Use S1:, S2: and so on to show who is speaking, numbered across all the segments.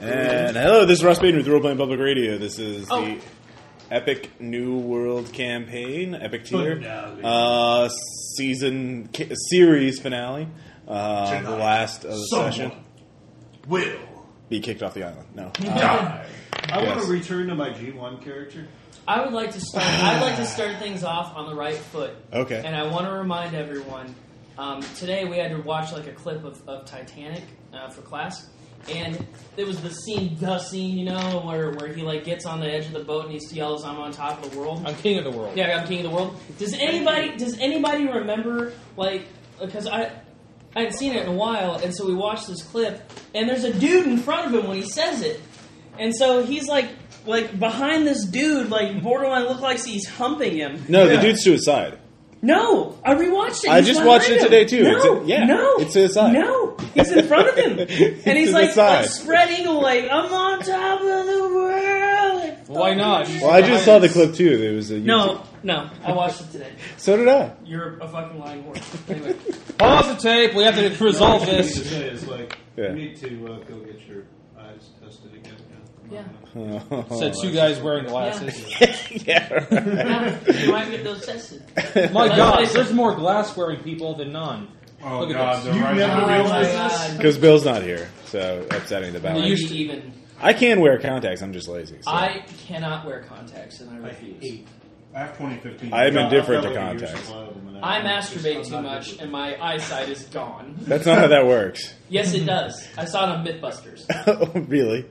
S1: And hello, this is Ross Baden with Role Playing Public Radio. This is the Epic New World campaign, Epic tier,
S2: Finale.
S1: uh, season ca- series finale. Uh, the
S2: Tonight,
S1: last of the
S2: someone
S1: session.
S2: Will
S1: Be kicked off the island. No.
S2: die.
S3: I want
S1: Yes.
S3: to return to my G1 character.
S4: I would like to start. I'd like to start things off on the right foot.
S1: Okay.
S4: And I want to remind everyone. Um, today we had to watch like a clip of, of Titanic uh, for class, and it was the scene, the scene, you know, where, where he like gets on the edge of the boat and he yells, "I'm on top of the world."
S5: I'm king of the world.
S4: Yeah, I'm king of the world. Does anybody does anybody remember like because I I hadn't seen it in a while, and so we watched this clip, and there's a dude in front of him when he says it, and so he's like like behind this dude, like borderline look like he's humping him.
S1: no, the
S3: Yeah.
S1: dude's suicide.
S4: No, I rewatched it.
S1: I
S4: He's
S1: just
S4: behind
S1: watched it
S4: him.
S1: today, too.
S4: No,
S1: It's a- yeah,
S4: no,
S1: it's to the side.
S4: No, he's in front of him,
S1: It's
S4: and
S1: to
S4: he's
S1: the
S4: like,
S1: side.
S4: like spread eagle, like I'm on top of the world.
S5: Why not?
S1: Well, I just saw the clip too. There was a YouTube.
S4: No, no, I watched it today.
S1: So did I.
S4: You're a fucking lying whore. Anyway.
S5: Pause the tape. We have to resolve
S3: What I need to
S5: this.
S3: say is like,
S1: Yeah.
S3: you need to uh, go get your eyes tested again.
S4: Yeah.
S5: Said two guys wearing glasses.
S1: yeah. right.
S4: Yeah, you might get those tested.
S5: My
S4: Like,
S5: God,
S4: listen.
S5: there's more glass wearing people than none.
S2: Oh
S5: Look at
S2: God,
S5: this.
S2: the
S3: You
S2: rising
S3: never
S2: of
S3: realized-
S2: the-
S1: Because Bill's not here, so upsetting the
S4: Might
S1: balance.
S4: be
S5: used to-
S4: even.
S1: I can wear contacts. I'm just lazy. So.
S4: I cannot wear contacts, and I
S3: I
S4: refuse.
S3: hate.
S2: I have 2015.
S1: I'm
S3: Yeah,
S1: indifferent
S3: I've
S1: to
S3: got like a year
S1: contacts.
S3: supply of them, and
S4: I
S3: I'm just-
S4: masturbate
S3: I'm
S4: too
S3: not
S4: much,
S3: good
S4: and my eyesight is gone.
S1: That's not how that works.
S4: Yes, it does. I saw it on MythBusters.
S1: really?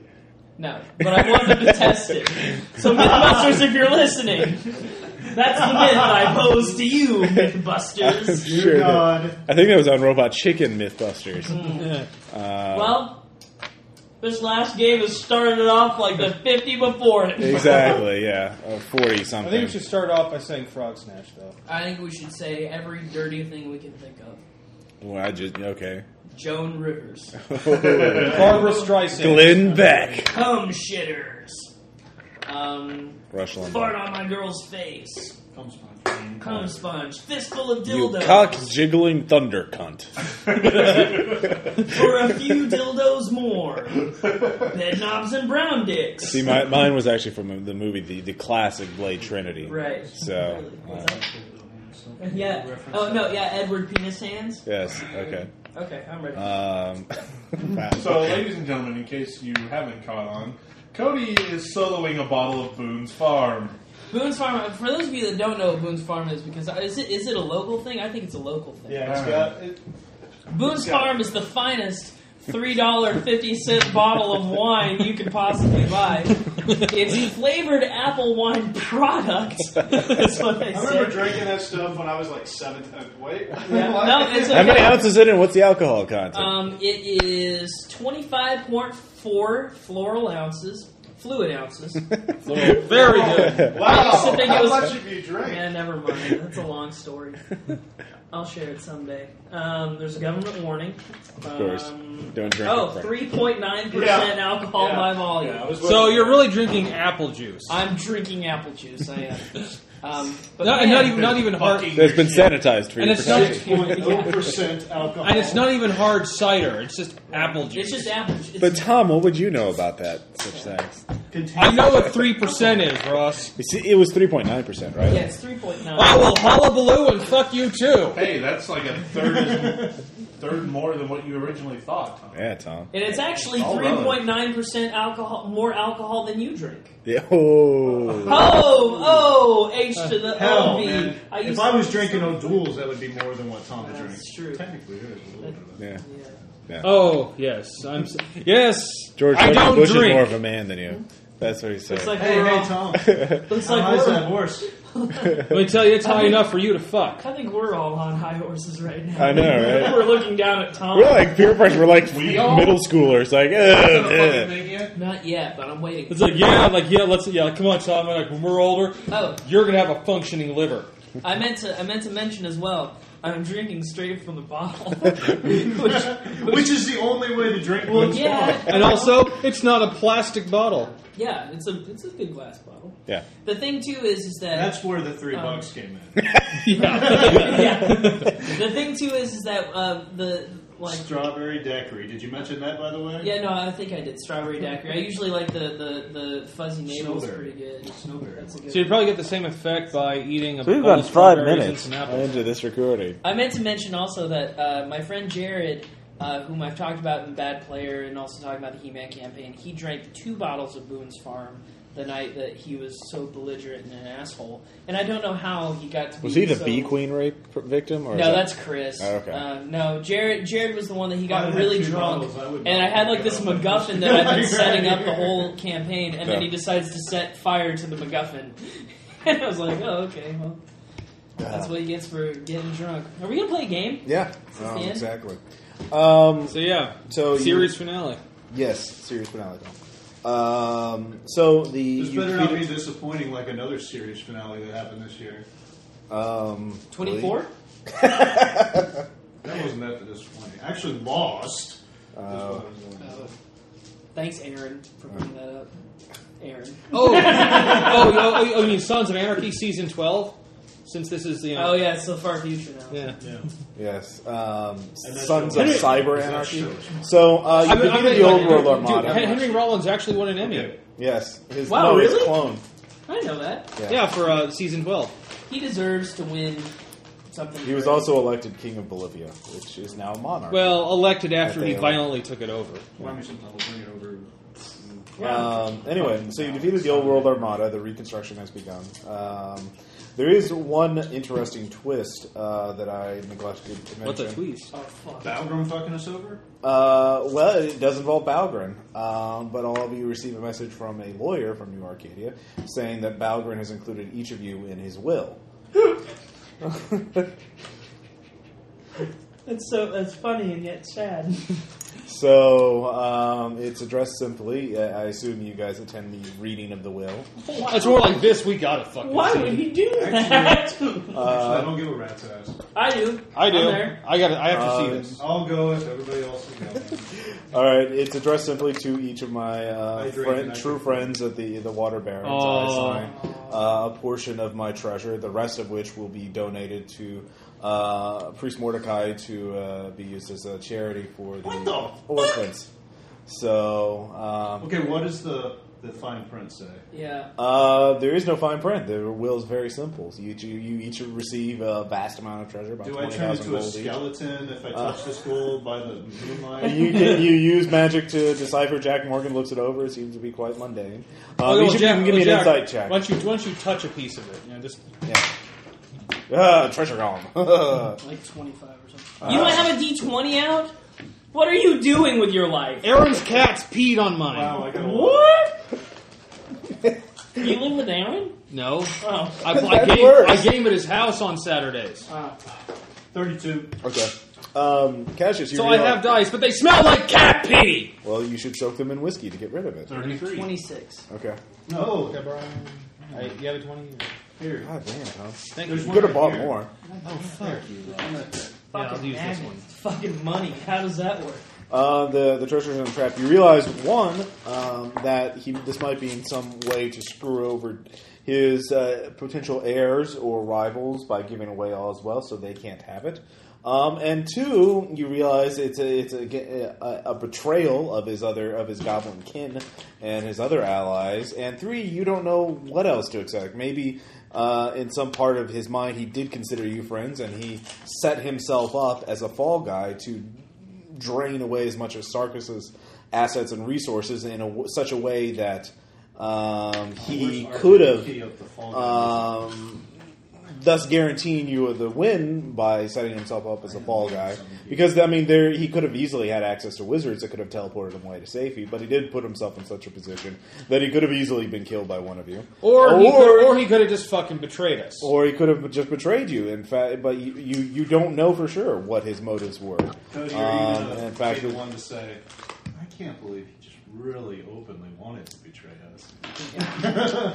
S4: No, but I wanted to test it. So MythBusters, if you're listening, that's the myth I pose to you,
S1: I'm
S4: MythBusters.
S3: with it.
S1: sure
S3: Dear
S1: that,
S3: God.
S1: I think that was on Robot Chicken Mythbusters.
S5: Yeah.
S1: Uh,
S4: Well, this last game has started off like the 50 before it.
S1: exactly. Yeah, uh, forty
S5: I
S1: something.
S5: think we should start off by saying frog snatch, though.
S4: I think we should say every dirty thing we can think of.
S1: Well, I just okay.
S4: Joan Rivers.
S5: Barbara Streisand.
S1: Glenn Beck.
S4: Cum shitters. Um,
S1: Rush
S4: fart
S1: Limbaugh.
S4: on my girl's face.
S3: Come sponge.
S4: Cum sponge. Fistful of
S1: You
S4: dildo.
S1: cock jiggling thunder cunt.
S4: For a few dildos more. Bed knobs and brown dicks.
S1: See, my, mine was actually from the movie, the, the classic Blade Trinity.
S4: right.
S1: So,
S4: Really?
S1: uh,
S4: yeah. Oh no. Yeah. Edward penis hands.
S1: yes, okay.
S4: Okay, I'm ready.
S1: Um, wow.
S2: So, ladies and gentlemen, in case you haven't caught on, Cody is soloing a bottle of Boone's Farm.
S4: Boone's Farm. For those of you that don't know what Boone's Farm is, because is it is it a local thing? I think it's a local thing.
S3: Yeah, it's got. It,
S4: Boone's
S2: Yeah.
S4: Farm is the finest three dollar fifty cent bottle of wine you could possibly buy. It's flavored apple wine product. That's what they
S3: I remember
S4: say.
S3: drinking that stuff when I was like 17th. Wait.
S4: Yeah. No, it's
S1: How many
S4: okay.
S1: ounces in it? What's the alcohol content?
S4: Um, it is twenty five point four floral ounces, fluid ounces.
S5: Very good.
S3: Wow.
S4: It's the thing it
S3: How
S4: was-
S3: much have you drank?
S4: Yeah, never mind. That's a long story. I'll share it someday. Um, there's a government warning.
S1: Of course.
S4: Um,
S1: Don't drink.
S4: oh,
S1: in front.
S4: 3.9%
S3: Yeah.
S4: alcohol
S3: Yeah.
S4: by volume.
S3: Yeah, I was with
S5: So
S3: you.
S5: you're really drinking apple juice.
S4: I'm drinking apple juice. I am. Um, but
S5: Not,
S4: man,
S5: and not even, not even hard.
S2: Fucking
S1: It's been
S2: shit.
S1: sanitized for
S5: And
S1: your
S5: it's not-
S1: protection.
S3: 6.0% alcohol.
S5: And it's not even hard cider. It's just apple
S4: It's
S5: juice.
S4: just apple juice.
S1: But Tom, what would you know about that? Such things.
S5: I know what three percent is, Ross.
S1: You see, It was three point nine percent, right?
S4: yeah, it's 3.9.
S5: I will hullabaloo and fuck you too.
S2: Hey, that's like a third, as- third more than what you originally thought. Tom.
S1: Yeah, Tom.
S4: And it's actually
S2: All right.
S4: 3.9% alcohol, more alcohol than you drink.
S1: Yeah. Oh.
S4: Oh, oh, H to the
S3: Uh, Hell,
S4: O V.
S3: man.
S4: I used
S3: if I was
S4: to-
S3: drinking O'Doul's, that would be more than what Tom would drink.
S4: That's true.
S3: Technically, there is a little bit of that.
S1: Yeah.
S4: Yeah.
S5: Oh yes, I'm. s- Yes,
S1: George
S5: I
S1: W.
S5: don't
S1: Bush
S5: drink.
S1: is more of a man than you. That's what he said.
S4: Looks like
S3: Hey,
S4: we're
S3: hey,
S4: all-
S3: Tom.
S4: Looks
S3: How
S4: like
S3: high is
S4: we're
S3: that horse?
S5: Let me tell you, it's
S4: I
S5: high
S4: mean-
S5: enough for you to fuck.
S4: I think we're all on high horses right now.
S1: I know, right?
S4: we're looking down at Tom.
S1: we're like peer pressure. We're like
S2: We all-
S1: middle schoolers. Like,
S2: Is that a fucking
S1: uh,
S2: thing yet?
S4: Not yet, but I'm waiting.
S5: It's like yeah, like yeah, let's yeah, like, come on, Tom. Like when we're older,
S4: Oh,
S5: you're gonna have a functioning liver.
S4: I meant to. I meant to mention as well. I'm drinking straight from the bottle. which,
S3: Which is the only way to drink
S4: well,
S3: one's
S4: yeah,
S5: And also, it's not a plastic bottle.
S4: yeah. It's a it's a good glass bottle.
S1: yeah.
S4: The thing too is is that
S3: That's where the three
S4: Um,
S3: bucks came in.
S5: Yeah.
S4: yeah. The thing too is, is that uh, the like
S3: Strawberry daiquiri. Did you mention that, by the way?
S4: yeah, no, I think I did strawberry daiquiri. I usually like the the, the fuzzy navel's
S3: Snowberry.
S4: pretty good.
S3: Snowberry.
S4: That's a
S5: So
S4: good.
S5: you'd probably get the same effect by eating a
S6: So we've
S5: bowl
S6: got
S5: of
S6: five
S5: strawberries
S6: minutes
S5: and some apples.
S1: into this recording.
S4: I meant to mention also that uh, my friend Jared, uh, whom I've talked about in Bad Player and also talking about the He-Man campaign, he drank two bottles of Boone's Farm the night that he was so belligerent and an asshole. And I don't know how he got to
S1: Was
S4: be
S1: he the
S4: so-
S1: bee queen rape victim? Or is
S4: uh, No,
S1: that-
S4: that's Chris.
S1: Oh, okay.
S4: Uh, no, Jared. Jared was the one that he
S3: I
S4: got
S3: had
S4: really
S3: two
S4: drunk,
S3: bottles, I would
S4: and I had like this
S3: not-
S4: MacGuffin that I've been
S3: Right.
S4: setting up the whole campaign, and then
S1: Yeah.
S4: he decides to set fire to the MacGuffin. and I was like, oh, okay, well, that's what he gets for getting drunk. Are we gonna play a game?
S1: yeah,
S4: the
S1: Um,
S4: end?
S1: exactly. Um,
S5: So yeah,
S1: So you-
S5: series finale.
S1: yes, serious finale. Um, so the
S3: This
S1: you
S3: better not
S1: feed-
S3: be disappointing like another series finale that happened this year.
S1: um,
S4: Twenty-four.
S3: That wasn't that disappointing. I actually lost.
S1: Uh,
S4: Oh. Thanks, Aaron, for bringing that up. Aaron.
S5: Oh, oh, you- oh, you- oh, you mean Sons of Anarchy season twelve? Since this is the you
S4: Oh
S5: know,
S4: yeah, it's the far future now.
S5: yeah.
S3: yeah.
S1: Yes. Um,
S3: that's
S1: Sons of
S3: true.
S1: Cyber
S3: That's
S1: Anarchy.
S3: true.
S1: So uh, you
S5: I mean, I
S1: defeated
S5: mean,
S1: the old
S5: like,
S1: World
S5: dude,
S1: Armada.
S5: Hen- Henry Rollins actually won an Emmy.
S3: Okay.
S1: yes. His,
S4: Wow,
S1: no, his
S4: really?
S1: clone.
S4: I know that.
S1: Yeah.
S5: Yeah, for uh, season twelve.
S4: He deserves to win something.
S1: He was
S4: great.
S1: also elected King of Bolivia, which is now a monarch.
S5: Well, elected after
S1: That they
S5: he violently took it over.
S3: Buy me something. I'll bring it over.
S1: um, anyway, so you defeated the old World Armada. The reconstruction has begun. Um, there is one interesting twist uh, that I neglected to mention.
S5: What's a twist?
S4: Oh fuck.
S3: Balgrim fucking us over?
S1: Uh, well, it does involve Balgrin, um, but all of you receive a message from a lawyer from New Arcadia saying that Balgrin has included each of you in his will.
S4: That's so that's funny and yet sad.
S1: So um, it's addressed simply. I I assume you guys attend the reading of the will.
S5: It's more like this. We gotta fucking.
S4: Why
S5: see
S4: would
S5: it.
S4: he do that?
S1: Uh,
S3: Actually, I don't give a rat's ass.
S4: I do.
S5: I do.
S4: I'm there.
S5: I got. to I have to
S1: Uh,
S5: see this.
S3: I'll go if everybody else is going.
S1: All right, it's addressed simply to each of my uh,
S3: I drink
S1: friend-
S3: and I
S1: true
S3: drink.
S1: friends at the the Water Barons. I
S5: Oh.
S1: sign uh, a portion of my treasure, the rest of which will be donated to uh, Priest Mordecai to uh, be used as a charity for the,
S3: What the
S1: orphans. So um,
S3: Okay, what does the, the fine print say?
S4: Yeah.
S1: uh, there is no fine print. The will is very simple. You you, you each receive a vast amount of treasure. About
S3: Do I
S1: twenty
S3: turn
S1: thousand
S3: into a
S1: gold each.
S3: skeleton if I touch this gold by the moonlight?
S1: And you can, you use magic to decipher. Jack Morgan looks it over. It seems to be quite mundane. Um,
S5: Okay,
S1: you
S5: Oh, well,
S1: should
S5: Jack-
S1: give
S5: well,
S1: me an
S5: Jack,
S1: insight check.
S5: Why don't you, why don't you touch a piece of it? You know, just
S1: Yeah. Ah, treasure golem.
S4: Like 25 or something. you don't have a D20 out? What are you doing with your life?
S5: Aaron's cat's peed on mine.
S3: wow, I got a
S4: What? you live with Aaron?
S5: No,
S4: Oh.
S5: I, I,
S1: That's
S5: game,
S1: worse.
S5: I game at his house on Saturdays,
S4: Oh.
S3: 32.
S1: okay. Um, Cassius, you
S5: so I
S1: realize-
S5: have dice, but they smell like cat pee.
S1: Well, you should soak them in whiskey to get rid of it.
S2: 33.
S4: 26.
S1: Okay.
S3: No, okay, Brian.
S5: you have a twenty.
S3: Here.
S1: God damn, Tom.
S5: Thank
S3: There's
S5: you.
S1: You
S3: one
S1: could have
S3: right
S1: bought
S3: here.
S1: more.
S5: Oh fuck you.
S3: I'm gonna-
S5: Yeah, I'll
S4: Fucking
S5: use this
S4: magnets.
S5: one.
S4: Fucking money. How does that work?
S1: Uh, the the treasure's in the trap. You realize one um, that he this might be in some way to screw over his uh, potential heirs or rivals by giving away all as well, so they can't have it. Um, and two, you realize it's a it's a, a, a betrayal of his other of his goblin kin and his other allies. And three, you don't know what else to expect. Maybe uh, in some part of his mind, he did consider you friends, and he set himself up as a fall guy to drain away as much of Sarkis's assets and resources in a w such a way that um, he
S3: Where's our
S1: could
S3: key
S1: have, uh,
S3: of the fall guy?
S1: um, thus guaranteeing you the win by setting himself up as a fall guy. Because I mean, there he could have easily had access to wizards that could have teleported him away to safety, but he did put himself in such a position that he could have easily been killed by one of you,
S5: Or he could, or he could have just fucking betrayed us.
S1: or he could have just betrayed you. In fact, but you, you you don't know for sure what his motives were.
S3: Cody, you're
S1: Um, and
S3: even a-
S1: in fact,
S3: be the one to say, I can't believe he just really openly wanted to betray us.
S4: I,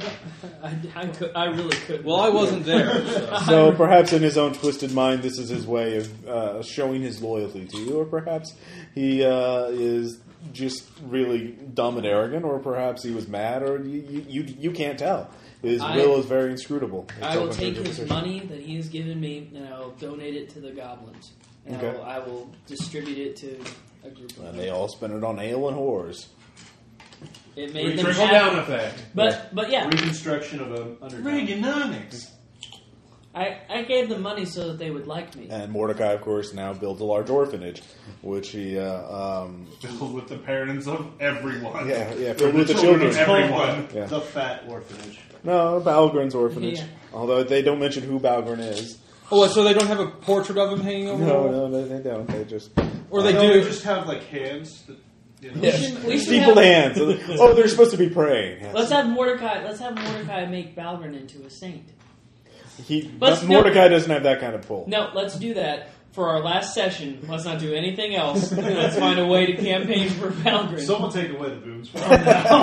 S4: I, could, I really could.
S5: well, I wasn't there. So.
S1: So perhaps in his own twisted mind, this is his way of uh, showing his loyalty to you, or perhaps he uh, is just really dumb and arrogant, or perhaps he was mad, or you you, you, you can't tell. His
S4: I-
S1: will is very inscrutable. It's
S4: I will
S1: open to
S4: take his
S1: interpretation.
S4: money that he has given me and I will donate it to the goblins. and I,
S1: Okay.
S4: will, I will distribute it to a group of
S1: And
S4: people.
S1: they all spent it on ale and whores.
S4: It
S2: We
S4: made them
S2: trickle
S4: happy.
S2: down effect.
S4: But but yeah,
S3: Reconstruction of a underground.
S2: Reaganomics.
S4: I, I gave them money so that they would like me.
S1: And Mordecai, of course, now builds a large orphanage, which he, uh, um,
S2: Filled with the parents of everyone.
S1: yeah, yeah,
S2: Filled
S1: filled with the
S2: of
S1: children.
S2: everyone.
S1: Yeah.
S3: The fat orphanage.
S1: No, Balgrin's orphanage.
S4: Yeah.
S1: Although they don't mention who Balgrin is.
S5: Oh, what, so they don't have a portrait of him hanging over? the
S1: No,
S5: wall?
S1: no, they, they don't. They just
S5: Or they
S3: no,
S5: do?
S3: They just have like hands. That, you know,
S4: We
S1: Yeah.
S4: should, we should
S1: steepled
S4: have,
S1: hands. Oh, they're supposed to be praying. Yes.
S4: Let's have Mordecai. Let's have Mordecai make Balvern into a saint.
S1: He,
S4: let's-
S1: Mordecai doesn't have that kind of pull.
S4: No, let's do that for our last session. Let's not do anything else. let's find a way to campaign for Balgrin.
S3: Someone take away the boobs.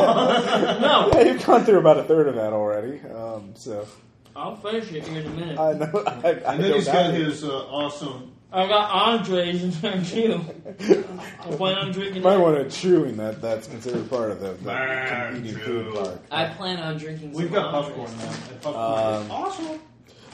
S4: no,
S1: Yeah, you've gone through about a third of that already. Um, so
S4: I'll finish it here in a minute.
S1: I know. I, I
S3: and then
S1: don't
S3: he's got
S1: doubt it.
S3: his uh, awesome.
S4: I got Andres in there too. I plan on
S1: You
S4: drinking.
S1: might
S4: that.
S1: want to chewing that. That's considered part of the, the
S2: Burn,
S1: competing
S2: chew.
S1: food part.
S4: I plan on drinking.
S3: We've
S4: some
S3: got
S4: Andres.
S3: popcorn now. And popcorn
S1: Um,
S3: is awesome.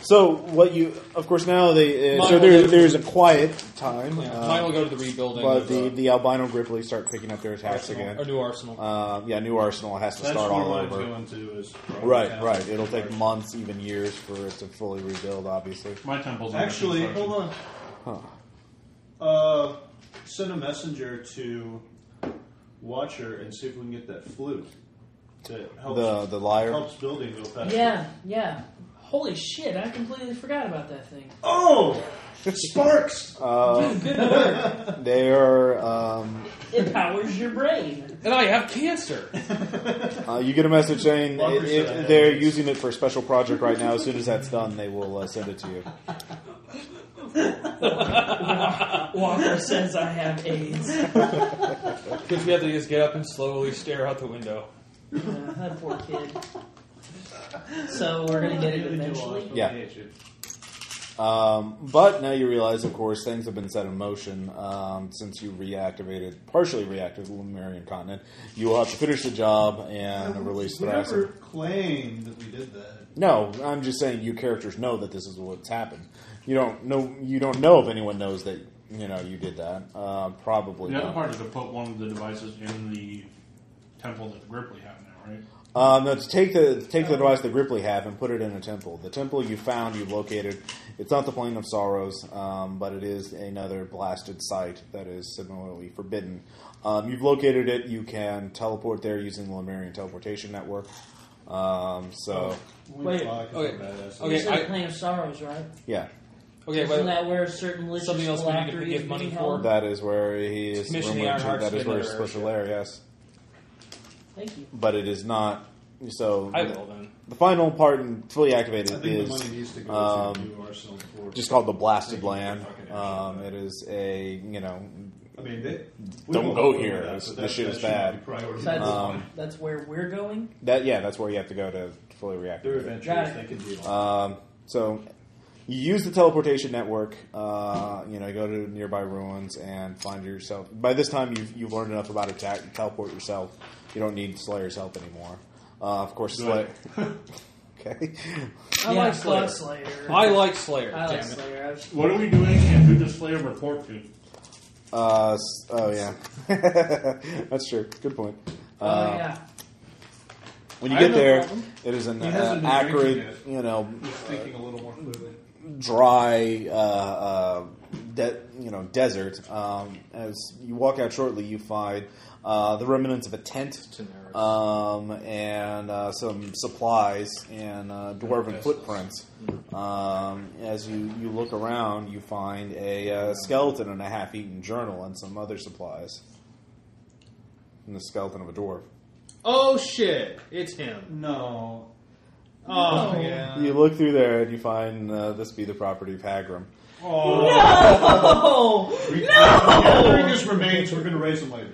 S1: So what you, of course, now they uh, so
S5: Michael,
S1: there,
S5: they-
S1: there's a quiet time.
S5: Yeah,
S1: uh,
S5: mine will go to the rebuilding.
S1: but
S5: of, uh,
S1: the the albino Gripply start picking up their attacks
S5: Arsenal,
S1: again.
S5: Or new Arsenal.
S1: Uh, yeah, new arsenal has to
S3: That's
S1: start
S3: where
S1: all
S3: mine's
S1: over.
S3: going to. Is
S1: Right, right. It'll take months, even years, for it to fully rebuild. Obviously,
S2: My temple's under
S3: Actually,
S2: construction.
S3: hold on.
S1: huh.
S3: Uh, send a messenger to Watcher and see if we can get that flute that helps,
S1: the the liar.
S3: helps building go faster.
S4: Yeah, yeah. Holy shit! I completely forgot about that thing.
S3: Oh, sparks!
S1: Uh,
S4: Dude, good work.
S1: they are. Um,
S4: It powers your brain.
S5: and I have cancer.
S1: uh, you get a message saying
S3: Walker
S1: it,
S3: said I
S1: it,
S3: had
S1: they're
S3: this.
S1: using it for a special project right now. As soon as that's done, they will uh, send it to you.
S4: Walker says I have AIDS.
S5: Because we have to just get up and slowly stare out the window.
S4: Yeah, that poor kid. So we're gonna get it eventually.
S1: Yeah. Um, but now you realize, of course, things have been set in motion um, since you reactivated, partially reactivated the Lumerian continent. You will have to finish the job and release
S3: we
S1: the rest.
S3: never claimed that we did that.
S1: No, I'm just saying you characters know that this is what's happened. You don't know. You don't know if anyone knows that you know you did that. Uh, probably
S2: The other
S1: not.
S2: part is to put one of the devices in the temple that the Gripley have now, right?
S1: Um, no, to take the to take the device the Gripley have and put it in a temple. The temple you found, you located. It's not the Plain of Sorrows, um, but it is another blasted site that is similarly forbidden. Um, you've located it. You can teleport there using the Lemurian teleportation network. Um, so
S3: We
S5: Wait,
S3: talk about
S5: okay.
S3: badass.
S5: Okay.
S4: It's like
S5: I-
S4: Plane of Sorrows, right?
S1: yeah,
S5: Okay,
S4: Isn't
S5: but
S4: that where certain malicious
S5: Something else we need to
S4: phylactery
S5: give
S4: is
S5: money
S4: being
S5: for?
S4: held?
S1: that is where he is.
S5: Mission the
S1: rumored to-
S5: Ironhearts
S1: that is
S5: to
S1: where he's
S5: another
S1: supposed to lair. Yes,
S4: Thank you.
S1: but it is not. So
S5: I
S1: the,
S5: will then.
S1: the final part and fully
S3: I
S1: activated
S3: think the
S1: is
S3: money needs to go
S1: um,
S3: to New Arsenal for.
S1: just called the Blasted
S3: Taking the
S1: Land.
S3: fucking action.
S1: Um, it is a you know
S3: I mean, they, we
S1: Don't
S3: won't
S1: go
S3: do
S1: here.
S3: that,
S1: This-
S3: but
S1: this shit
S3: that
S1: is
S3: should
S1: bad.
S3: be priority.
S4: So that's,
S1: Um,
S4: that's where we're going.
S1: that yeah that's where you have to go to fully react.
S3: They're
S4: Got
S3: adventurers.
S4: it.
S3: They can deal.
S1: Um, so you use the teleportation network. Uh, you know, you go to nearby ruins and find yourself. By this time, you've you've learned enough about attack. You teleport yourself. You don't need Slayer's help anymore. Uh, of course, Slayer. okay.
S5: I
S4: yeah,
S5: like Slayer.
S4: fuck Slayer.
S5: I like Slayer.
S4: I like
S5: damn it.
S4: Slayer. I was-
S2: What are we doing and who does Slayer report to?
S1: Uh, s- oh yeah, that's true. Good point.
S4: Oh
S1: Uh,
S4: yeah.
S1: When you
S5: I
S1: get
S5: have no
S1: there,
S5: problem.
S1: it is an
S3: He hasn't
S1: uh,
S3: been
S1: acrid,
S3: drinking
S1: you know,
S3: He's thinking a little more clearly.
S1: dry, uh, uh, de- you know, desert. Um, as you walk out shortly, you find uh, the remnants of a tent um, and uh, some supplies and uh, dwarven footprints. Um, as you, you look around, you find a uh, skeleton and a half-eaten journal and some other supplies. And the skeleton of a dwarf.
S5: Oh shit! It's him.
S3: No.
S5: Oh
S3: No.
S5: yeah.
S1: You look through there and you find uh, this be the property of Hagram.
S3: Oh.
S4: No.
S3: We- Gathering his remains. We're going to raise him later.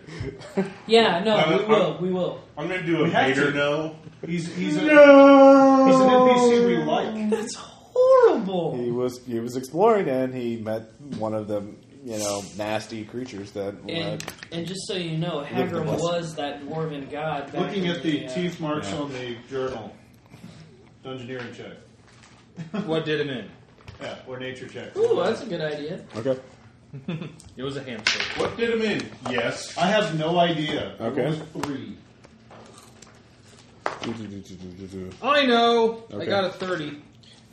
S4: Yeah.
S2: I-
S4: No. We
S2: I-
S4: will. We will.
S2: I'm going to do a
S3: We have
S2: Vader
S3: to.
S2: no.
S3: He's he's a,
S2: No!
S3: he's an NPC we like.
S4: That's horrible.
S1: He was he was exploring and he met one of the you know nasty creatures that
S4: And
S1: uh,
S4: and just so you know,
S1: Look at
S4: Hagram
S1: this.
S4: was that dwarven god. back
S3: Looking
S4: in
S3: at the
S4: uh,
S3: teeth marks
S1: Yeah.
S3: on the journal. Dungeoneering check.
S5: What did it in?
S3: Yeah, or nature check.
S4: Ooh, that's a good idea.
S1: okay.
S5: It was a hamster.
S2: What did him in? Yes.
S3: I have no idea. It
S1: Okay.
S3: was three.
S5: I know. I
S1: Okay.
S5: got a thirty.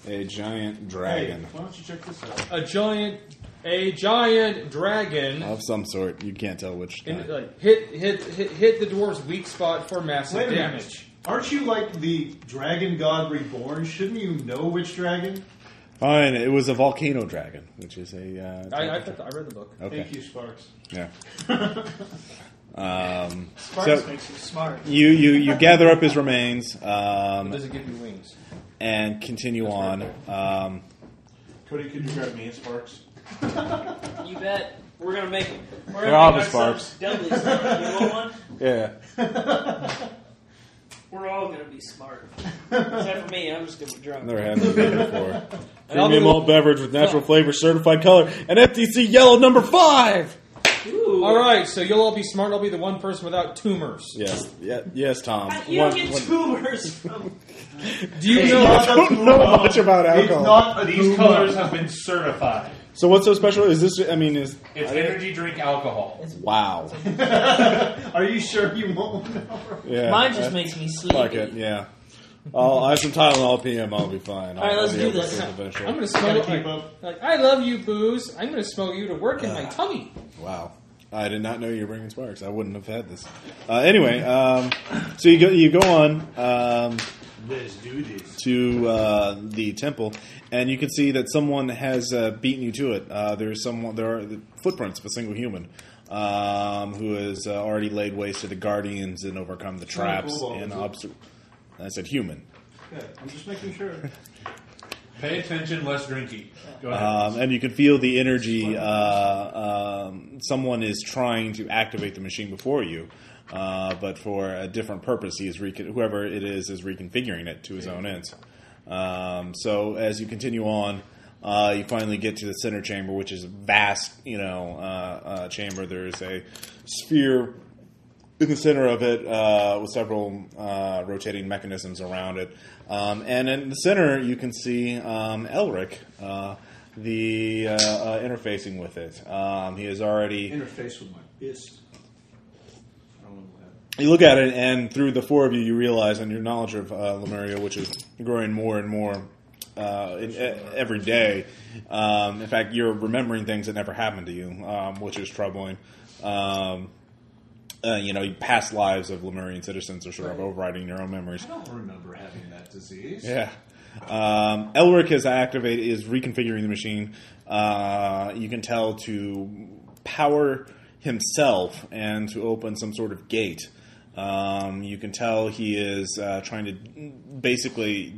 S1: A giant
S3: Hey,
S1: dragon
S3: why don't you check this out?
S5: A giant, a giant dragon.
S1: of some sort. You can't tell which.
S5: in-
S1: kind.
S5: like, hit, hit, hit, hit the dwarf's weak spot for massive
S3: Wait a minute.
S5: damage.
S3: Aren't you like the dragon god reborn? Shouldn't you know which dragon?
S1: Fine. It was a volcano dragon, which is a. Uh,
S5: I, I,
S1: type
S5: thought- I read the book.
S1: of- okay.
S3: Thank you, Sparks.
S1: Yeah. um,
S6: Sparks
S1: So-
S6: makes you smart.
S1: you, you you gather up his remains um,
S5: Does it give you wings?
S1: and continue on. Um,
S2: Cody, could you grab me and Sparks?
S4: You bet. We're gonna make. We're
S1: They're
S4: gonna
S1: all
S4: make
S1: the
S4: ourselves doubly smart. You want one?
S1: yeah.
S4: We're all gonna be smart. Except for me, I'm just gonna be drunk.
S1: Never had that before.
S5: And I'll
S1: Premium
S5: be-
S1: malt beverage with natural flavor, certified color, and FTC yellow number five.
S4: Ooh.
S5: All right, so you'll all be smart. I'll be the one person without tumors.
S1: Yes, yeah, yes, Tom.
S4: You
S1: One-
S4: don't get
S1: one-
S4: tumors from
S5: Do you
S1: I
S5: know?
S1: don't know much about
S3: It's
S1: alcohol.
S3: not a
S2: These
S3: Puma.
S2: colors have been certified.
S1: so what's so special? Is this? I mean, is
S2: It's energy drink alcohol.
S1: wow?
S3: Are you sure you won't know?
S1: Yeah,
S4: mine. Just
S1: uh,
S4: makes me sleepy.
S1: fuck it. Yeah, I'll, I have some Tylenol PM. I'll be fine.
S4: All right,
S1: I'll
S4: let's
S1: be
S4: do
S1: able to
S4: this.
S1: sleep eventually.
S5: I'm gonna
S3: Gotta
S5: smell
S3: keep
S5: like,
S3: up. Ah.
S5: like I love you, booze. I'm gonna smell you to work in my tummy.
S1: Wow. I did not know you were bringing sparks. I wouldn't have had this. Uh, anyway, um, so you go you go on um,
S3: Let's do this.
S1: to uh, the temple, and you can see that someone has uh, beaten you to it. Uh, there's someone there are the footprints of a single human um, who has uh, already laid waste to the guardians and overcome the traps
S3: cool,
S1: and
S3: isn't it?
S1: obstacles. I said human.
S3: Okay, I'm just making sure.
S2: Pay attention, less drinking. Go ahead.
S1: Um, and you can feel the energy. Uh, um, someone is trying to activate the machine before you, uh, but for a different purpose. He is recon- whoever it is is reconfiguring it to his own ends. Um, so as you continue on, uh, you finally get to the center chamber, which is a vast, you know, uh, uh, chamber. There is a sphere in the center of it uh, with several uh, rotating mechanisms around it. Um, and in the center, you can see um, Elric, uh, the uh, uh, interfacing with it. Um, he is already.
S3: Interface with my fist. I don't know that.
S1: You look at it, and through the four of you, you realize, and your knowledge of uh, Lemuria, which is growing more and more. Uh, in, e- every day, um, in fact, you're remembering things that never happened to you, um, which is troubling. Um, uh, you know, past lives of Lemurian citizens are sort of overriding your own memories.
S3: I don't remember having that disease.
S1: Yeah. Um, Elric has activated is reconfiguring the machine. Uh, you can tell to power himself and to open some sort of gate. Um, you can tell he is uh, trying to basically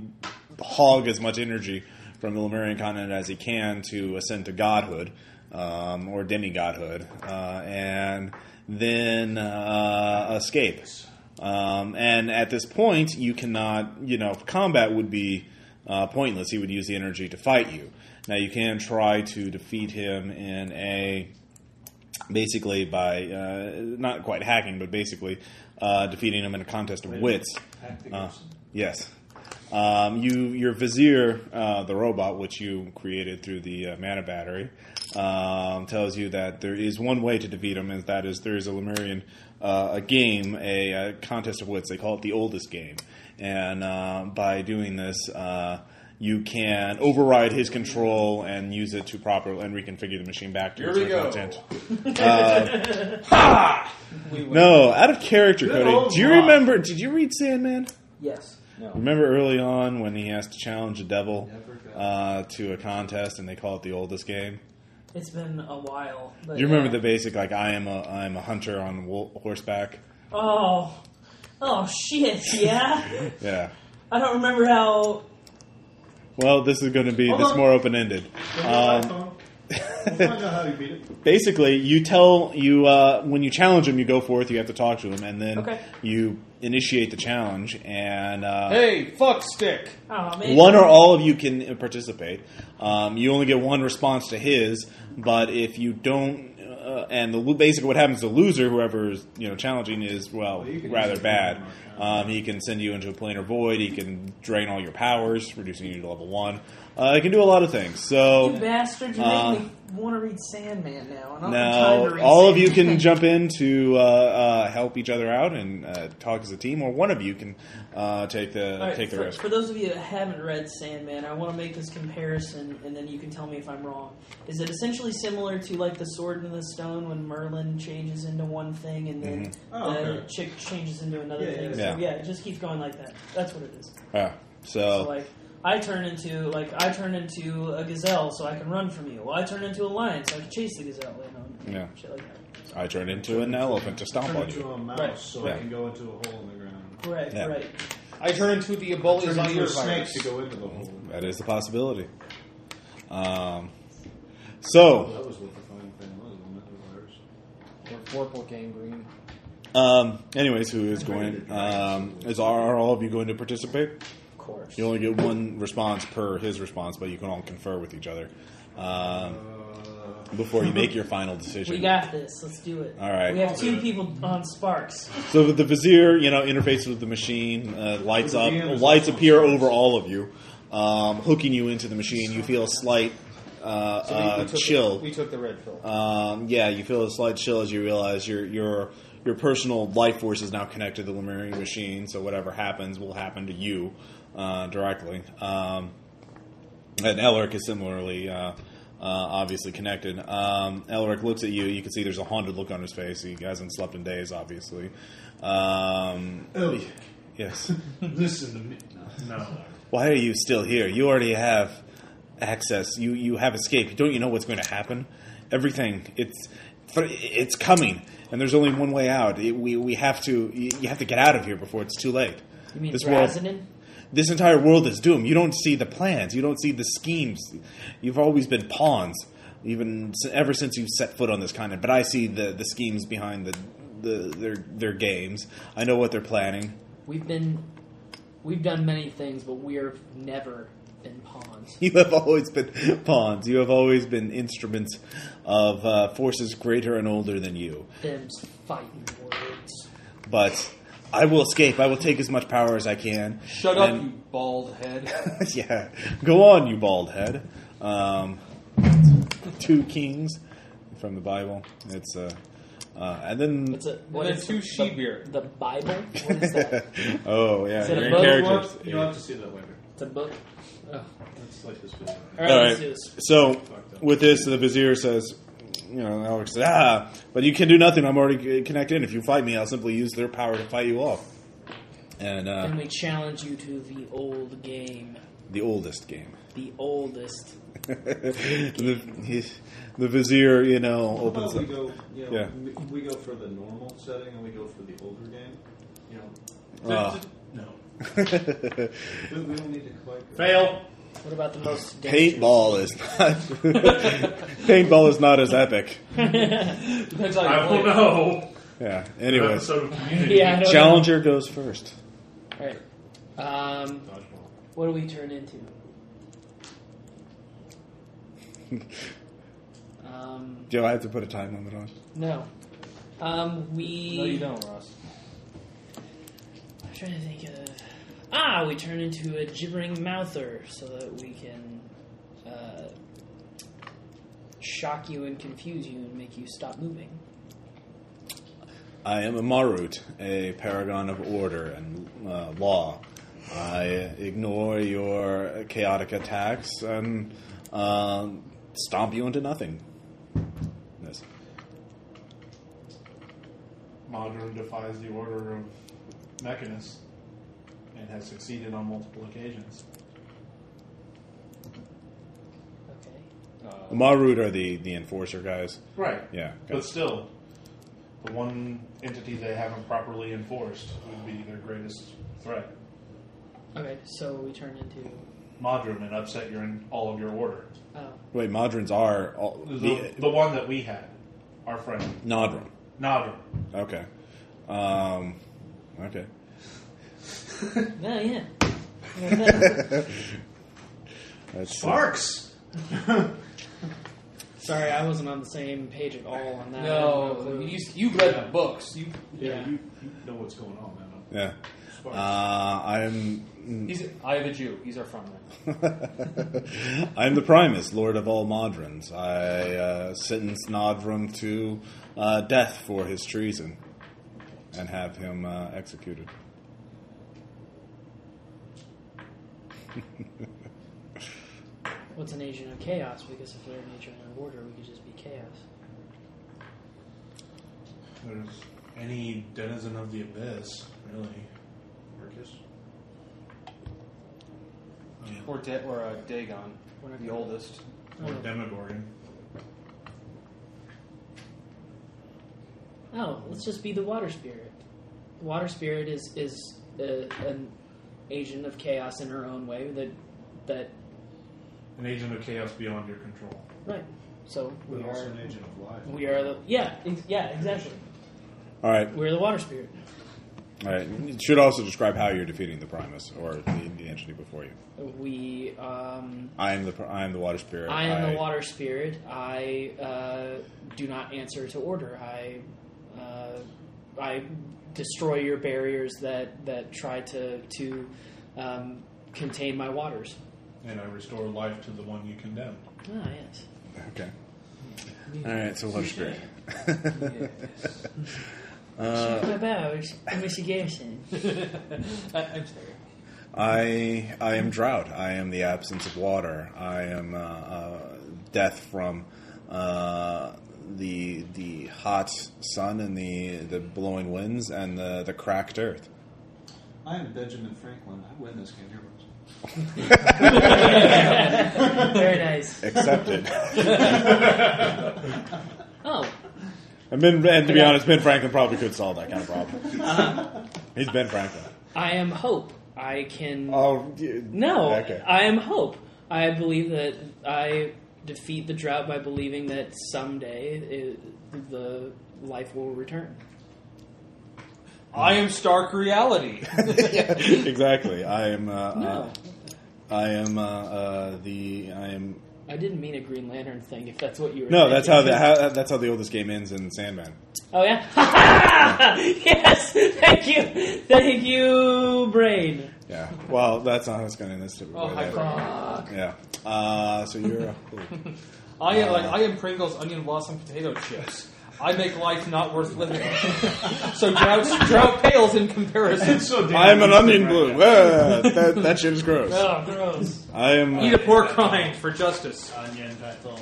S1: hog as much energy from the Lemurian continent as he can to ascend to godhood um, or demigodhood, uh, and then uh, escape. Um, and at this point, you cannot, you know, combat would be uh, pointless. He would use the energy to fight you. Now, you can try to defeat him in a basically by uh, not quite hacking, but basically uh, defeating him in a contest of wits.
S3: Hack the
S1: Uh,
S3: Gibson.
S1: yes. Um, you, your vizier, uh, the robot which you created through the uh, mana battery, um, tells you that there is one way to defeat him, and that is there is a Lemurian uh, a game, a, uh contest of wits. They call it the oldest game, and uh, by doing this, uh, you can override his control and use it to properly and reconfigure the machine back to
S2: Here
S1: its
S2: we
S1: original
S2: go.
S1: intent. Uh, ha! No, out of character,
S3: Good
S1: Cody.
S3: old
S1: Do you
S3: Rob.
S1: remember? Did you read Sandman?
S4: Yes.
S1: Remember early on when he has to challenge the devil
S3: Never got it.
S1: uh, to a contest, and they call it the oldest game.
S4: It's been a while. But uh,
S1: Do you remember
S4: yeah.
S1: the basic like I am a I am a hunter on wo- horseback?
S4: Oh. Oh shit! Yeah.
S1: Yeah.
S4: I don't remember how.
S1: Well, this is going to be
S3: Hold
S1: this
S3: on.
S1: more open ended.
S3: Bring out my
S1: Um,
S3: phone. We'll find out how you beat it.
S1: basically, you tell you uh, when you challenge him, you go forth, you have to talk to him, and then
S4: Okay.
S1: you initiate the challenge. And uh,
S5: Hey, fuck stick.
S4: Oh man.
S1: One or all of you can uh, participate. Um, you only get one response to his, but if you don't uh, uh, and the lo- basically what happens to the loser, whoever is you know challenging, is well
S3: Well, you can
S1: rather
S3: use-
S1: bad. Um, he can send you into a planar void. He can drain all your powers, reducing you to level one. Uh, he can do a lot of things. So
S4: You bastard, you
S1: Uh,
S4: make me want to read Sandman now. And I don't have time to
S1: now,
S4: read
S1: all of you
S4: Sandman.
S1: can jump in to uh, uh, help each other out and uh, talk as a team, or one of you can uh, take the
S4: All right,
S1: take the
S4: for,
S1: risk.
S4: for those of you that haven't read Sandman, I want to make this comparison, and then you can tell me if I'm wrong. Is it essentially similar to like the Sword in the Stone when Merlin changes into one thing, and then
S3: Oh,
S4: the
S3: okay.
S4: chick changes into another
S3: Yeah,
S4: thing?
S1: Mm-hmm. yeah,
S4: So,
S1: yeah.
S4: yeah, it just keeps going like that. That's what it is.
S1: Yeah.
S4: So
S1: So,
S4: like I turn into like I turn into a gazelle, so I can run from you. Well, I turn into a lion, so I can chase the gazelle. You know,
S1: Yeah.
S4: shit like that.
S1: I turned into an elephant to stomp
S3: Turn
S1: on
S3: it
S1: you.
S3: to a mouse
S4: Right.
S3: so
S1: Yeah.
S3: I can go into a hole in the ground.
S4: Right,
S1: Yeah.
S4: right.
S5: I turn into the Ebola
S3: Turn
S5: zombie
S3: into a
S5: virus.
S3: snake to go into the hole.
S1: That is the possibility. Um, so,
S3: That was what the funny thing was, wasn't it? The virus.
S5: Or corporal gangrene.
S1: um, anyways, who is going? Um, is are, are all of you going to participate?
S4: Of course.
S1: You only get one response per his response, but you can all confer with each other um,
S3: Uh,
S1: before you make your final decision.
S4: We got this. Let's do it.
S1: All right.
S4: We have two people on Sparks.
S1: So the vizier, you know, interfaces with the machine, uh, lights
S3: So the
S1: up,
S3: DM is
S1: lights
S3: also on
S1: appear
S3: service.
S1: over all of you, um, hooking you into the machine. You feel a slight uh,
S5: So we- we,
S1: uh,
S5: took
S1: chill.
S5: The, we took the red pill.
S1: Um, yeah, you feel a slight chill as you realize your your your personal life force is now connected to the Lemurian machine. So whatever happens will happen to you uh, directly. Um, and Elric is similarly, uh, uh, obviously connected. Um, Elric looks at you. You can see there's a haunted look on his face. He hasn't slept in days, obviously. Um,
S3: Elric.
S1: yes.
S3: listen to me.
S2: No.
S1: Why are you still here? You already have access. You you have escaped. Don't you know what's going to happen? Everything it's it's coming, and there's only one way out. It, we we have to you have to get out of here before it's too late.
S4: You mean
S1: This world-
S4: Brazenin?
S1: This entire world is doomed. You don't see the plans. You don't see the schemes. You've always been pawns, even s- ever since you set foot on this continent. But I see the the schemes behind the. The, their their games. I know what they're planning.
S4: We've been, we've done many things, but we have never been pawns.
S1: You have always been pawns. You have always been instruments of uh, forces greater and older than you.
S4: Them's fighting words.
S1: But I will escape. I will take as much power as I can.
S5: Shut up,
S1: And-
S5: you bald head.
S1: yeah. Go on, you bald head. Um, two kings from the Bible. It's uh, uh, and then.
S4: What's it? What
S5: The
S4: is
S5: two
S4: the-
S5: she-beer.
S4: The, the Bible? What is that?
S1: oh yeah,
S4: Is it a
S1: you're in
S4: book?
S1: characters.
S3: You'll have to see that later.
S4: it's a book. Ugh.
S3: That's like this video.
S5: Oh. All
S1: All
S5: right.
S1: right. So with this, the vizier says, you know, Alex said, ah, but you can do nothing. I'm already connected. in. If you fight me, I'll simply use their power to fight you off. And uh,
S4: Then we challenge you to the old game,
S1: the oldest game.
S4: the oldest.
S1: the, he- the vizier, you know,
S3: How about
S1: opens
S3: we
S1: up.
S3: go, you know,
S1: Yeah.
S3: we, we go for the normal setting and we go for the older game? You know,
S4: Oh,
S1: Ah.
S2: No.
S3: we, we don't need to collect.
S2: Fail.
S4: What about the most dangerous?
S1: Paintball is not. paintball is not as epic.
S5: Depends how
S2: I
S5: you play
S2: will
S5: it.
S2: know.
S1: Yeah.
S2: An
S1: Anyways,
S2: episode of Community.
S4: Yeah, I know.
S1: Challenger goes first.
S4: All right. Um,
S2: Dodgeball.
S4: what do we turn into? um,
S1: Do I have to put a time limit on?
S4: no. Um, we.
S5: No, you don't, Ross.
S4: I'm trying to think of. Ah, we turn into a gibbering mouther so that we can uh, shock you and confuse you and make you stop moving.
S1: I am a Marut, a paragon of order and uh, law. I ignore your chaotic attacks and um stomp you into nothing. Yes.
S2: Modern defies the order of Mechanus and has succeeded on multiple occasions.
S4: Okay.
S1: The
S5: Uh,
S1: Marut are the, the enforcer guys.
S2: Right.
S1: Yeah.
S2: But still, the one entity they haven't properly enforced would be their greatest threat.
S4: Okay, so we turn into.
S2: Modrum and upset your all of your order.
S4: Oh,
S1: Wait, Madrons are all,
S2: The,
S1: the, uh,
S2: the one that we had, our friend
S1: Nodrum.
S2: Nadrum.
S1: Okay. Um, okay.
S4: no, yeah. yeah.
S1: That's,
S2: Sparks.
S4: Sorry, I wasn't on the same page at all on that. I had
S5: No,
S4: clue.
S5: you, you read the books. You,
S4: Yeah.
S2: You, you know what's going on, man.
S1: Yeah.
S2: As far as-
S1: Uh,
S3: Mm.
S1: I'm.
S5: he's, I have a Jew. He's our frontman.
S1: I'm the Primus, Lord of all Modrons. I uh, sentence Nodrum to uh, death for his treason and have him uh, executed.
S4: What's an agent of chaos? Because if they're an agent of order, we could just be chaos.
S2: There's any denizen of the abyss, really.
S3: Marcus.
S5: Or, da- or uh, Dagon,
S4: We're not
S5: the
S4: gonna-
S5: oldest.
S2: Or
S4: Oh.
S2: Demogorgon.
S4: Oh, let's just be the water spirit. The water spirit is is uh an agent of chaos in her own way. That that
S2: An agent of chaos beyond your control.
S4: right. So we
S3: But
S4: are
S3: also an agent of life.
S4: we are the yeah ex- yeah exactly.
S1: All right.
S4: We're the water spirit.
S1: All right. It should also describe how you're defeating the Primus or the, the entity before you.
S4: We um,
S1: I am the pr- I am the Water Spirit.
S4: I am the water spirit. I uh, do not answer to order. I uh, I destroy your barriers that that try to to um, contain my waters.
S2: And I restore life to the one you condemned.
S4: Ah yes.
S1: Okay. All right. So Water Spirit.
S4: my powers, investigation.
S5: I, I'm sorry.
S1: I I am drought. I am the absence of water. I am uh, uh, death from uh, the the hot sun and the the blowing winds and the the cracked earth.
S3: I am Benjamin Franklin. I win this game. Here it is.
S4: Very nice.
S1: Accepted.
S4: Oh,
S1: and Ben, and to be honest, Ben Franklin probably could solve that kind of problem. He's Ben Franklin.
S4: I am hope. I can.
S1: Oh
S4: no,
S1: Okay.
S4: I am hope. I believe that I defeat the drought by believing that someday it, the life will return.
S5: I am stark reality.
S1: exactly. I am. Uh,
S4: No,
S1: uh, I am uh, uh, the. I am.
S4: I didn't mean a Green Lantern thing. If that's what you were.
S1: No, that's how,
S4: thinking.
S1: the, how that's how the oldest game ends in Sandman.
S4: Oh yeah. yes. Thank you. Thank you, brain.
S1: Yeah. Well, that's not how it's going to end this.
S5: Oh, hi, Frank.
S1: Yeah. Uh, so you're.
S5: I am like I am Pringles onion blossom potato chips. I make life not worth living. so drought, drought pales in comparison.
S2: so damn
S1: I'm an
S2: easy
S1: onion
S2: right
S1: blue.
S2: now.
S1: Ah, that, that shit is gross.
S4: Oh, gross.
S1: I am. uh,
S5: Eat a poor kind for justice.
S2: Onion petal.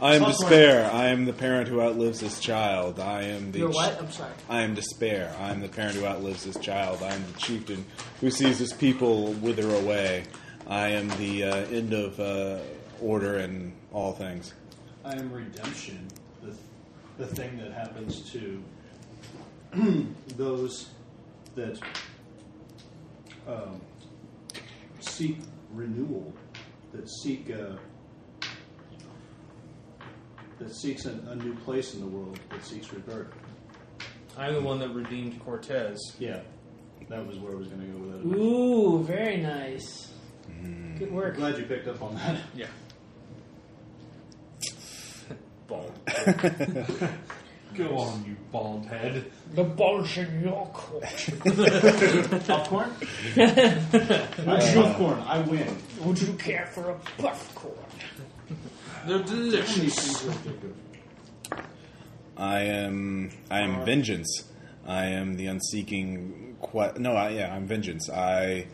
S1: I am despair. I am the parent who outlives his child. I am the.
S4: You're what? I'm sorry.
S1: I am despair. I am the parent who outlives his child. I am the chieftain who sees his people wither away. I am the uh, end of uh, order and all things.
S3: I am redemption, the, the thing that happens to those that um, seek renewal, that seek uh, that seeks an, a new place in the world, that seeks rebirth.
S5: I'm the one that redeemed Cortez.
S3: Yeah, that was where I was going to go with that.
S4: Ooh, very nice. Good
S3: I'm
S4: work.
S3: glad you picked up on that.
S5: Yeah. Bald.
S2: Go on, you bald head.
S4: The balls in your court.
S3: Popcorn? I love corn. I win.
S4: Would you care for a puff corn?
S5: They're delicious.
S3: These things are addictive.
S1: I am. I am vengeance. I am the unseeking. Que- no, I, yeah, I'm vengeance. I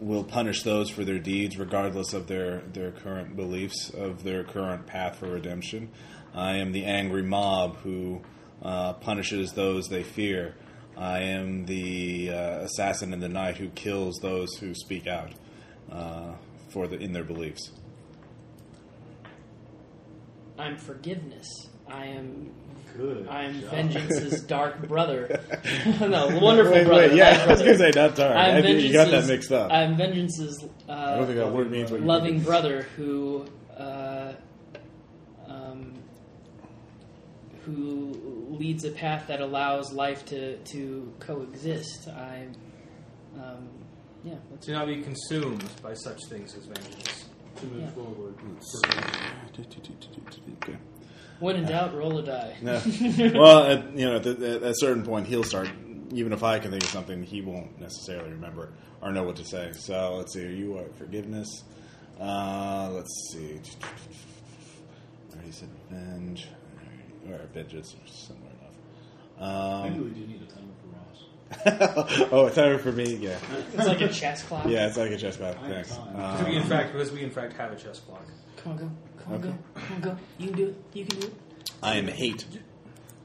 S1: will punish those for their deeds, regardless of their their current beliefs, of their current path for redemption. I am the angry mob who uh, punishes those they fear. I am the uh, assassin in the night who kills those who speak out uh, for the in their beliefs.
S4: I'm forgiveness. I am.
S3: Good.
S4: I am
S3: job.
S4: vengeance's dark brother. no, wonderful
S1: Wait,
S4: brother.
S1: wait, yeah,
S4: dark
S1: I was
S4: brother.
S1: gonna say not dark.
S4: I'm
S1: I think you got that
S4: vengeance's-
S1: mixed up.
S4: I'm vengeance's uh,
S1: I don't think that word means what you
S4: loving brother who, uh, um, who leads a path that allows life to to coexist. I, um, yeah, that's
S5: Do not be consumed by such things as vengeance.
S3: To move
S4: Yeah.
S3: forward.
S1: Okay.
S4: When in doubt, roll a die.
S1: No. well, at, you know, at, the, at a certain point, he'll start. Even if I can think of something, he won't necessarily remember or know what to say. So let's see. You are forgiveness. Uh, let's see. I already said revenge. Or vengeance is somewhere enough.
S3: Maybe
S1: Um,
S3: we do need a timer for Ross.
S1: oh, a timer for me. Yeah,
S4: It's like a chess clock.
S1: yeah. It's like a chess battle.
S3: I have
S1: Thanks.
S3: time.
S5: Because we, in
S1: Um,
S5: fact, because we in fact have a chess clock.
S4: Come on, go. Come on,
S1: Okay.
S4: go. Come on, go. You can do it. You can do it.
S1: I am hate.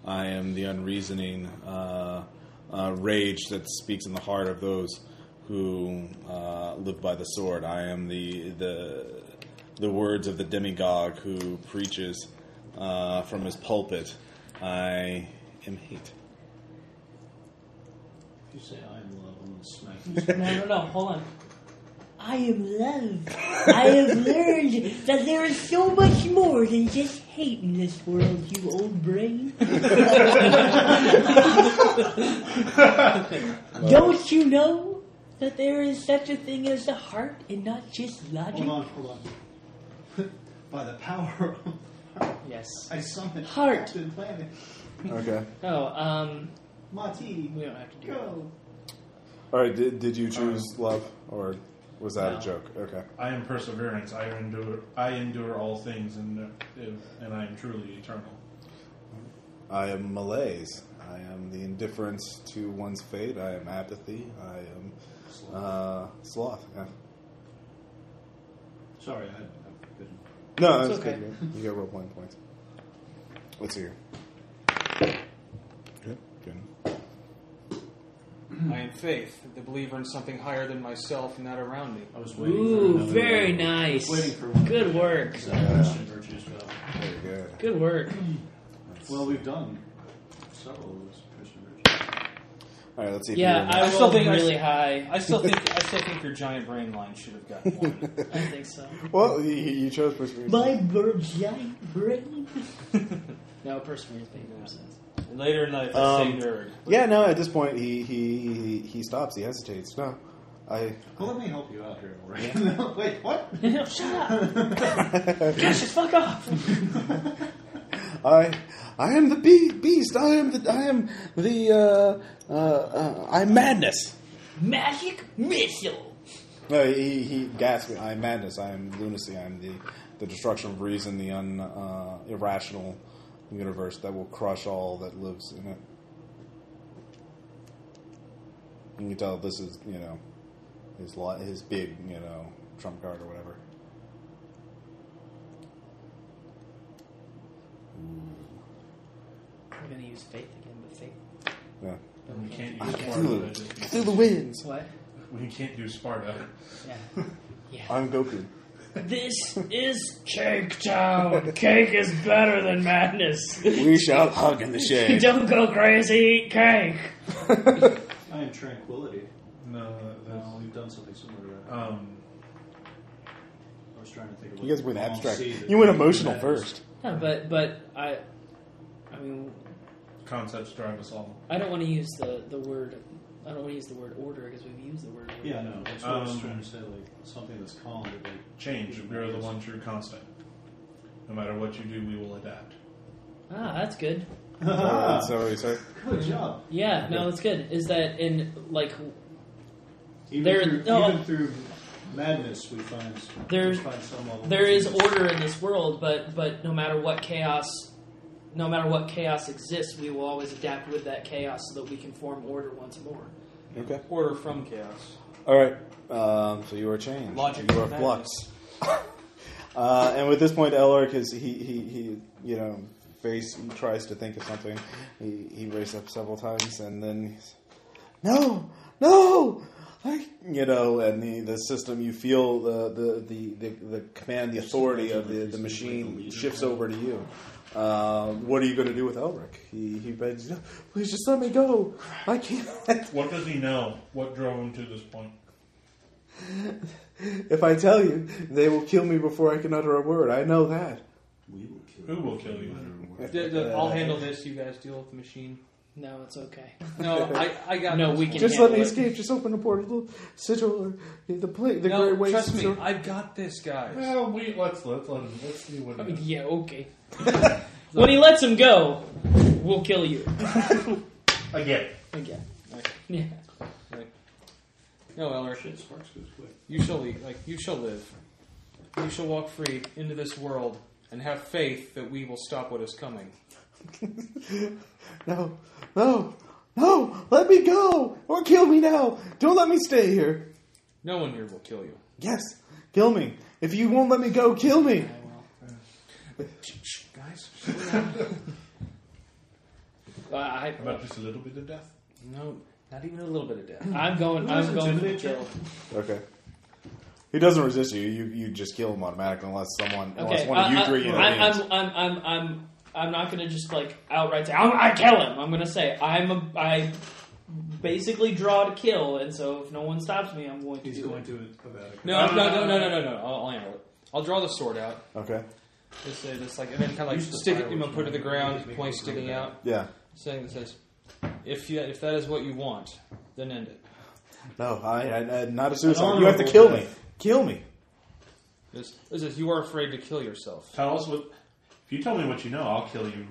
S1: I am the unreasoning uh, uh, rage that speaks in the heart of those who uh, live by the sword. I am the the the words of the demagogue who preaches uh, from his pulpit. I am hate.
S3: If you say I am love, I'm gonna smack you.
S4: No, no, no. Hold on. I am love. I have learned that there is so much more than just hate in this world, you old brain. Don't you know that there is such a thing as the heart and not just logic?
S3: hold on, hold on. By the power of
S4: Yes.
S3: I summoned
S4: Heart.
S3: Captain Planet.
S1: Okay.
S4: No, um,
S3: Mati,
S4: we don't have to do that.
S3: go.
S1: All right. Did, did you choose love, or was that
S4: No.
S1: a joke? Okay.
S2: I am perseverance. I endure. I endure all things, and uh, and I am truly eternal.
S1: I am malaise. I am the indifference to one's fate. I am apathy. I am uh, sloth. Yeah.
S3: Sorry, I, I couldn't.
S1: No,
S4: It's
S1: that's
S4: okay.
S1: good. You got roll point points. Let's see. Good. Good.
S5: I am faith, the believer in something higher than myself and that around me.
S3: I was waiting for
S4: Ooh,
S3: another
S4: very
S3: one.
S4: nice.
S3: Waiting for one.
S4: Good work.
S3: Is that Christian virtues fell?
S1: Very good.
S4: Good work.
S1: Let's-
S3: Well, we've done several of those Christian virtues.
S1: all right, let's see. if you
S4: Yeah,
S1: remember.
S4: I,
S5: I
S4: rolled
S5: still think I-
S4: really high.
S5: I still think I still think your giant brain line should have gotten one.
S4: I think so.
S1: well, you, you chose perseverance.
S4: bird's giant brain. no, perseverance made more sense.
S5: Later in life, I say
S1: Um,
S5: nerd.
S1: Yeah, no. At this point, he he he, he stops. He hesitates. No, I.
S3: Well, let me help you out here, Lorraine. Wait, what?
S4: Shut up! Gosh, just fuck off!
S1: I I am the bee, beast. I am the I am the uh, uh, uh, I'm madness.
S4: Magic missile.
S1: No, he, he gasped. I am madness. I am lunacy. I am the, the destruction of reason, the un, uh, irrational universe that will crush all that lives in it. You can tell this is, you know, his li- his big, you know, trump card or whatever.
S4: I'm gonna use faith again, but faith.
S1: Yeah.
S2: And we can't
S1: I'm
S2: use
S1: Cthulhu.
S2: Sparta.
S1: Cthulhu wins.
S4: What?
S2: We can't use Sparta.
S4: Yeah. Yeah.
S1: I'm Goku.
S4: This is Cake Town. Cake is better than madness.
S1: We shall hug in the shade.
S4: Don't go crazy, eat cake.
S3: I am tranquility.
S2: No, that's,
S3: No, we've done something similar to that.
S2: um,
S3: I was trying to think of
S1: You
S3: what
S1: guys went
S3: the long
S1: abstract.
S3: sea that
S1: You went
S3: we
S1: emotional
S3: had.
S1: first.
S4: No, but but I, I mean,
S2: concepts drive us all.
S4: I don't want to use the the word. I don't want to use the word order because we've used the word. Order.
S3: Yeah, no, that's what I was
S2: Um,
S3: trying to say, like, something that's calm, but like,
S2: Change. We are the one true constant. No matter what you do, we will adapt.
S4: Ah, that's good.
S1: Uh, so what you say?
S3: good job.
S4: Yeah, no, that's good. Is that in like
S3: Even,
S4: There-
S3: through,
S4: no.
S3: even through madness, we find,
S4: There's-
S3: we find some level
S4: there
S3: of
S4: is
S3: peace.
S4: order in this world, but but no matter what chaos, no matter what chaos exists, we will always adapt with that chaos so that we can form order once more.
S1: Okay.
S5: Order from chaos.
S1: All right. Um, so you are changed.
S5: Logic
S1: You are
S5: of
S1: flux. uh, and with this point, Elric is he, he, he you know face he tries to think of something. He he raises up several times and then he's, no no. I, you know, and the, the system, you feel the, the, the, the, the command, the authority of the, the machine shifts over to you. Uh, what are you going to do with Elric? He, he begs, "No, please just let me go. I can't.
S2: What does he know? What drove him to this point?
S1: If I tell you, they will kill me before I can utter a word. I know that.
S6: We will kill
S2: Who will kill you?
S5: D- d-
S1: Uh,
S5: I'll handle this. You guys deal with the machine.
S4: No, it's okay.
S5: No, I, I got.
S4: No,
S5: this
S4: we
S5: one.
S4: can-
S1: Just let me
S4: handle it.
S1: escape. Just open the portal, sigil, or the plate, the
S5: No,
S1: great waste.
S5: trust me. I've got this, guys.
S2: Well, we let's let's let him. Let's see what.
S4: Yeah, okay. When he lets him go, we'll kill you.
S3: Again.
S4: Again. Yeah.
S5: No, Elric,
S2: Sparks goes quick.
S5: you shall lead, like you shall live. You shall walk free into this world and have faith that we will stop what is coming.
S1: No, no, no! Let me go or kill me now. Don't let me stay here.
S5: No one here will kill you.
S1: Yes, kill me. If you won't let me go, kill me.
S5: Shh, shh, guys, slow down. I, I-
S2: How about just a little bit of death?
S5: no, not even a little bit of death.
S4: I'm going.
S3: Who has
S4: I'm going for the
S3: intimidate
S4: kill.
S1: Okay. He doesn't resist you. You you just kill him automatically unless someone unless
S4: Okay.
S1: one of
S4: I,
S1: you
S4: I,
S1: three
S4: I,
S1: intervenes.
S4: I'm, I'm, I'm, I'm, I'm not going to just like outright say I'm, I kill him. I'm going to say I'm a, I basically draw to kill, and so if no one stops me, I'm going to.
S2: He's
S4: do
S2: going
S4: it.
S2: to about it.
S5: No, no, no, no, no, no, no. I'll, I'll handle it. I'll draw the sword out.
S1: Okay.
S5: Just say this, like, and then kind of like
S2: Use the
S5: stick it,
S2: fireworks
S5: you know, put it to the
S2: man.
S5: ground,
S2: Make it
S5: point
S2: look
S5: sticking
S2: real bad.
S5: out.
S1: Yeah.
S5: saying that says, "If you, if that is what you want, then end it."
S1: No, I, I, I not a suicide.
S3: An
S1: You have to
S3: honorable
S1: kill me.
S3: death.
S1: Kill me.
S5: This, this is you are afraid to kill yourself.
S2: Tell us what. If you tell me what you know, I'll kill you.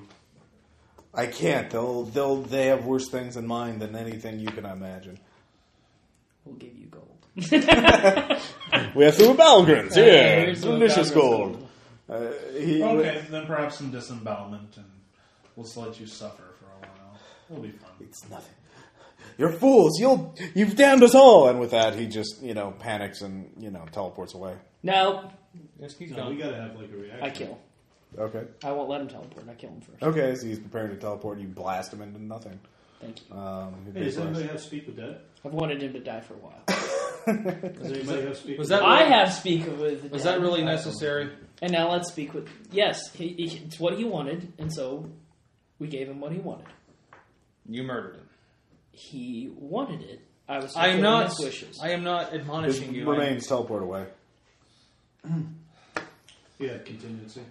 S1: I can't. They'll they'll they have worse things in mind than anything you can imagine.
S4: We'll give you gold.
S1: We have some Balgrins.
S4: Hey,
S1: Yeah,
S4: here's some
S1: delicious
S4: Balgrins.
S1: gold. Uh, he,
S2: Okay, then perhaps some disembowelment, and we'll just let you suffer for a while. It'll be fun.
S1: It's nothing. You're fools. You'll you've damned us all. And with that, he just you know panics and you know teleports away.
S4: No,
S5: Yes, he's
S3: No, we
S5: gone.
S3: gotta have like a reaction.
S4: I kill.
S1: Okay.
S4: I won't let him teleport. I kill him first.
S1: Okay. So he's preparing to teleport. You blast him into nothing.
S4: Thank you.
S1: Um, he'd
S3: Hey,
S1: be
S3: does
S1: flashed.
S3: anybody have speak with dead?
S4: I've wanted him to die for a while.
S3: Does anybody have speak
S5: Was
S3: with
S5: that
S4: I
S5: really,
S4: have speak with. the
S5: was
S4: dead.
S5: that really necessary?
S4: And now let's speak with. Yes, he, he, it's what he wanted, and so we gave him what he wanted.
S5: You murdered him.
S4: He wanted it. I was.
S5: I am
S4: fulfilling
S5: not.
S4: His wishes.
S5: I am not
S1: His
S5: admonishing you.
S1: remains teleport away.
S3: dead? Yeah, contingency.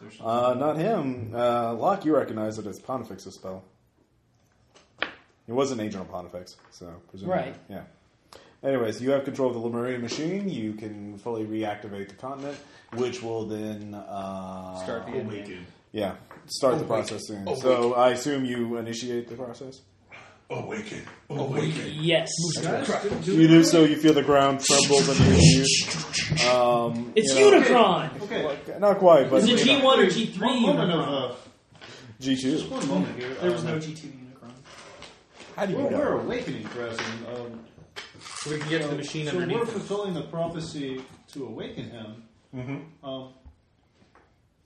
S3: There's something.
S1: Uh, not him. Uh, Locke, you recognize it as Pontifex's spell. It was an agent of Pontifex, so presumably.
S4: Right.
S1: Yeah. Anyways, you have control of the Lemurian machine. You can fully reactivate the continent, which will then uh,
S5: Start
S2: Oh,
S5: the end.
S2: Awaken.
S1: Yeah, start the process soon. so I assume you initiate the process.
S2: Awaken. Awaken.
S4: yes.
S1: You do so. You feel the ground tremble beneath you. Um,
S4: It's
S1: you know-
S4: Unicron.
S3: Okay.
S1: Not quite, but
S4: Is it G one or G three?
S3: One moment of, uh,
S1: G two.
S3: just one moment here.
S4: There was
S3: um,
S4: no G two Unicron.
S1: How do you
S3: We're,
S1: know?
S3: we're awakening, President. Um,
S5: We can get to the machine
S3: so we're
S5: underneath. him.
S3: fulfilling the prophecy to awaken him. Mm-hmm. Um,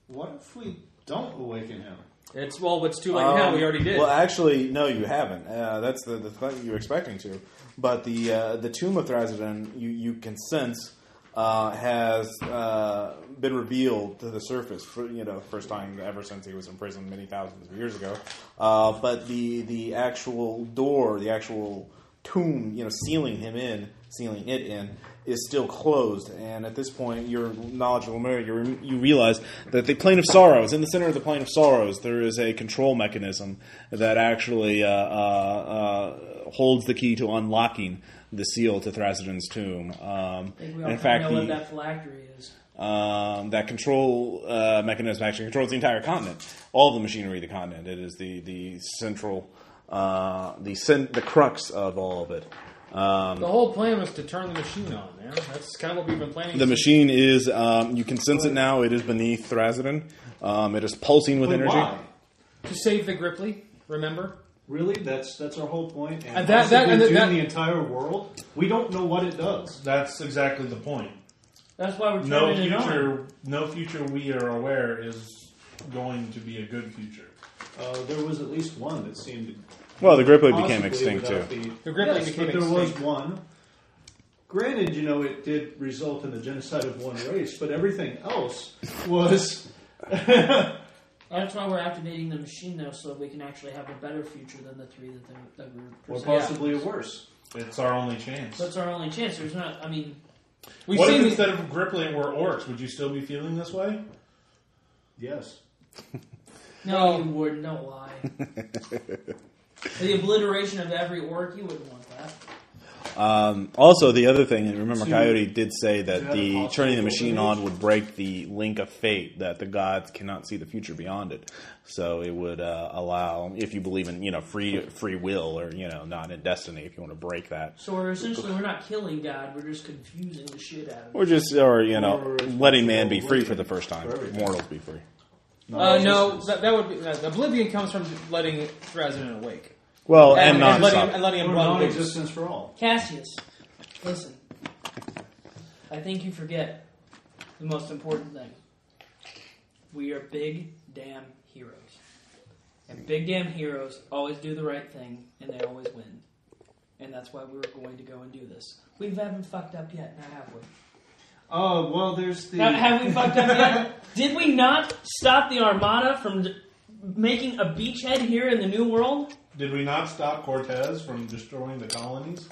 S3: what if we don't awaken him?
S5: It's well, it's too late now.
S1: Um,
S5: We already did.
S1: Well, actually, no, you haven't. Uh, that's the, the thing you're expecting to. But the uh, the tomb of Thrasidon, you, you can sense, uh, has uh, been revealed to the surface for you know first time ever since he was in prison many thousands of years ago. Uh, but the the actual door, the actual tomb, you know, sealing him in, sealing it in, is still closed. And at this point, your knowledge of Lemuria, you, you realize that the plane of sorrows, in the center of the plane of sorrows, there is a control mechanism that actually uh, uh, uh, holds the key to unlocking the seal to Thrasidon's tomb. Um,
S4: I think we
S1: and
S4: all
S1: in fact,
S4: know what
S1: the-
S4: that phylactery is.
S1: um, that control uh, mechanism actually controls the entire continent, all the machinery of the continent. It is the the central, uh, the cen- the crux of all of it. Um,
S5: the whole plan was to turn the machine on, man. That's kind of what we've been planning.
S1: The machine is um, you can sense it now. It is beneath Thrasidon. Um, it is pulsing with
S3: But
S1: energy.
S3: Why?
S5: to save the Gripley. Remember?
S3: Really? That's that's our whole point. And,
S5: And that-
S3: that,
S5: that- and that- that-
S3: the entire world. We don't know what it does.
S2: That's exactly the point.
S4: That's why we're
S2: No
S4: turning it on.
S2: future. No future we are aware is going to be a good future.
S3: Uh, there was at least one that seemed.
S1: Well, the Gripply became
S3: possibly
S1: extinct too.
S3: without The,
S5: The Gripply
S3: yes,
S5: became
S3: but there
S5: extinct.
S3: was one. Granted, you know, it did result in the genocide of one race, but everything else was.
S4: That's why we're activating the machine though, so that we can actually have a better future than the three that, they- that we're.
S3: Or
S4: presenting.
S3: possibly worse.
S2: It's our only chance.
S4: That's our only chance. There's not. I mean,
S5: We've
S2: what if
S5: seen.
S2: instead of Grippling were orcs? Would you still be feeling this way?
S3: Yes.
S4: no, you wouldn't. Don't lie. the obliteration of every orc. You wouldn't want that.
S1: Um, also, the other thing, and remember,
S2: To-
S1: Coyote did say
S2: to
S1: that
S2: have a
S1: the
S2: possible
S1: turning the machine on
S2: golden age.
S1: would break the link of fate that the gods cannot see the future beyond it. So it would uh, allow, if you believe in you know free free will or you know not in destiny, if you want to break that,
S4: So we're essentially we're not killing God, we're just confusing the shit out of him.
S1: or just or you know
S2: Or-
S1: letting man be free for the first time,
S2: For everything.
S1: mortals be free. Oh,
S5: Uh, no, that, that would be uh, oblivion comes from letting Thrasimund awake
S1: Well, and,
S5: and,
S1: non
S5: letting him, and letting him
S3: Or
S5: run loose.
S3: non-existence for all.
S4: Cassius, listen. I think you forget the most important thing. We are big damn heroes. And big damn heroes always do the right thing and they always win. And that's why we were going to go and do this. We haven't fucked up yet, now have we?
S3: Oh well, there's the.
S4: Now, have we fucked up yet? Did we not stop the Armada from d- making a beachhead here in the New World?
S2: Did we not stop Cortez from destroying the colonies?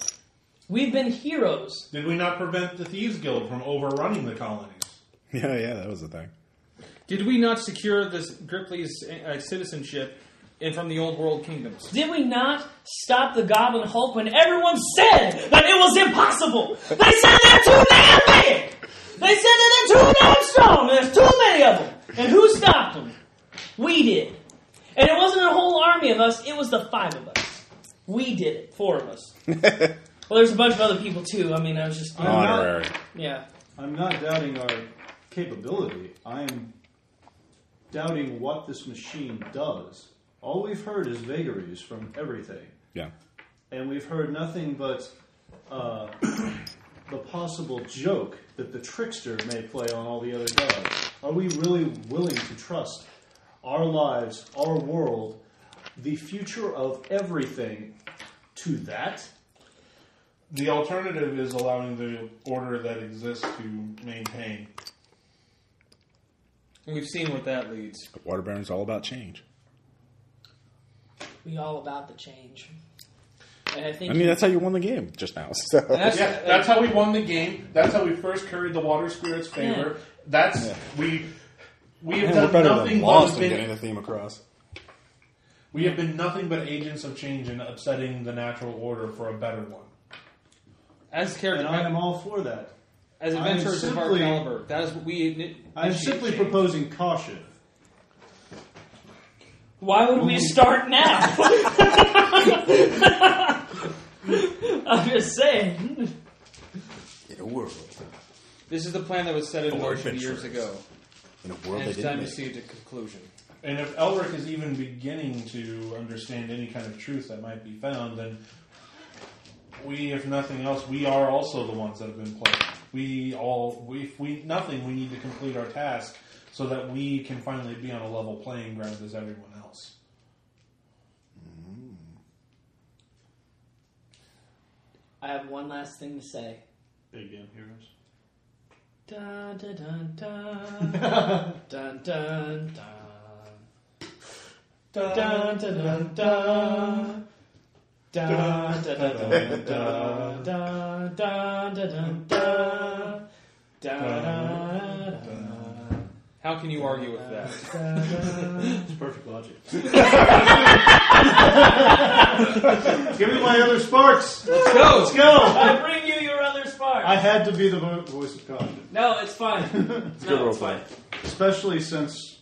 S4: We've been heroes.
S2: Did we not prevent the Thieves Guild from overrunning the colonies?
S1: Yeah, yeah, that was the thing.
S5: Did we not secure this Gripley's uh, citizenship in, from the old world kingdoms?
S4: Did we not stop the Goblin Hulk when everyone said that it was impossible? They said they're too damn big! They said that they're too damn strong! and There's too many of them! And who stopped them? We did. And it wasn't a whole army of us, it was the five of us. We did it, four of us. well, there's a bunch of other people too. I mean, I was just.
S3: I'm not-
S1: Honorary.
S4: Yeah.
S3: I'm not doubting our capability. I am doubting what this machine does. All we've heard is vagaries from everything,
S1: Yeah.
S3: and we've heard nothing but uh, the possible joke that the trickster may play on all the other gods. Are we really willing to trust our lives, our world, the future of everything to that?
S2: The alternative is allowing the order that exists to maintain.
S5: And we've seen what that leads.
S1: Water Baron's all about change.
S4: We all about the change. And I think.
S1: I mean, that's how you won the game just now. So.
S5: That's, uh,
S2: Yeah, that's how we won the game. That's how we first curried the water spirit's favor. That's we we
S1: Man,
S2: have done
S1: we're better
S2: nothing
S1: than
S2: but
S1: lost in
S2: been-
S1: getting the theme across.
S2: we have been nothing but agents of change and upsetting the natural order for a better one.
S5: as
S3: And
S5: character
S3: I am all for that.
S5: as
S3: I'm
S5: adventurers of our
S3: simply-
S5: caliber. That is what we.
S3: I'm simply
S5: change.
S3: proposing caution.
S4: Why would we start now? I'm just saying.
S1: In a world,
S5: This is the plan that was set in
S1: The
S5: motion
S1: Lord Venturers.
S5: years ago,
S1: in a world
S5: and
S1: they
S5: it's
S1: didn't
S5: time to
S1: make.
S5: see it to conclusion.
S2: And if Elric is even beginning to understand any kind of truth that might be found, then we, if nothing else, we are also the ones that have been played. We all, we, if we nothing, we need to complete our task so that we can finally be on a level playing ground as everyone else.
S4: I have one last thing to say.
S3: Big damn heroes.
S4: Dun dun dun dun dun dun dun dun dun dun dun. Dun, dun, dun, dun, dun, dun, dun, dun, dun, dun. Dun, dun,
S5: How can you argue with that?
S4: dun, dun, dun.
S3: It's perfect logic. Give me my other sparks. Let's
S5: go.
S3: go.
S4: I bring you your other spark.
S3: I had to be the vo- voice of caution,
S4: no, it's fine.
S1: good
S4: no,
S1: role
S4: it's fine.
S3: especially since,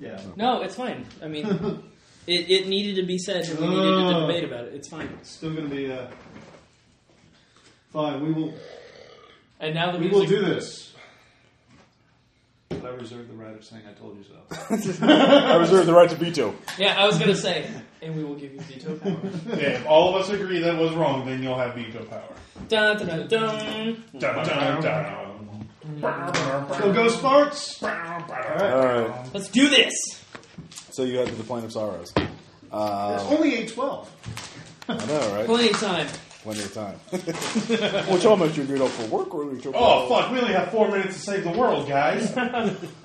S3: yeah,
S4: No, it's fine. I mean, it, it needed to be said, and we needed to debate about it. It's fine.
S3: it's still going to be uh, fine. We will.
S4: And now the
S3: We
S4: music.
S3: will do this. But I reserve the right of saying I told you so.
S1: I reserve the right to veto.
S4: Yeah, I was gonna say, and we will give you veto power.
S2: Okay, if all of us agree that was wrong, then you'll have veto power.
S4: dun, dun, dun, dun.
S2: Dun, dun, dun.
S3: So go Sparks.
S1: All right.
S4: Let's do this.
S1: So you had to the point of sorrows.
S3: It's
S1: Uh,
S3: only eight twelve.
S1: I know, right?
S4: Plenty of time.
S1: Plenty of time. Which almost you agreed up for work earlier. too.
S2: Oh fuck! We only have four minutes to save the world, guys.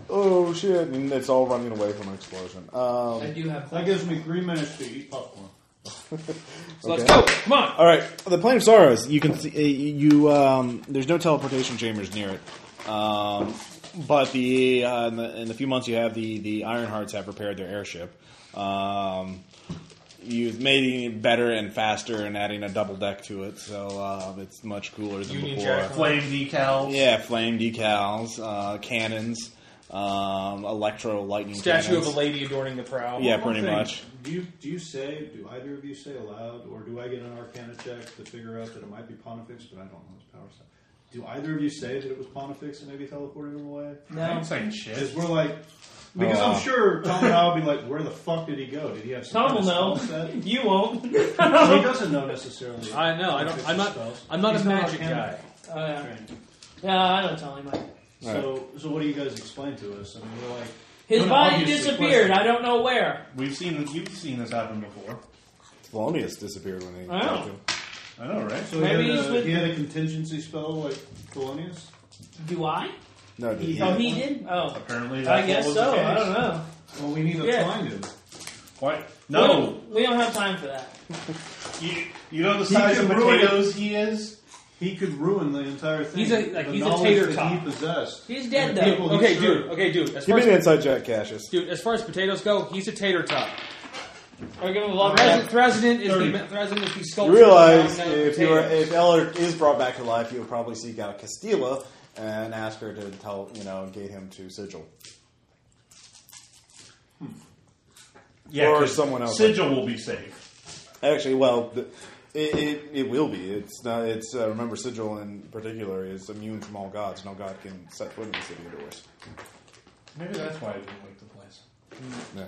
S1: Oh shit! And it's all running away from an explosion. Um,
S4: I do have.
S3: That gives me three minutes to eat popcorn.
S5: So let's
S1: Okay.
S5: go. Come on.
S1: All right, the plane of sorrows. You can see uh, you. Um, there's no teleportation chambers near it, um, but the, uh, in the in the few months you have, the the Ironhearts have repaired their airship. Um, you making it better and faster and adding a double deck to it, so uh, it's much cooler than
S5: Union
S1: before.
S5: Jack.
S2: Flame decals.
S1: Yeah, flame decals, uh, cannons, um, electro lightning
S5: Statue
S1: cannons.
S5: of a lady adorning the prow.
S1: Yeah,
S3: One
S1: pretty
S3: thing,
S1: much.
S3: Do you do you say? Do either of you say aloud, or do I get an Arcana check to figure out that it might be Pontifex, but I don't know his power set? Do either of you say that it was Pontifex and maybe teleporting him away?
S2: I
S4: No.
S2: ain't saying
S3: Because
S2: shit.
S3: we're like, because
S1: Oh, wow.
S3: I'm sure Tom and I'll be like, where the fuck did he go? Did he have some
S4: Tom will
S3: kind
S4: know.
S3: of spell set?
S4: You won't.
S3: Well,
S4: Oh,
S3: he doesn't know necessarily.
S5: I know. I don't. I'm not.
S3: Spells.
S5: I'm not
S3: He's
S5: a magic
S3: Arcana
S5: guy.
S4: Oh, yeah.
S3: trained.
S4: yeah, I don't tell anybody.
S3: So, so what do you guys explain to us? I mean, we're like,
S4: His
S3: No, no,
S4: body
S3: obviously,
S4: disappeared. I don't know where.
S2: We've seen you've seen this happen before.
S1: Thelonious disappeared when they
S4: Oh.
S1: got him.
S2: I know, right?
S3: so he had,
S4: Maybe he's
S3: a,
S4: with-
S3: he had a contingency spell like Thelonious?
S4: Do I?
S1: No, did he?
S4: Oh, he did. Oh,
S2: Apparently, that's
S4: I guess
S2: what was
S4: so.
S2: the
S4: I
S2: case.
S4: don't know.
S3: Well, we need to
S4: Yeah.
S3: find him.
S2: Why?
S4: We
S2: No,
S4: don't- we don't have time for that.
S2: you, you know the
S3: He
S2: size
S3: can
S2: of
S3: ruin it.
S2: potatoes he is.
S3: He could ruin the entire thing.
S5: He's a- like,
S3: the
S5: he's a
S3: knowledge
S5: tater
S3: that
S5: tot.
S3: He possessed.
S4: He's dead
S3: And the
S4: though.
S3: people he
S5: Okay,
S3: served.
S5: dude. Okay, dude.
S1: Give
S5: As far
S1: me an
S5: as,
S1: inside jet, Cassius.
S5: dude, as far as potatoes go, he's a tater tot.
S4: Or give him a love
S5: Thrasin,
S4: rap.
S5: Thrasin is
S2: Thirty.
S5: the Thrasin is the
S1: You
S5: sculpture.
S1: realize
S5: of a round-mouthed
S1: if you were,
S5: potato.
S1: if Eller is brought back to life, you'll probably seek out Castilla and ask her to tell you know get him to Sigil. Or
S2: 'cause
S1: someone else.
S2: Sigil will be safe.
S1: Actually, well, th- it, it, it will be. It's not. It's uh, remember Sigil in particular is immune from all gods. No god can set foot in the city of doors.
S2: Maybe that's why I didn't like the place.
S1: Yeah.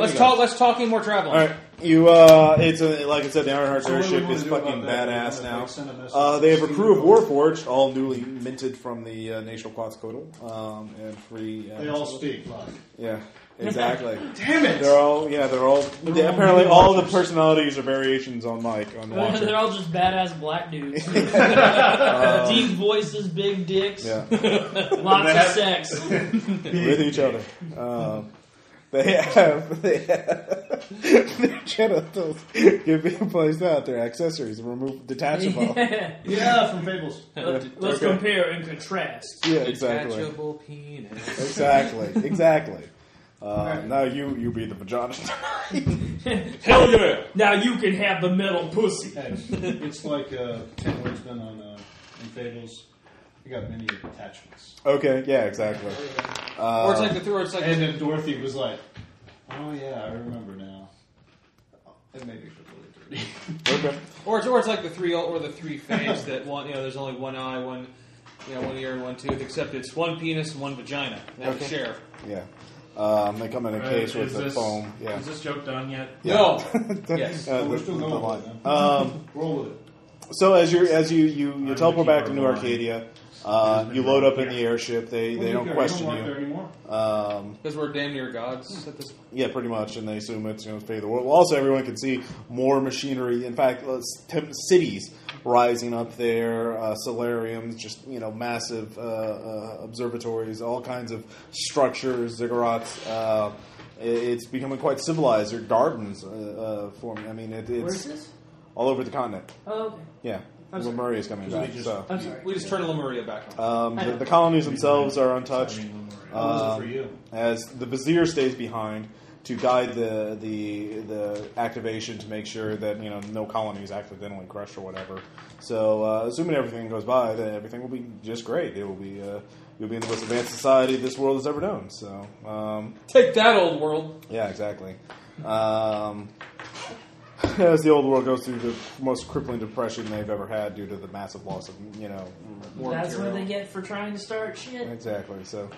S5: let's talk. Let's talk any more traveling.
S1: All right, you. Uh, it's a, like I said, the Ironheart
S3: So what do we
S1: airship
S3: wanna
S1: is
S3: do about
S1: fucking
S3: that?
S1: badass
S3: We wanna, like, send a
S1: now.
S3: message
S1: Uh, they have
S3: to
S1: a crew of
S3: Steve Irwin?
S1: Warforged, all newly minted from the uh, National Quetzalcoatl, um, and free. Uh,
S3: They all speak. Like,
S1: Yeah, exactly.
S3: Damn it!
S1: They're all. Yeah, they're all.
S3: They're
S1: they-
S3: all
S1: apparently,
S3: new
S1: all the
S3: watchers.
S1: personalities are variations on Mike on Watcher.
S4: They're all just badass black dudes. Deep voices, big dicks,
S1: Um, yeah.
S4: lots of
S2: That-
S4: sex.
S1: with each other. Um, they have they have their genitals can be placed out, their accessories, remove detachable. Yeah,
S4: Yeah.
S3: yeah, from Fables.
S4: Let's
S1: Okay.
S4: compare and contrast.
S1: exactly,
S5: Detachable penis.
S1: exactly, exactly. Uh, now you you be the vagina. Oh,
S4: Hell yeah! Now you can have the metal pussy.
S3: Hey, it's like uh, Tim Wordsman on uh, in Fables. He got many attachments.
S1: okay, yeah, exactly. Uh,
S5: or it's like the or it's like
S3: And then Dorothy was like, "Oh yeah, I remember now." It made me feel really dirty.
S1: Okay,
S5: Or it's, or it's like the three or the three faves that one you know there's only one eye, one you know one ear and one tooth, except it's one penis and one vagina. That's
S1: Okay.
S5: okay. share.
S1: yeah. Um, they come in a case
S2: Uh,
S1: with the
S2: this,
S1: foam. Yeah.
S2: Is this joke done yet?
S1: Yeah.
S5: No. Yes.
S1: Uh,
S3: Well, we're
S1: the-
S3: still
S1: the
S3: going
S1: line.
S3: with it,
S1: Um,
S3: Roll with it.
S1: So as you as you you, you
S2: gonna
S1: teleport
S2: keep
S1: back
S2: our
S1: to New
S2: line.
S1: Arcadia, uh, you load up in the airship. They
S3: Well,
S1: they
S3: you
S1: don't
S3: care,
S1: question
S3: you. Don't work there
S1: you.
S3: anymore.
S1: Um,
S5: Because we're damn near gods at this point.
S1: yeah, pretty much, and they assume it's going to pay the world. Also, everyone can see more machinery. In fact, uh, s- tem- cities rising up there, uh, solariums, just you know, massive uh, uh, observatories, all kinds of structures, ziggurats. Uh, i- it's becoming quite civilized. Or gardens uh, uh, forming. I mean, it,
S4: Where's
S1: it's
S4: this?
S1: all over the continent.
S4: Oh, okay.
S1: Yeah,
S4: I'm sorry.
S1: Lemuria is coming back.
S3: just-
S1: so.
S4: I'm sorry.
S5: We just turn Lemuria back
S1: Um,
S5: on.
S1: the, the colonies themselves are untouched,
S2: I mean, Lemuria.
S1: Uh,
S3: How was it for you?
S1: as the vizier stays behind to guide the the the activation to make sure that you know no colony is accidentally crushed or whatever. So, uh, assuming everything goes by, then everything will be just great. It will be uh, you'll be in the most advanced society this world has ever known. So, um,
S5: Take that old world.
S1: yeah, exactly. Um, as the old world goes through the most crippling depression they've ever had due to the massive loss of you know
S5: War
S4: That's what
S5: material.
S4: they get for trying to start shit.
S1: exactly. So.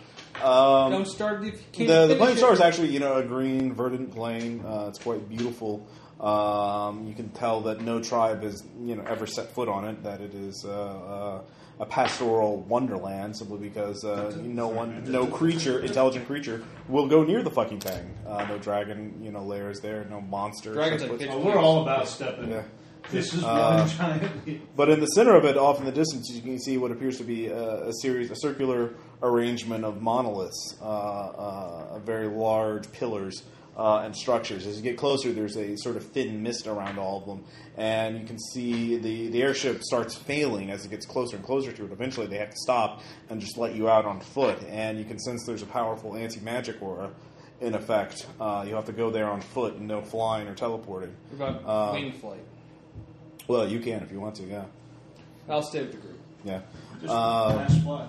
S1: Um,
S5: Don't start if you can't.
S1: the, the
S5: finish
S1: plain
S5: it.
S1: star is actually you know a green verdant plain. Uh, it's quite beautiful. Um, you can tell that no tribe has you know ever set foot on it. That it is uh, uh, a pastoral wonderland simply because uh, no one, no creature, intelligent creature will go near the fucking thing. Uh, no dragon, you know, lairs there. No monster.
S5: Dragons
S1: sets
S5: like
S1: foot-
S5: bitch-
S3: Oh, we're all about stepping.
S1: Yeah.
S3: This is
S1: Uh,
S3: one giant.
S1: But in the center of it, off in the distance, you can see what appears to be a, a series, a circular arrangement of monoliths, uh, uh, very large pillars uh, and structures. As you get closer, there's a sort of thin mist around all of them, and you can see the, the airship starts failing as it gets closer and closer to it. Eventually, they have to stop and just let you out on foot, and you can sense there's a powerful anti magic aura in effect. Uh, you have to go there on foot and no flying or teleporting.
S5: What about
S1: Uh,
S5: wing flight?
S1: Well, you can if you want to, yeah.
S5: I'll stay with the group.
S1: Yeah.
S3: Just
S1: Uh,
S3: flash fly.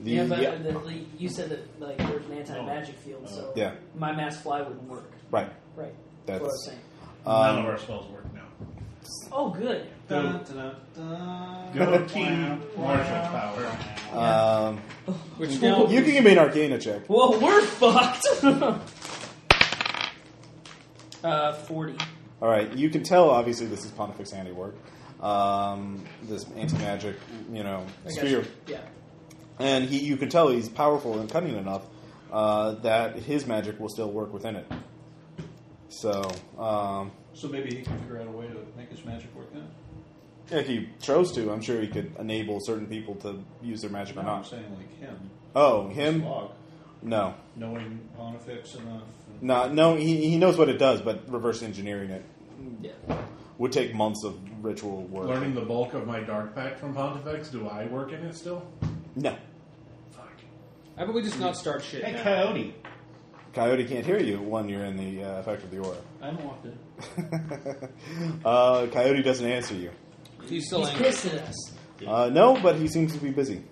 S1: The-
S4: yeah, but
S1: yeah, Oh.
S4: The, the, you said that like there's an anti-magic field, so
S1: yeah,
S4: my mass fly wouldn't work.
S1: right.
S4: Right. That's what I was
S1: That's
S4: saying.
S2: None of
S1: um,
S2: our spells work now.
S4: Oh, good.
S3: Dun, dun, dun, dun.
S2: Go Team Marshall Power.
S1: um,
S5: Which now
S1: you can give me an Arcana check.
S4: Well, we're fucked. uh, forty.
S1: All right, you can tell obviously this is Pontifex handiwork. Um, this anti magic, you know,
S4: I guess.
S1: sphere,
S4: Yeah.
S1: and he you can tell he's powerful and cunning enough uh, that his magic will still work within it. So, um,
S3: So maybe he can figure out a way to make his magic work now.
S1: if he chose to, I'm sure he could enable certain people to use their magic or
S3: No, I'm
S1: not.
S3: saying like him.
S1: Oh, Uh-huh. him?
S3: Log.
S1: No,
S3: Knowing Pontifex enough. and-
S1: no, no. He, he knows what it does, but reverse engineering it
S4: Yeah.
S1: would take months of ritual work.
S2: Learning the bulk of my Dark Pact from Pontifex, do I work in it still?
S1: No,
S2: Fuck.
S5: how about we just not start shit?
S3: Hey, Coyote.
S1: Coyote can't hear you when you're in the uh, effect of the aura.
S3: I haven't walked in.
S1: uh, Coyote doesn't answer you.
S5: He's still
S4: He's
S5: angry.
S4: pissed at us.
S1: Uh, no, but he seems to be busy.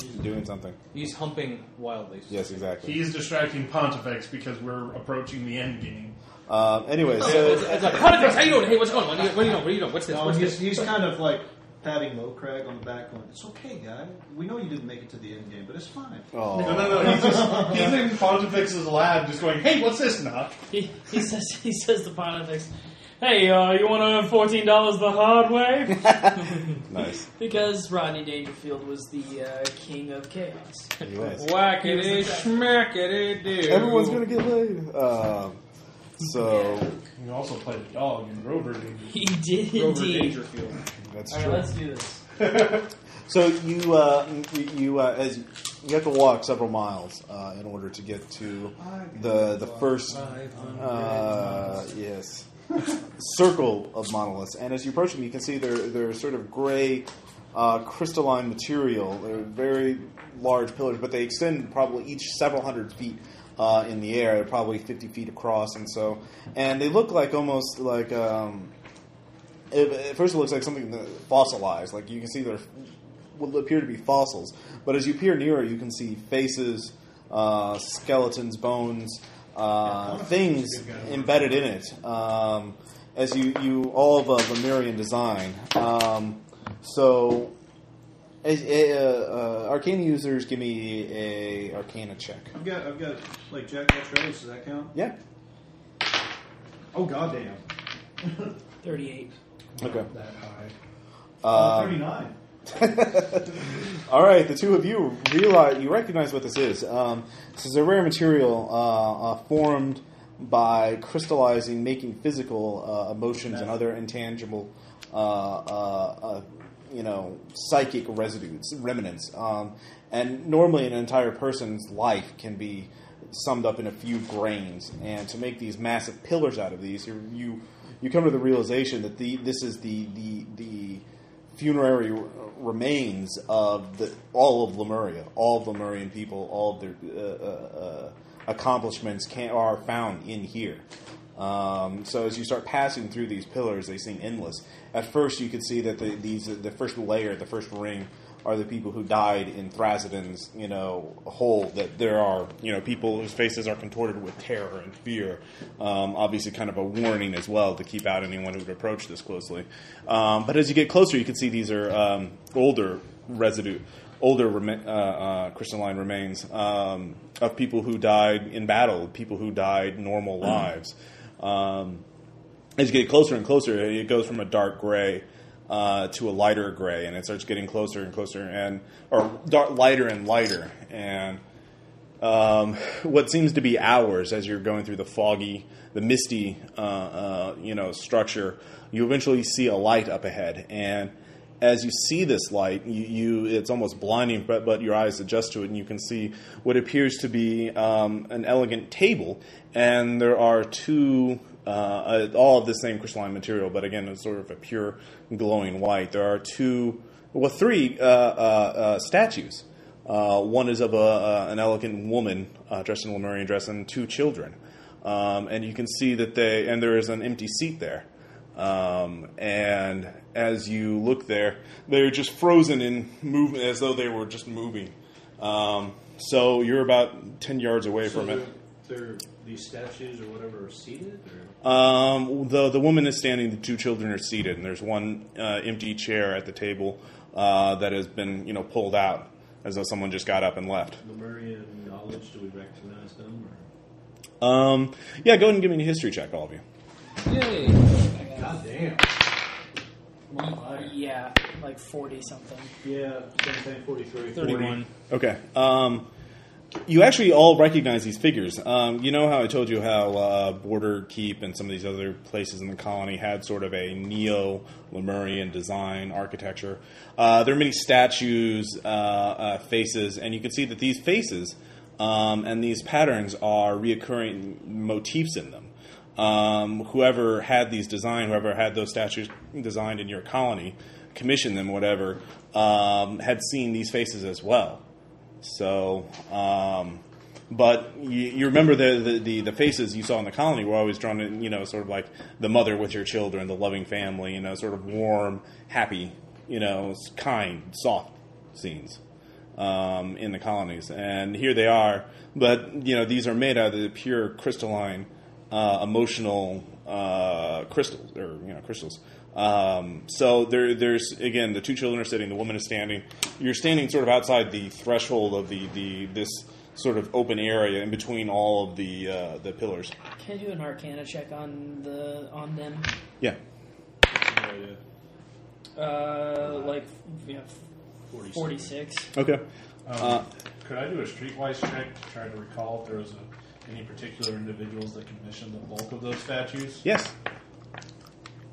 S1: He's doing something.
S5: He's humping wildly.
S1: Yes, exactly.
S2: He's distracting Pontifex because we're approaching the end game.
S1: Um, anyway,
S5: It's,
S1: so
S5: it's like, how, how you doing? Hey, what's going on? What are you, what are you doing? What are you doing? What's this?
S3: No,
S5: What's
S3: he's,
S5: this?
S3: he's kind of like patting Mo Crag on the back, going, "It's okay, guy. We know you didn't make it to the end game, but it's fine."
S2: No,
S1: oh,
S2: no, no. He's, just, he's in Pontifex's lab just going, hey, what's this, Knock?
S4: He, he says he says to Pontifex, "Hey, uh, you want to earn fourteen dollars the hard way?"
S1: nice.
S4: because Rodney Dangerfield was the uh, king of chaos.
S1: He was.
S5: Whackity, schmackity, dude.
S1: Everyone's gonna get laid. Um, so
S2: You also played a dog in Rover
S4: He did
S5: Grover
S4: indeed.
S5: Dangerfield.
S1: that's
S4: All right,
S1: true.
S4: let's do this.
S1: So you uh, you, you uh, as you have to walk several miles uh, in order to get to the the first uh, yes circle of monoliths. And as you approach them, you can see they're they're sort of gray uh, crystalline material. They're very large pillars, but they extend probably each several hundred feet. Uh, in the air, They're probably fifty feet across, and so, and they look like almost like um, it, at first it looks like something that fossilized. Like you can see there what appear to be fossils, but as you peer nearer, you can see faces, uh, skeletons, bones, uh, things embedded in it. Um, as you, you all of uh, Lemurian design. Um, so, as, eh, uh, uh, Arcana users, give me a Arcana check.
S3: I've got, I've got like Jack Travis. Does that count?
S1: Yeah.
S3: Oh goddamn!
S4: Thirty-eight.
S1: Okay.
S2: That high.
S1: Um,
S3: Thirty-nine.
S1: All right, the two of you realize you recognize what this is. Um, this is a rare material uh, uh, formed by crystallizing, making physical uh, emotions and other intangible, uh, uh, uh, you know, psychic residues, remnants. Um, and normally, an entire person's life can be summed up in a few grains. And to make these massive pillars out of these, you you, you come to the realization that the this is the the the funerary r- remains of the, all of Lemuria, all of Lemurian people, all of their uh, uh, uh, accomplishments can, are found in here. Um, so as you start passing through these pillars, they seem endless. At first, you can see that the, these the first layer, the first ring, are the people who died in Thrasidon's, you know, hole. That there are, you know, people whose faces are contorted with terror and fear. Um, obviously, kind of a warning as well to keep out anyone who would approach this closely. Um, but as you get closer, you can see these are um, older residue, older rema- uh, uh, crystalline remains um, of people who died in battle, people who died normal lives. Um, as you get closer and closer, it goes from a dark gray uh, to a lighter gray, and it starts getting closer and closer, and or dark, lighter and lighter. And um, what seems to be hours as you're going through the foggy, the misty, uh, uh, you know, structure, you eventually see a light up ahead, and as you see this light, you, you it's almost blinding, but but your eyes adjust to it, and you can see what appears to be um, an elegant table, and there are two. Uh, uh, all of the same crystalline material, but again, it's sort of a pure glowing white. There are two, well, three uh, uh, uh, statues Uh, one is of a, uh, an elegant woman uh, dressed in Lemurian dress and two children. Um, and you can see that they, and there is an empty seat there. Um, and as you look there, they're just frozen in movement as though they were just moving. Um, so you're about 10 yards away
S3: So
S1: from it.
S3: they're, they're- these statues or whatever are seated? Or?
S1: Um, the the woman is standing. The two children are seated, and there's one uh, empty chair at the table uh, that has been you know pulled out as though someone just got up and left.
S3: Lemurian knowledge, do we recognize them? Or?
S1: Um, yeah, go ahead and give me a history check, all of you.
S5: Yay.
S3: God damn.
S4: Yeah, like forty something.
S3: Yeah, same thing, 43.
S5: 31.
S1: Okay. Um, you actually all recognize these figures. Um, you know how I told you how uh, Border Keep and some of these other places in the colony had sort of a neo Lemurian design architecture. Uh, there are many statues, uh, uh, faces, and you can see that these faces um, and these patterns are reoccurring motifs in them um, whoever had these designed, whoever had those statues designed in your colony, commissioned them, whatever, um, had seen these faces as well. So, um, but you, you remember the, the, the, the faces you saw in the colony were always drawn in, you know, sort of like the mother with your children, the loving family, you know, sort of warm, happy, you know, s- kind, soft scenes um, in the colonies, and here they are. But you know, these are made out of the pure crystalline, uh, emotional uh, crystals, or you know, crystals. Um, so there, there's again, the two children are sitting, the woman is standing. You're standing sort of outside the threshold of the, the this sort of open area in between all of the uh, the pillars.
S4: Can I do an Arcana check on the on them?
S1: Yeah.
S3: Yeah,
S4: Uh, like yeah,
S3: 46.
S4: forty six.
S1: Okay.
S2: Um,
S1: Uh,
S2: could I do a streetwise check to try to recall if there was a, any particular individuals that commissioned the bulk of those statues?
S1: Yes.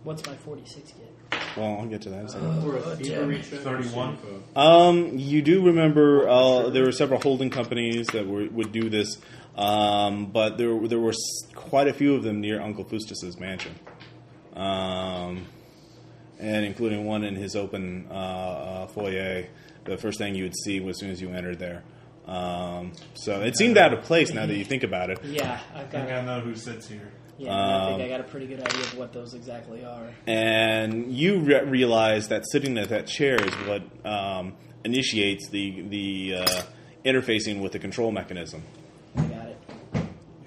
S4: What's my forty six get?
S1: Well, I'll get to that. in a second.
S3: Or a thievery check.
S2: 31.
S1: Um, you do remember uh, there were several holding companies that were, would do this, um, but there were- there were s- quite a few of them near Uncle Fustus's mansion, um, and including one in his open uh, uh, foyer. The first thing you would see was as soon as you entered there. Um, so it seemed out of place now that you think about it.
S4: Yeah, I've
S2: I think
S4: got.
S2: I know who sits here.
S4: Yeah, I think I
S1: Um,
S4: got a pretty good idea of what those exactly are.
S1: and you re- realize that sitting at that chair is what um, initiates the the uh, interfacing with the control mechanism.
S4: I got it.
S2: You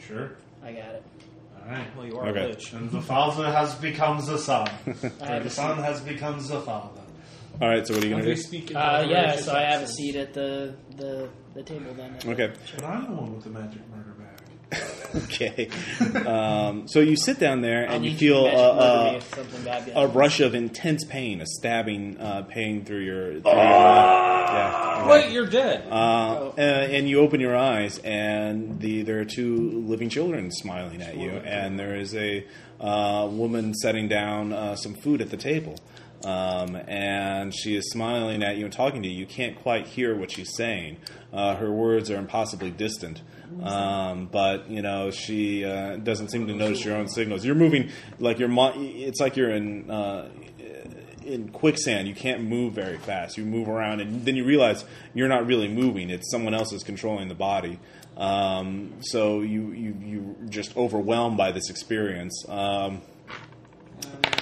S2: Sure.
S4: I got it.
S2: All right.
S5: Well, you are
S1: Okay.
S5: a lich.
S2: And the father has become the son.
S4: I have
S2: and
S4: a
S2: the son has become the father.
S1: All right, so what are you
S5: How
S1: going
S5: do
S1: to
S5: you
S1: do?
S5: speak in
S4: Uh,
S5: other
S4: yeah,
S5: races'
S4: so I have a
S5: accents?
S4: seat at the the, the table then.
S1: Okay,
S2: But I'm the one with the magic murder bag.
S1: okay. Um, so you sit down there
S4: I'll
S1: and you
S4: need
S1: feel
S4: to
S1: uh,
S4: imagine murder me
S1: uh,
S4: if something bad
S1: a
S4: happens.
S1: rush of intense pain, a stabbing uh, pain through your. Through your yeah.
S5: Wait, you're dead.
S1: Uh, uh, and you open your eyes, and the there are two living children smiling at you, and there is a uh, woman setting down uh, some food at the table, um, and she is smiling at you and talking to you. You can't quite hear what she's saying; uh, her words are impossibly distant. Um, but you know she uh, doesn't seem to notice your own signals. You're moving like you're. Mo- it's like you're in. Uh, in quicksand, you can't move very fast. You move around, and then you realize you're not really moving. It's someone else is controlling the body. Um, so you you you just overwhelmed by this experience. Um,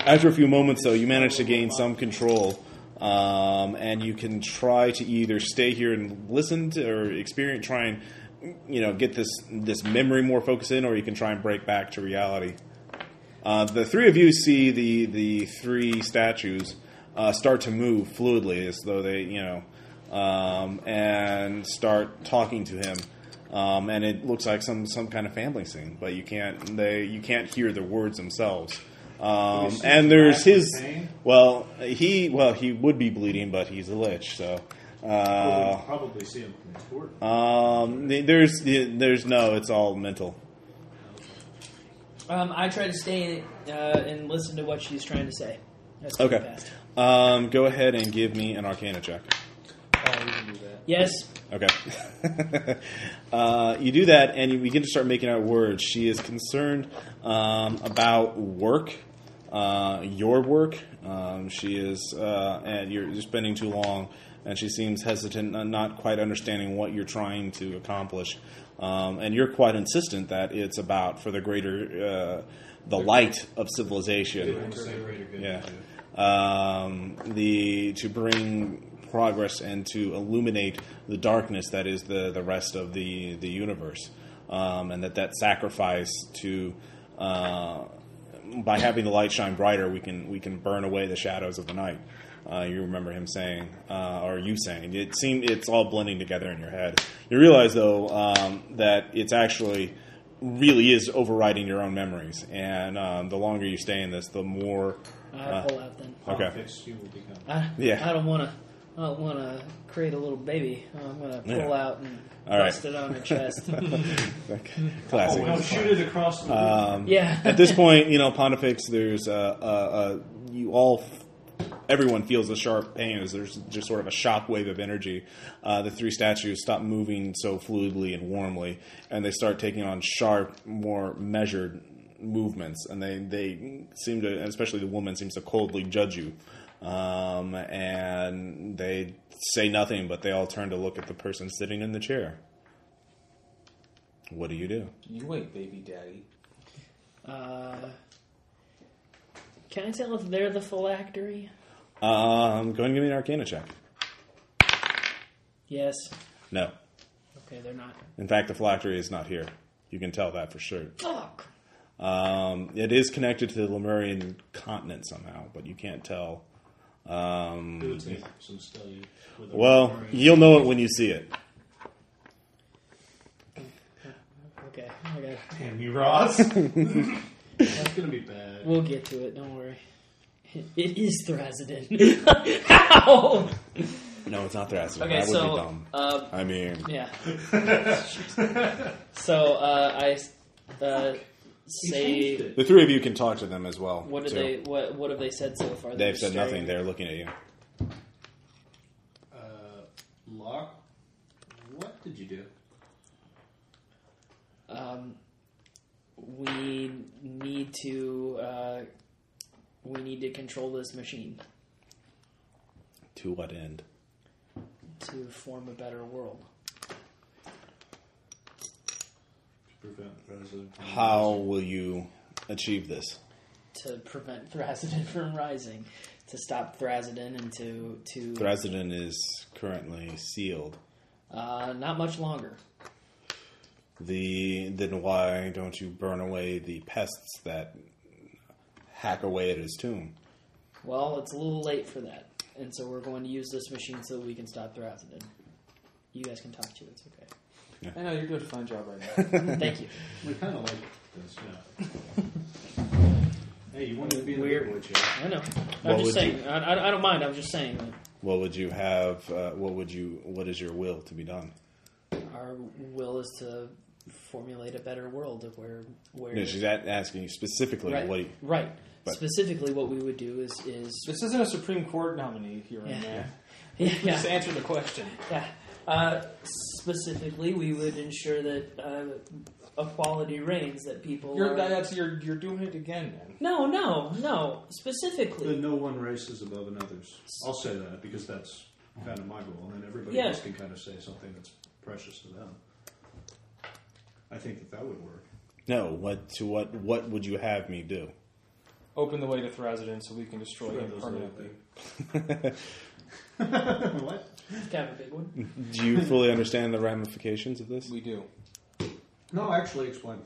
S1: after a few moments, though, you manage to gain some control, um, and you can try to either stay here and listen to or experience, try and you know get this this memory more focused in, or you can try and break back to reality. Uh, the three of you see the the three statues uh, start to move fluidly, as though they, you know, um, and start talking to him. Um, and it looks like some some kind of family scene, but you can't they you can't hear the words themselves. Um,
S3: Is he
S1: and there's
S3: black
S1: his
S3: in pain?
S1: well he well he would be bleeding, but he's a lich, so.
S3: Well,
S1: Uh,
S3: we probably see him in court.
S1: um, the- there's there's no, it's all mental.
S4: Um, I try to stay in it uh, and listen to what she's trying to say. That's pretty
S1: Okay,
S4: fast.
S1: um, go ahead and give me an Arcana check.
S5: Oh, you can do that.
S4: Yes.
S1: Okay. uh, you do that, and you begin to start making out words. She is concerned um, about work, uh, your work. Um, she is, uh, and you're, you're spending too long, and she seems hesitant, not- not quite understanding what you're trying to accomplish. Um, and you're quite insistent that it's about for the greater, uh, the light of civilization. Yeah. Um, the to bring progress and to illuminate the darkness that is the the rest of the the universe, um, and that that sacrifice to uh, by having the light shine brighter, we can we can burn away the shadows of the night. Uh, you remember him saying, uh, or you saying, it seemed it's all blending together in your head. You realize though um, that it's actually really is overriding your own memories, and um, the longer you stay in this, the more Uh,
S4: I pull out then.
S1: Okay.
S3: you will become.
S4: I,
S1: Yeah.
S4: I don't want to. I don't want to create a little baby. I'm gonna pull
S1: Yeah.
S4: out and
S1: All right.
S4: bust it on her chest.
S1: Okay. Classic.
S3: Now Oh, shoot it across the room.
S4: yeah.
S1: At this point, you know, Pontifex, there's uh, uh, uh, you all, everyone feels a sharp pain. as There's just sort of a shockwave of energy. Uh, the three statues stop moving so fluidly and warmly, and they start taking on sharp, more measured movements. And they, they seem to, especially the woman, seems to coldly judge you. Um, and they say nothing, but they all turn to look at the person sitting in the chair. What do you do?
S5: You ain't baby daddy.
S4: Uh, can I tell if they're the phylactery?
S1: Um, go ahead and give me an Arcana check.
S4: Yes.
S1: No.
S4: Okay, they're not.
S1: In fact, the phylactery is not here. You can tell that for sure.
S4: Fuck.
S1: Um, it is connected to the Lemurian continent somehow, but you can't tell.
S3: It would take some study. with a
S1: Well,
S3: librarian.
S1: you'll know it when you see it.
S4: Okay, I got.
S2: Damn you, Ross.
S3: that's gonna be bad.
S4: We'll get to it. Don't worry. It is Thrasidon. How?
S1: No, it's not Thrasimir.
S4: Okay,
S1: that would be
S4: so
S1: dumb.
S4: uh,
S1: I mean,
S4: yeah. so uh, I uh,
S3: He
S4: say,
S3: changed it.
S1: the three of you can talk to them as well.
S4: what did
S1: too.
S4: they? What what have they said so far?
S1: They've said
S4: Staring-
S1: nothing. They're looking at you.
S3: Uh, Locke, what did you do?
S4: Um, we need to uh, we need to control this machine
S1: To what end?
S4: to form a better world.
S3: To prevent President from-
S1: How will you achieve this?
S4: to prevent Thrasidon from rising, to stop Thrasidon, and to to
S1: Thrasidon is currently sealed.
S4: uh, not much longer.
S1: The then why don't you burn away the pests that hack away at his tomb?
S4: Well, it's a little late for that, and so we're going to use this machine so that we can stop Thrasidon. You guys can talk to it. It's okay.
S5: I know you're doing a fine job right now.
S4: Thank you.
S3: We kind of like this, yeah. hey, you wanted to be in
S4: Weird.
S3: the boy chair.
S4: I know.
S1: What
S4: I'm
S1: would
S4: just saying. I, I, I don't mind. I'm just saying. that
S1: What would you have? Uh, what would you? What is your will to be done?
S4: Our will is to formulate a better world of where where
S1: No, she's a- asking you specifically.
S4: right,
S1: What? do you-
S4: right.
S1: but-
S4: Specifically, what we would do is is
S5: This isn't a Supreme Court nominee here and
S4: Yeah.
S5: there.
S4: yeah.
S5: Just answer the question.
S4: Yeah. Uh, specifically, we would ensure that uh, equality reigns, that people.
S5: You're,
S4: are-
S5: that's, you're, you're doing it again, man.
S4: No, no, no.
S3: That
S4: Specifically.
S3: no one race is above another's. I'll say that because that's kind of my goal, and then everybody
S4: Yeah.
S3: else can kind of say something that's precious to them. I think that that would work.
S1: No. What? To what? What would you have me do?
S5: Open the way to Thrasidon so we can destroy
S3: Spread
S5: him
S3: those
S5: permanently.
S3: little- what?
S4: It's kind of a big one.
S1: Do you fully understand the ramifications of this?
S5: We do.
S3: No, actually, explain.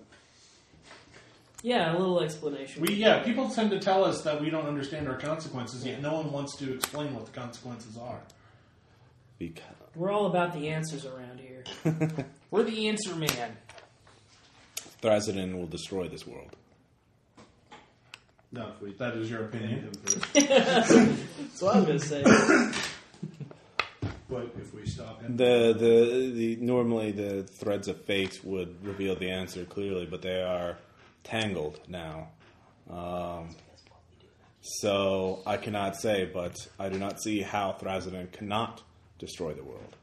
S4: Yeah, a little explanation.
S2: we yeah. People tend to tell us that we don't understand our consequences, yet no one wants to explain what the consequences are.
S1: Because
S4: We're all about the answers around here.
S5: We're the answer man.
S1: Thrasidon will destroy this world.
S3: No, if we
S2: That is your
S3: name
S2: opinion.
S3: him first,
S4: So I was going to say.
S3: but if we stop him,
S1: The the the normally the threads of fate would reveal the answer clearly, but they are tangled now. Um, so I cannot say, but I do not see how Thrasidon cannot destroy the world.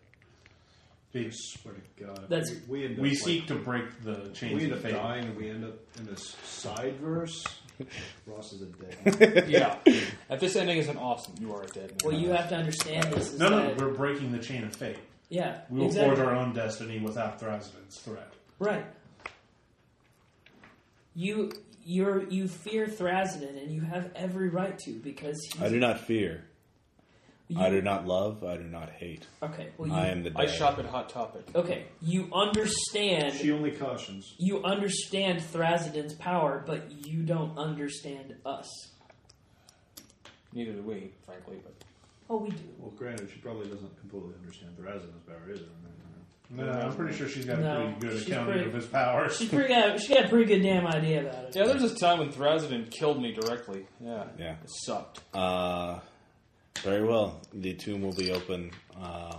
S3: I swear to God,
S4: That's-
S3: we, we end up
S2: We
S3: like-
S2: seek to break the chains
S3: we end
S2: of
S3: up
S2: fate.
S3: dying. We end up in this side verse. Ross is a dick.
S5: yeah. If this ending isn't awesome, you are a dead man.
S6: Well, you have to understand this. Is
S2: No, no,
S6: that,
S2: we're breaking the chain of fate.
S6: yeah,
S2: We will
S6: exactly.
S2: forge our own destiny without Thrasimund's threat.
S6: Right.
S4: You you're you fear Thrasidon, and you have every right to because he's,
S1: I do not fear.
S4: you,
S1: I do not love. I do not hate.
S4: okay. Well, you,
S1: I am the
S5: I
S1: dead.
S5: shop at Hot Topic.
S4: okay. You understand
S3: She only cautions.
S4: you understand Thrasidon's power, but you don't understand us.
S5: Neither do we, frankly. But
S4: Oh, we do.
S3: Well, granted, she probably doesn't completely understand the Razzan's power either. I mean, uh,
S2: No, I'm pretty sure she's got a
S4: No,
S2: pretty good
S4: she's
S2: accounting
S4: pretty-
S2: of his powers.
S4: She's pretty got she got a pretty good damn idea about it.
S5: yeah, there's this time when Thrasidon killed me directly. Yeah.
S1: Yeah.
S5: It sucked.
S1: Uh, very well. The tomb will be open uh,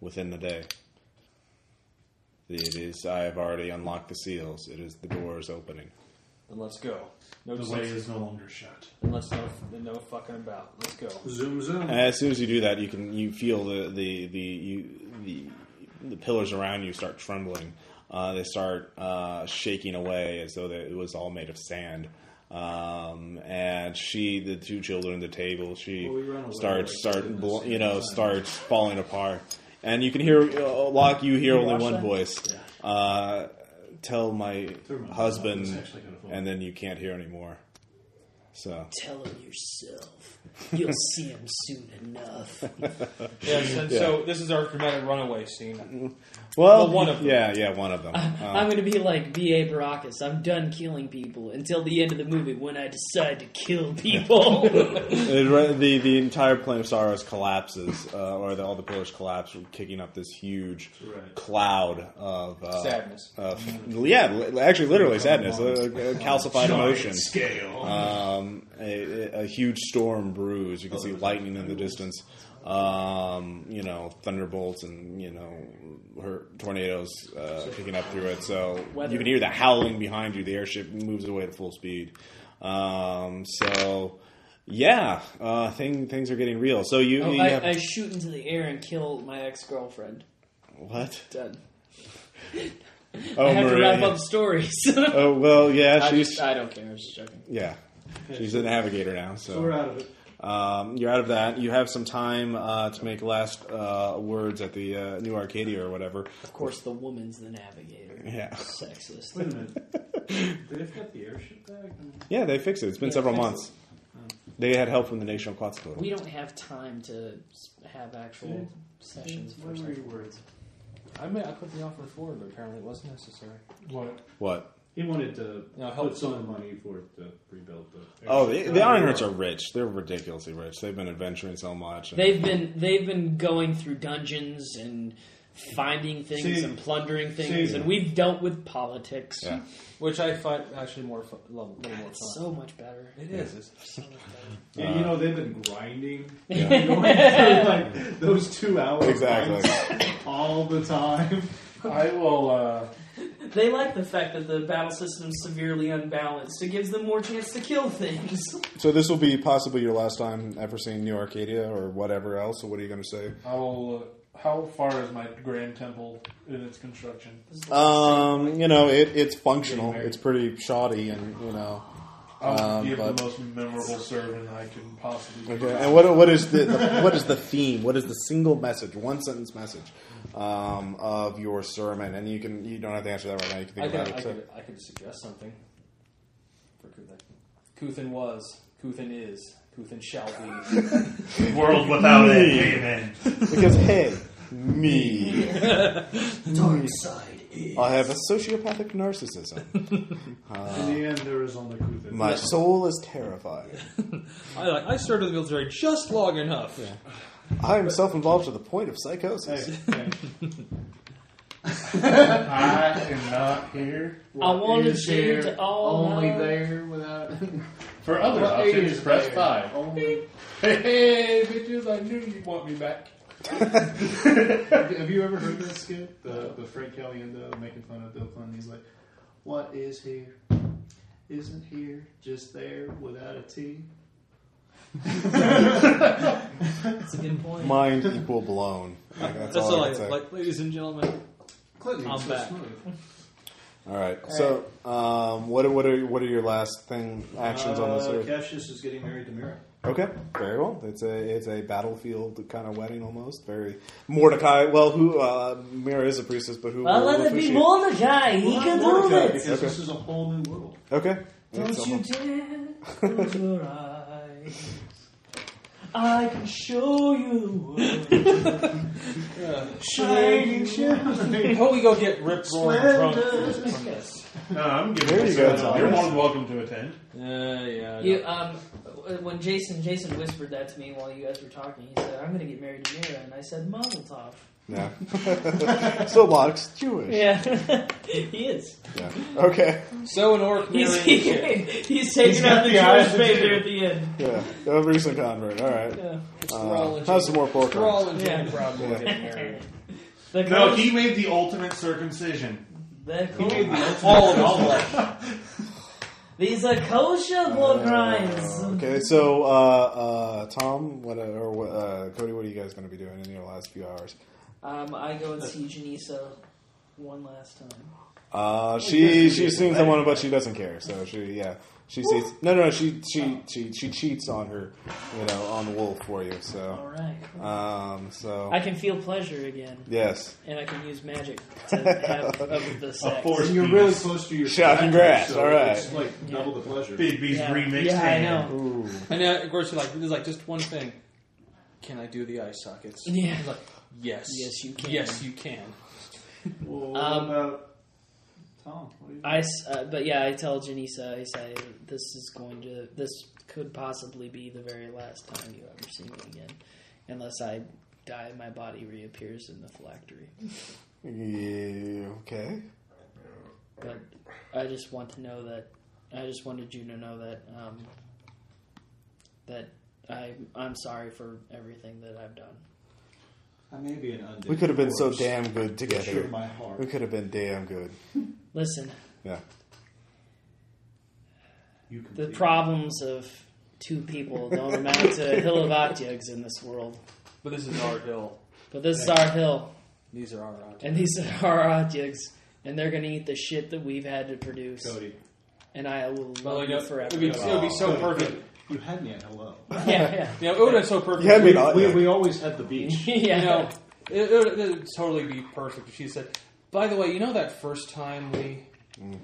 S1: within the day. It is. I have already unlocked the seals. It is the door is opening.
S5: Then let's go. No
S2: The
S5: just
S2: way
S5: let's,
S2: is no longer shut.
S5: then let's no, then no fucking about. Let's go.
S3: zoom, zoom.
S1: And as soon as you do that, you can you feel the the the you, the, the pillars around you start trembling. Uh, they start uh, shaking away as though that it was all made of sand. Um, and she, the two children at the table, she
S3: Well, we run away,
S1: starts
S3: like,
S1: start
S3: in the
S1: bl- you
S3: same
S1: know
S3: time.
S1: starts falling apart. And you can hear uh, Locke. You hear only
S4: watch
S1: one
S4: that?
S1: voice. Uh, tell my
S3: Thermomix.
S1: husband,
S3: It's actually kinda fun.
S1: and then you can't hear anymore. So
S6: Tell him yourself. You'll see him soon enough.
S1: Uh-huh.
S5: Yes, and so this is our dramatic runaway scene.
S1: well,
S5: one of them.
S1: yeah, yeah, one of them. Uh,
S6: I'm gonna be like B.A. Baracus. I'm done killing people until the end of the movie when I decide to kill people.
S1: It, re- the the entire plane of sorrows collapses, uh, or the, all the pillars collapse, kicking up this huge
S3: Right.
S1: cloud of uh,
S5: Sadness.
S1: Of, yeah, li- actually, literally sadness, uh, uh, calcified emotion.
S3: scale.
S1: Um, a, a huge storm brews. You
S6: Oh,
S1: can see lightning in the distance. Um, you know, thunderbolts and you know, her tornadoes uh, picking up through it. So
S6: Weather.
S1: you can hear the howling behind you. The airship moves away at full speed. Um, so yeah, uh, thing things are getting real. So you,
S6: Oh,
S1: you have,
S6: I, I shoot into the air and kill my ex girlfriend.
S1: what?
S6: Done.
S1: Oh,
S6: I have to wrap
S1: Maria.
S6: up stories.
S1: Oh well, yeah,
S6: I,
S1: she's
S6: just, I don't care. I was just joking.
S1: yeah, she's a navigator now. So
S3: We're out of it.
S1: Um, you're out of that. You have some time uh, to make last uh, words at the uh, New Arcadia or whatever.
S6: Of course, the woman's the navigator.
S1: Yeah,
S6: Sexist.
S3: Wait a minute. They've got the airship back?
S1: yeah, they fixed it. It's been
S6: Yeah,
S1: several
S6: fixed Um,
S1: months. They had help from the Nation of Quetzalcoatl.
S6: We don't have time to s- have actual sessions
S3: Where
S6: for
S3: were you
S6: sexual
S3: words?
S6: words.
S5: I mean, I put the offer forward, but apparently it wasn't necessary.
S2: What?
S1: what?
S3: He wanted to
S5: No, help.
S3: put some money for it to rebuild the.
S1: Oh, the, the Ironhearts are rich. They're ridiculously rich. They've been adventuring so much. and-
S6: They've been they've been going through dungeons and finding things
S3: See-
S6: and plundering things,
S3: see-
S6: and we've dealt with politics.
S1: yeah.
S5: Which I find actually more fun, a little more fun.
S6: It's so much better.
S5: it is. It's,
S6: So much better.
S3: Yeah, you know, they've been grinding.
S1: uh, Yeah.
S3: Going through, like, those two hours.
S1: Exactly.
S3: All the time.
S2: I will. Uh,
S4: They like the fact that the battle system's severely unbalanced. It gives them more chance to kill things.
S1: So this will be possibly your last time ever seeing New Arcadia or whatever else. So what are you going to say?
S2: I will. Uh, how far is my grand temple in its construction?
S1: Um, you know, it, it's functional. It's pretty shoddy, and you know.
S2: I'll
S1: Um,
S2: give
S1: but-
S2: the most memorable sermon I can possibly.
S1: Okay, and what what is the, the what is the theme? What is the single message, one sentence message um, of your sermon? And you can you don't have to answer that right now. You can
S5: I
S1: think
S5: could,
S1: about
S5: I,
S1: it. so-
S5: could, I could suggest something for Kuthin. Kuthin was. Kuthin is. Kuthin shall be.
S2: World without end. Amen.
S1: Because hey, me,
S6: Dark side is.
S1: I have a sociopathic narcissism.
S2: Uh,
S3: In the end, there is only Kuthin.
S1: My soul is terrified.
S5: I like. I started the military just long enough.
S1: I am self-involved to the point of
S3: Hey,
S1: psychosis.
S3: hey,
S2: I am not here.
S4: I wanted
S3: is
S4: you
S3: there
S4: to all
S3: only
S4: know.
S3: there without.
S2: For other
S3: What
S2: options,
S3: is
S2: press
S3: there?
S2: five.
S3: Only.
S2: Hey, hey, bitches! I knew you'd want me back.
S3: Have you ever heard that skit? The, the Frank Caliendo making fun of Bill Clinton. He's like, "What is here? Isn't here? Just there without a T."
S4: That's a good point.
S1: Mind equal blown. Like, that's,
S5: That's
S1: all,
S5: all
S1: I
S5: I
S1: can say.
S5: like, ladies and gentlemen.
S3: Clinton,
S5: I'm
S3: so
S5: back.
S3: smooth.
S1: All right. so, um, what are, what are what are your last thing actions on this
S3: Uh,
S1: earth?
S3: Cassius is getting married to Mira.
S1: Okay, very well. It's a it's a battlefield kind of wedding almost. Very Mordecai. Well, who uh, Mira is a priestess, but who?
S4: Well,
S1: will
S4: let it be
S1: appreciate-
S4: Mordecai. He
S3: Well,
S4: can
S3: not
S4: do
S3: Mordecai,
S4: it.
S3: Because
S1: Okay.
S3: this is a whole new world.
S1: Okay.
S4: Don't you dare close your eyes. I can show you the world. Shining
S5: Before we go get ripped roaring drunk.
S3: Yes.
S2: No, I'm giving
S1: There you
S2: this
S1: go,
S2: a-
S1: Tom.
S2: You're more than welcome to attend.
S5: Yeah, yeah.
S4: You, um, when Jason Jason whispered that to me while you guys were talking, he said, "I'm going to get married to Mira," and I said, "Mazel tov."
S1: Yeah. so Locke's Jewish.
S4: Yeah, he is.
S1: Yeah. Okay.
S5: So an orc
S4: He's,
S5: marrying a chick.
S4: he's taking
S3: got
S4: out the
S3: the eyes
S4: Jewish
S3: of
S4: baby
S3: Judah.
S4: at the end.
S1: Yeah. A recent convert. All right.
S4: Yeah.
S1: Uh, have some more pork.
S5: We're all in
S4: Yeah.
S5: the problem
S1: Yeah.
S5: with getting married.
S4: The
S2: No,
S4: girls,
S2: he made the ultimate circumcision.
S3: He
S4: the
S3: made
S4: cool,
S3: the ultimate-
S5: All of all
S4: these are kosher blood grinds.
S1: Uh, okay, so uh, uh, Tom, what uh, or what, uh, Cody, what are you guys going to be doing in your last few hours?
S4: Um, I go and see Janissa
S6: uh,
S4: one last time.
S1: Uh, she she assumes I'm one, but she doesn't care. So she yeah she sees no no she she she she cheats on her you know on Wolf for you.
S6: All
S1: So
S6: right.
S1: um so
S6: I can feel pleasure again,
S1: yes
S6: and I can use magic to have of the sex.
S2: Of course.
S3: And you're really close to your
S1: Shock and grass,
S3: so
S1: alright.
S3: It's like double the pleasure.
S2: Big B's
S6: Yeah.
S2: remixed
S6: Yeah, I
S2: hand.
S6: know.
S1: ooh
S5: And now, of course, you're like, there's like just one thing. Can I do the eye sockets?
S6: Yeah.
S5: He's like, yes.
S6: Yes, you can.
S5: Yes, you can.
S3: Well, what
S6: Um,
S3: about Tom? What do you
S6: I, s- uh, but yeah, I tell Janissa, I say, this is going to, this could possibly be the very last time you ever see me again, unless I die, my body reappears in the phylactery.
S1: yeah, okay
S6: But I just want to know that, I just wanted you to know that, um, that I, I'm sorry for everything that I've done.
S3: I may be an undead.
S1: we could have been so
S3: corpse.
S1: damn good
S3: Sure,
S1: together.
S3: my
S1: We
S3: heart.
S1: could have been damn good.
S6: Listen,
S1: Yeah.
S3: You
S6: the
S3: completely-
S6: problems of two people don't amount to a hill of outjugs in this world,
S5: But this is our hill.
S6: but this is our hill.
S5: These are our odds.
S6: And these are our objects, and they're gonna eat the shit that we've had to produce.
S3: Cody.
S6: And I will
S5: Well,
S6: love
S5: you
S6: you
S5: know,
S6: forever.
S5: it'd be- It would be so
S3: Cody,
S5: perfect.
S3: Cody, You had me at hello.
S6: yeah, yeah,
S5: You know, it would have so perfect.
S1: You had me.
S3: we,
S1: Oh, yeah.
S3: we always had the beach.
S6: yeah.
S5: You know, it, it, would, it would totally be perfect if she said, by the way, you know that first time we.
S6: Yeah.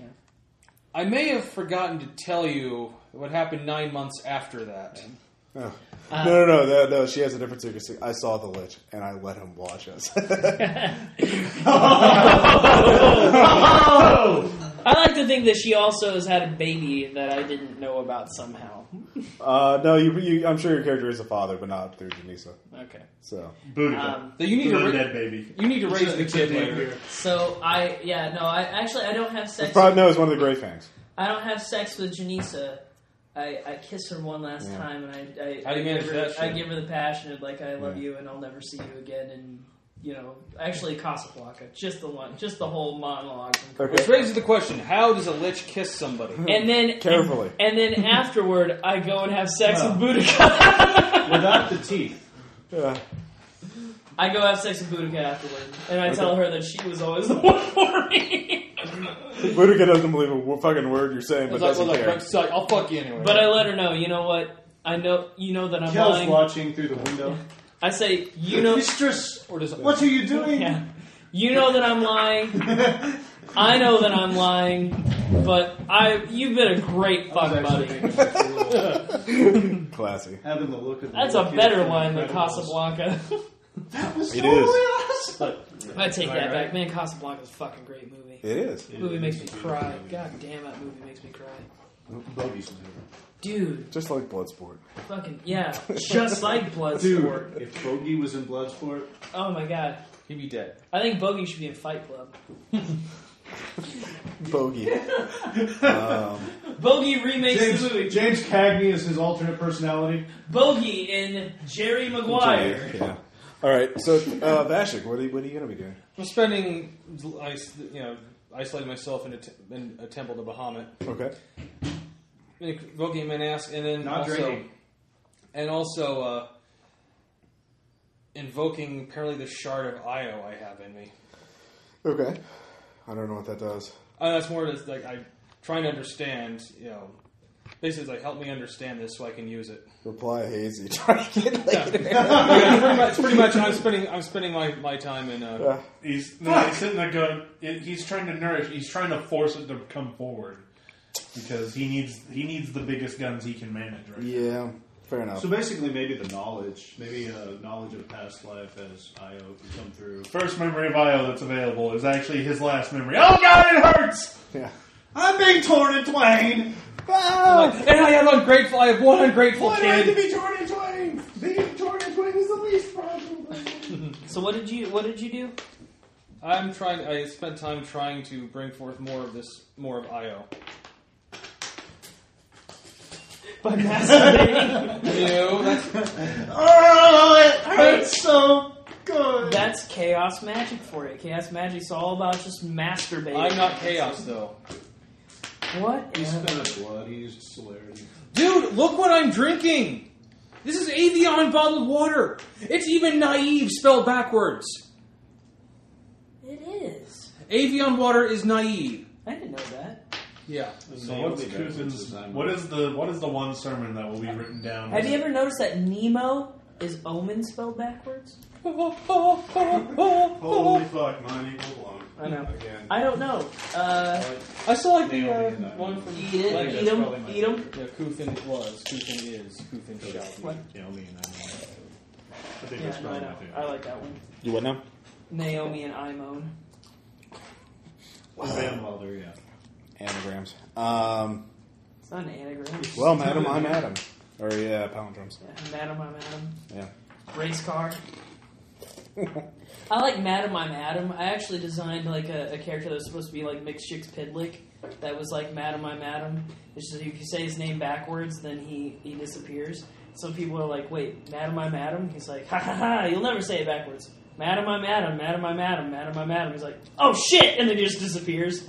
S5: I may have forgotten to tell you what happened nine months after that.
S1: Oh.
S6: Uh,
S1: no, no, no, no, no. She has a different secret. I saw the lich, and I let him watch us.
S6: I like to think that she also has had a baby that I didn't know about somehow.
S1: uh, no, you, you, I'm sure your character is a father, but not through Janisa.
S6: Okay.
S1: So
S2: Boudica.
S4: Uh,
S6: Um,
S5: That you need to
S2: Little
S5: ra-
S2: dead baby.
S5: you need to raise the
S3: It's a-
S5: kid
S3: it's a-
S5: later.
S4: So I, yeah, no, I actually I don't have sex.
S1: it's probably no. It's one of the great fangs.
S4: I don't have sex with Janissa. I, I kiss her one last
S1: Yeah.
S4: time, and I, I
S5: How do you manage
S4: give her,
S5: that shit?
S4: I give her the passionate like I love
S1: Yeah.
S4: you, and I'll never see you again, and you know, actually Casablanca, just the one, just the whole monologue. from-
S1: Okay.
S5: Which raises the question how does a lich kiss somebody?
S4: And then
S1: Carefully.
S4: and, then afterward, I go and have sex
S3: Wow.
S4: with Boudica.
S3: Without the teeth.
S1: Yeah.
S4: I go have sex with Boudica afterward, and I
S1: Okay.
S4: tell her that she was always the one for me.
S1: Whitaker doesn't believe a wo- fucking word you're saying, but
S5: It's like,
S1: doesn't
S5: well, like,
S1: care.
S5: it's like, I'll fuck you anyway.
S4: but I let her know, you know what? I know you know that I'm
S3: Kel's
S4: lying.
S3: watching through the window.
S4: I say, you know,
S3: Mistress,
S5: or does it
S3: what are you doing?
S4: yeah, you know that I'm lying. I know that I'm lying, but I you've been a great
S3: I was
S4: fuck
S3: actually
S4: buddy.
S3: thinking that's a little-
S1: Classy.
S3: Having the look of the
S4: That's
S3: little
S4: a
S3: kid
S4: better
S3: from
S4: line than
S3: Incredibles.
S4: Casablanca.
S3: That was
S1: It
S3: totally
S1: is.
S3: awesome.
S4: I take that
S5: Right, right.
S4: back. Man, Casablanca's a fucking great movie.
S1: It is.
S4: That movie makes me cry. God damn, that movie makes me cry.
S3: Bogey's in there.
S4: Dude,
S1: Just like Bloodsport.
S4: fucking yeah, just like Bloodsport.
S3: Dude, if Bogey was in Bloodsport,
S4: Oh my god,
S5: He'd be dead.
S4: I think Bogey should be in Fight Club.
S1: Bogey. um,
S4: Bogey remakes
S3: James,
S4: the movie.
S3: James Cagney is his alternate personality.
S4: Bogey in Jerry Maguire.
S1: Yeah. All right. So, uh, Vashik, what are you, what are you going to be doing?
S5: I'm spending, is- you know, isolating myself in a, t- in a temple to Bahamut,
S1: Okay.
S5: invoking Manask, and then
S3: Not
S5: also,
S3: drinking.
S5: and also uh, invoking apparently the shard of Io I have in me.
S1: Okay. I don't know what that does.
S5: Uh, that's more just like I'm trying to understand. You know, basically, it's like help me understand this so I can use it.
S1: Reply hazy. Try to get like an
S5: Yeah, it's pretty much, it's pretty much I'm spending I'm spending my, my time in uh,
S1: Yeah.
S2: He's, no, he's sitting there going. It, he's trying to nourish. He's trying to force it to come forward because he needs he needs the biggest guns he can manage. Right.
S1: Yeah, fair enough.
S3: So basically, maybe the knowledge, maybe uh, knowledge of past life as Io can come through.
S2: First memory of Io that's available is actually his last memory. Oh God, it hurts.
S1: yeah.
S3: I'm being torn in twain. Ah!
S5: like, and I have ungrateful I have one ungrateful
S1: Why do I have to
S5: kid.
S1: be Jordan Twain? Being Jordan Twain is the least problem.
S4: So what did you what did you do?
S5: I'm trying I spent time trying to bring forth more of this more of IO.
S4: By masturbating.
S5: You know, that's
S3: Oh, it hurts so good.
S4: That's chaos magic for you. Chaos magic's all about just masturbating.
S5: I'm not chaos though.
S4: What?
S3: He's
S4: in-
S3: spent a blood. He used celerity.
S5: Dude, look what I'm drinking! This is Avion bottled water! It's even naive spelled backwards.
S4: It is.
S5: Avion water is naive.
S4: I didn't know that.
S5: Yeah.
S2: So what's Kuzan's, what is the what is the one sermon that will be written down?
S4: Have you ever noticed that Nemo is Omen spelled backwards?
S3: Holy fuck, mine equal long.
S4: I know.
S3: Again.
S4: I don't know. Uh,
S5: I saw like the
S3: Naomi
S5: uh,
S3: and I.
S5: one from
S4: eat it,
S5: Legacy.
S4: eat
S3: probably
S4: them,
S3: my
S4: eat them.
S5: Yeah, Kuthin was, Kuthin is, Kuthin shall
S4: What?
S5: be.
S3: Yeah, I'll be in that one. I think
S4: Yeah,
S3: that's
S4: no, I
S3: probably
S4: know.
S3: my favorite.
S4: I like that one.
S1: You what now?
S4: Naomi and Imon.
S3: Van Wilder, yeah.
S1: Anagrams. Um,
S4: It's not an anagram.
S1: well, madam, I'm Adam. Or yeah, palindromes.
S4: Yeah, Madam, I'm Adam.
S1: Yeah.
S4: Race car. I like Madam, I'm Adam. I actually designed like a, a character that was supposed to be like Mix Chicks Pidlick. That was like Madam, I'm Adam. It's just if you say his name backwards, then he he disappears. Some people are like, wait, Madam, I'm Adam. He's like, ha ha ha! You'll never say it backwards. Madam, I'm Adam. Madam, I'm Adam. Madam, I'm Adam. He's like, oh shit, and then he just disappears.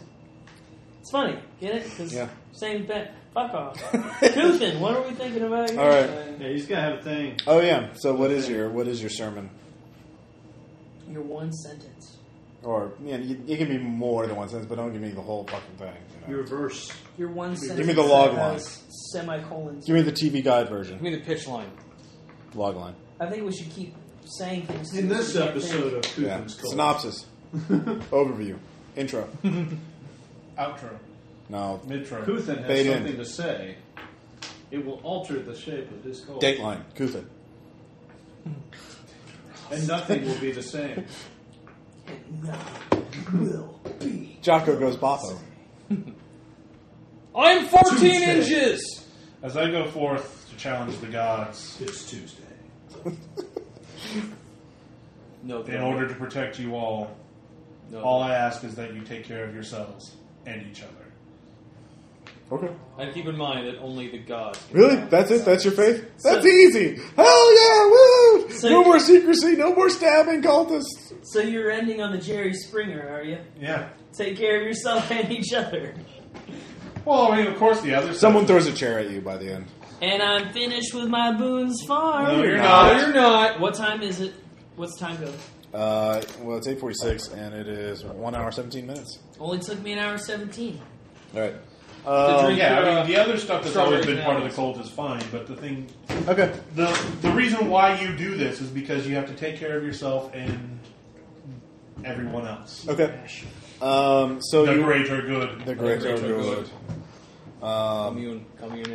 S4: It's funny, get it? 'Cause
S1: Yeah.
S4: Same bet. Fuck off. Coothin, what are we thinking about here?
S1: All right.
S4: Uh,
S3: Yeah, he's gonna have a thing.
S1: Oh yeah. So what is your what is your sermon?
S4: Your one sentence.
S1: Or you know, it can be more than one sentence, but don't give me the whole fucking thing. You know?
S3: Your verse.
S4: Your one sentence.
S1: me the log
S4: that
S1: line.
S4: has Semicolons.
S1: Give me the TV guide
S5: Give
S1: version.
S5: me the pitch line.
S1: Log line.
S4: I think we should keep saying things.
S3: In
S4: so
S3: this
S4: we can't
S3: episode of
S1: Yeah.
S3: Kuthin's Cult.
S1: Synopsis. Overview. Intro.
S2: outro,
S1: No.
S2: midtro?
S3: Kuthin has
S1: Fade in.
S3: something to say. It will alter the shape of his cult.
S1: Dateline. Kuthin.
S3: And nothing will be the same.
S4: think. Nothing will be.
S1: Jocko goes bosso.
S5: I'm 14
S3: Tuesday.
S5: inches!
S2: As I go forth to challenge the gods
S3: It's Tuesday.
S5: No,
S2: in order to protect you all,
S5: no.
S2: all I ask is that you take care of yourselves and each other.
S1: Okay.
S5: And keep in mind that only the gods. can
S1: Really?
S5: count.
S1: That's it? That's your faith?
S4: So-
S1: That's easy. Hell yeah! Woo!
S4: So-
S1: no more secrecy. No more stabbing cultists.
S4: So you're ending on the Jerry Springer, are you?
S2: Yeah.
S4: Take care of yourself and each other.
S2: Well, I mean, of course, the other.
S1: Someone
S2: side-
S1: throws a chair at you by the end.
S4: And I'm finished with my Boone's Farm.
S2: No, you're
S5: No,
S2: not.
S5: you're not!
S4: What time is it? What's time go?
S1: Uh, well, it's eight forty-six, and it is one hour seventeen minutes.
S4: Only took me an hour seventeen.
S1: All right.
S5: The
S1: Um,
S5: drink-
S2: Yeah, I mean, the other stuff that's always
S5: Strawberry
S2: been part of the
S5: canals.
S2: cult is fine, but the thing,
S1: okay.
S2: the the reason why you do this is because you have to take care of yourself and everyone else.
S1: Okay. Um, so
S2: The
S1: you
S2: greater good.
S1: the great
S5: greater
S1: good. Um,
S5: Commune, commune,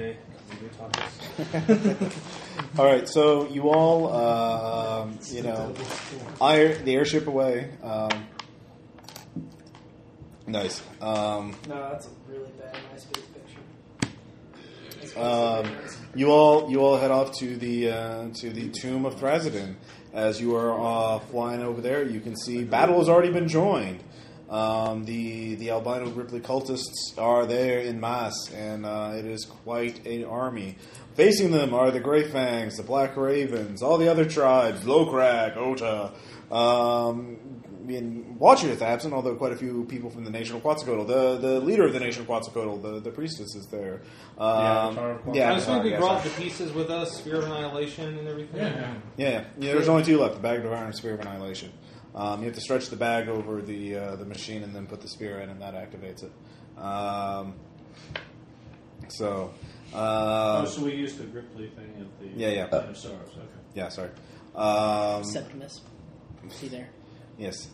S5: communitatis.
S1: all right. So you all, um, you know, I the airship away. Um, nice. Um,
S4: No, that's a really bad MySpace picture. That's
S1: Um,
S4: really nice.
S1: you all you all head off to the uh, to the tomb of Thrasidon. As you are uh, flying over there, you can see battle has already been joined. Um, the the albino Ripley cultists are there in mass, and uh, it is quite an army. Facing them are the Grey Fangs, the Black Ravens, all the other tribes, Lowcrag, Ota, um, in Watcher is absent, although quite a few people from the Nation of Quetzalcoatl. The the leader of the Nation of Quetzalcoatl, the, the priestess, is there. Um,
S2: Avatar of
S1: yeah,
S5: I assume
S1: Avatar,
S5: we
S1: yeah,
S5: brought
S1: sorry.
S5: the pieces with us, Sphere of Annihilation and everything.
S2: Yeah.
S1: Yeah, yeah. yeah there's only two left: the bag of iron, and spear of annihilation. Um, you have to stretch the bag over the uh, the machine and then put the spear in, and that activates it. Um, so,
S3: oh,
S1: uh,
S3: so we used the Ripley thing at the
S1: Yeah, yeah.
S3: Planet of Sorrows. Okay.
S1: yeah, sorry. Um,
S6: Septimus. See there.
S1: yes.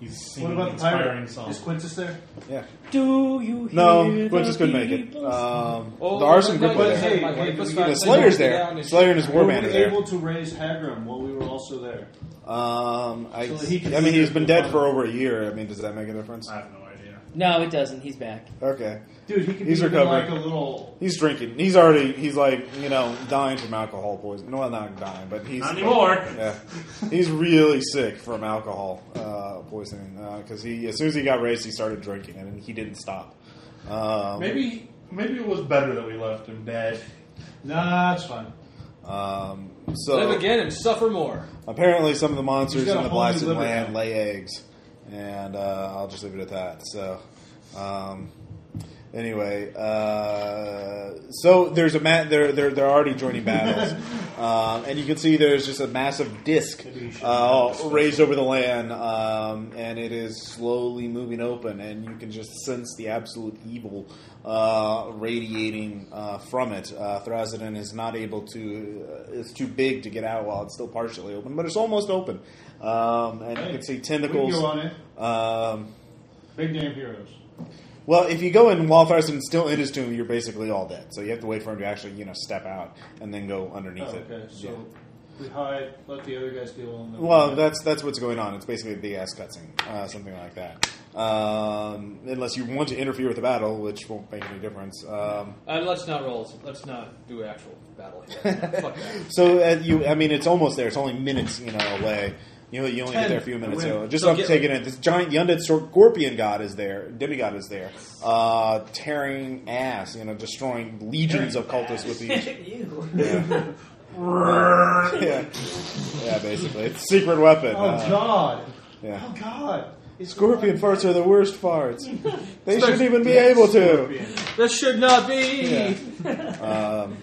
S2: He's singing
S3: What about the
S2: inspiring
S3: pirate?
S2: songs.
S3: Is Quintus there?
S1: Yeah.
S6: Do you
S1: No,
S6: hear
S1: Quintus
S6: the
S1: couldn't make it.
S6: people
S1: Um,
S5: Oh,
S1: there are some good people
S5: like, like,
S3: but
S1: there.
S5: hey,
S3: Hey,
S5: like,
S3: hey,
S5: let's
S3: you-
S5: not-
S1: The
S5: let's
S1: Slayer's
S5: not get
S1: there.
S5: down and
S1: Slayer and his
S3: Were
S1: warband
S3: we
S1: are there.
S3: able to raise Hagram while we were also there?
S1: Um, I,
S3: So he can
S1: I mean,
S3: see
S1: he's
S3: it
S1: been
S3: before.
S1: dead for over a year. I mean, does that make a difference?
S2: I have no idea.
S6: No, it doesn't. He's back.
S1: Okay.
S3: Dude, he could
S1: He's
S3: be even
S1: recovering.
S3: like a little.
S1: He's drinking. He's already, he's like, you know, dying from alcohol poisoning. Well, not dying, but he's.
S2: Not anymore.
S1: Yeah. He's really sick from alcohol uh, poisoning because he, as soon as he got raised, he started drinking and he didn't stop. Um,
S2: Maybe maybe it was better that we left him dead.
S3: Nah, it's fine.
S1: Um,
S5: Live
S1: so
S5: again and suffer more.
S1: apparently, some of the monsters
S3: got
S1: in
S3: a
S1: the
S3: whole new
S1: blasted
S3: liver
S1: land
S3: now.
S1: lay eggs, and uh, I'll just leave it at that. So. Um, Anyway, uh, so there's a ma- they're, they're they're already joining battles, um, and you can see there's just a massive disc
S3: Maybe you should
S1: uh,
S3: have this
S1: raised over the land, um, and it is slowly moving open, and you can just sense the absolute evil uh, radiating uh, from it. Uh, Thrasadin is not able to; uh, it's too big to get out while it's still partially open, but it's almost open, um, and you
S3: Hey,
S1: can see
S3: We can
S1: tentacles.
S3: go on it.
S1: Um,
S3: Big name heroes.
S1: well, if you go in while Tharson's still in his tomb, you're basically all dead. So you have to wait for him to actually, you know, step out and then go
S3: Oh,
S1: underneath it.
S3: okay, so
S1: Yeah.
S3: we hide, let the other guys deal with them.
S1: Well, that's that's what's going on. It's basically a big ass cutscene, uh, something like that. Um, unless you want to interfere with the battle, which won't make any difference. Um,
S5: And Uh, let's not roll. Let's not do actual battle here. Fuck that.
S1: so uh, you, I mean, it's almost there. It's only minutes, you know, away. You you only get there a few minutes. So just
S5: So
S1: up
S5: get-
S1: taking it. This giant, the undead scorpion god is there. Demigod is there, uh, tearing ass. You know, destroying legions of cultists with each
S4: you.
S1: yeah, yeah, basically, it's a secret weapon.
S3: oh,
S1: Uh,
S3: God.
S1: yeah.
S3: Oh, God. It's
S1: Scorpion
S3: alive.
S1: farts are the worst farts. They shouldn't even be able to.
S3: Scorpion.
S5: This should not be.
S1: Yeah. Um,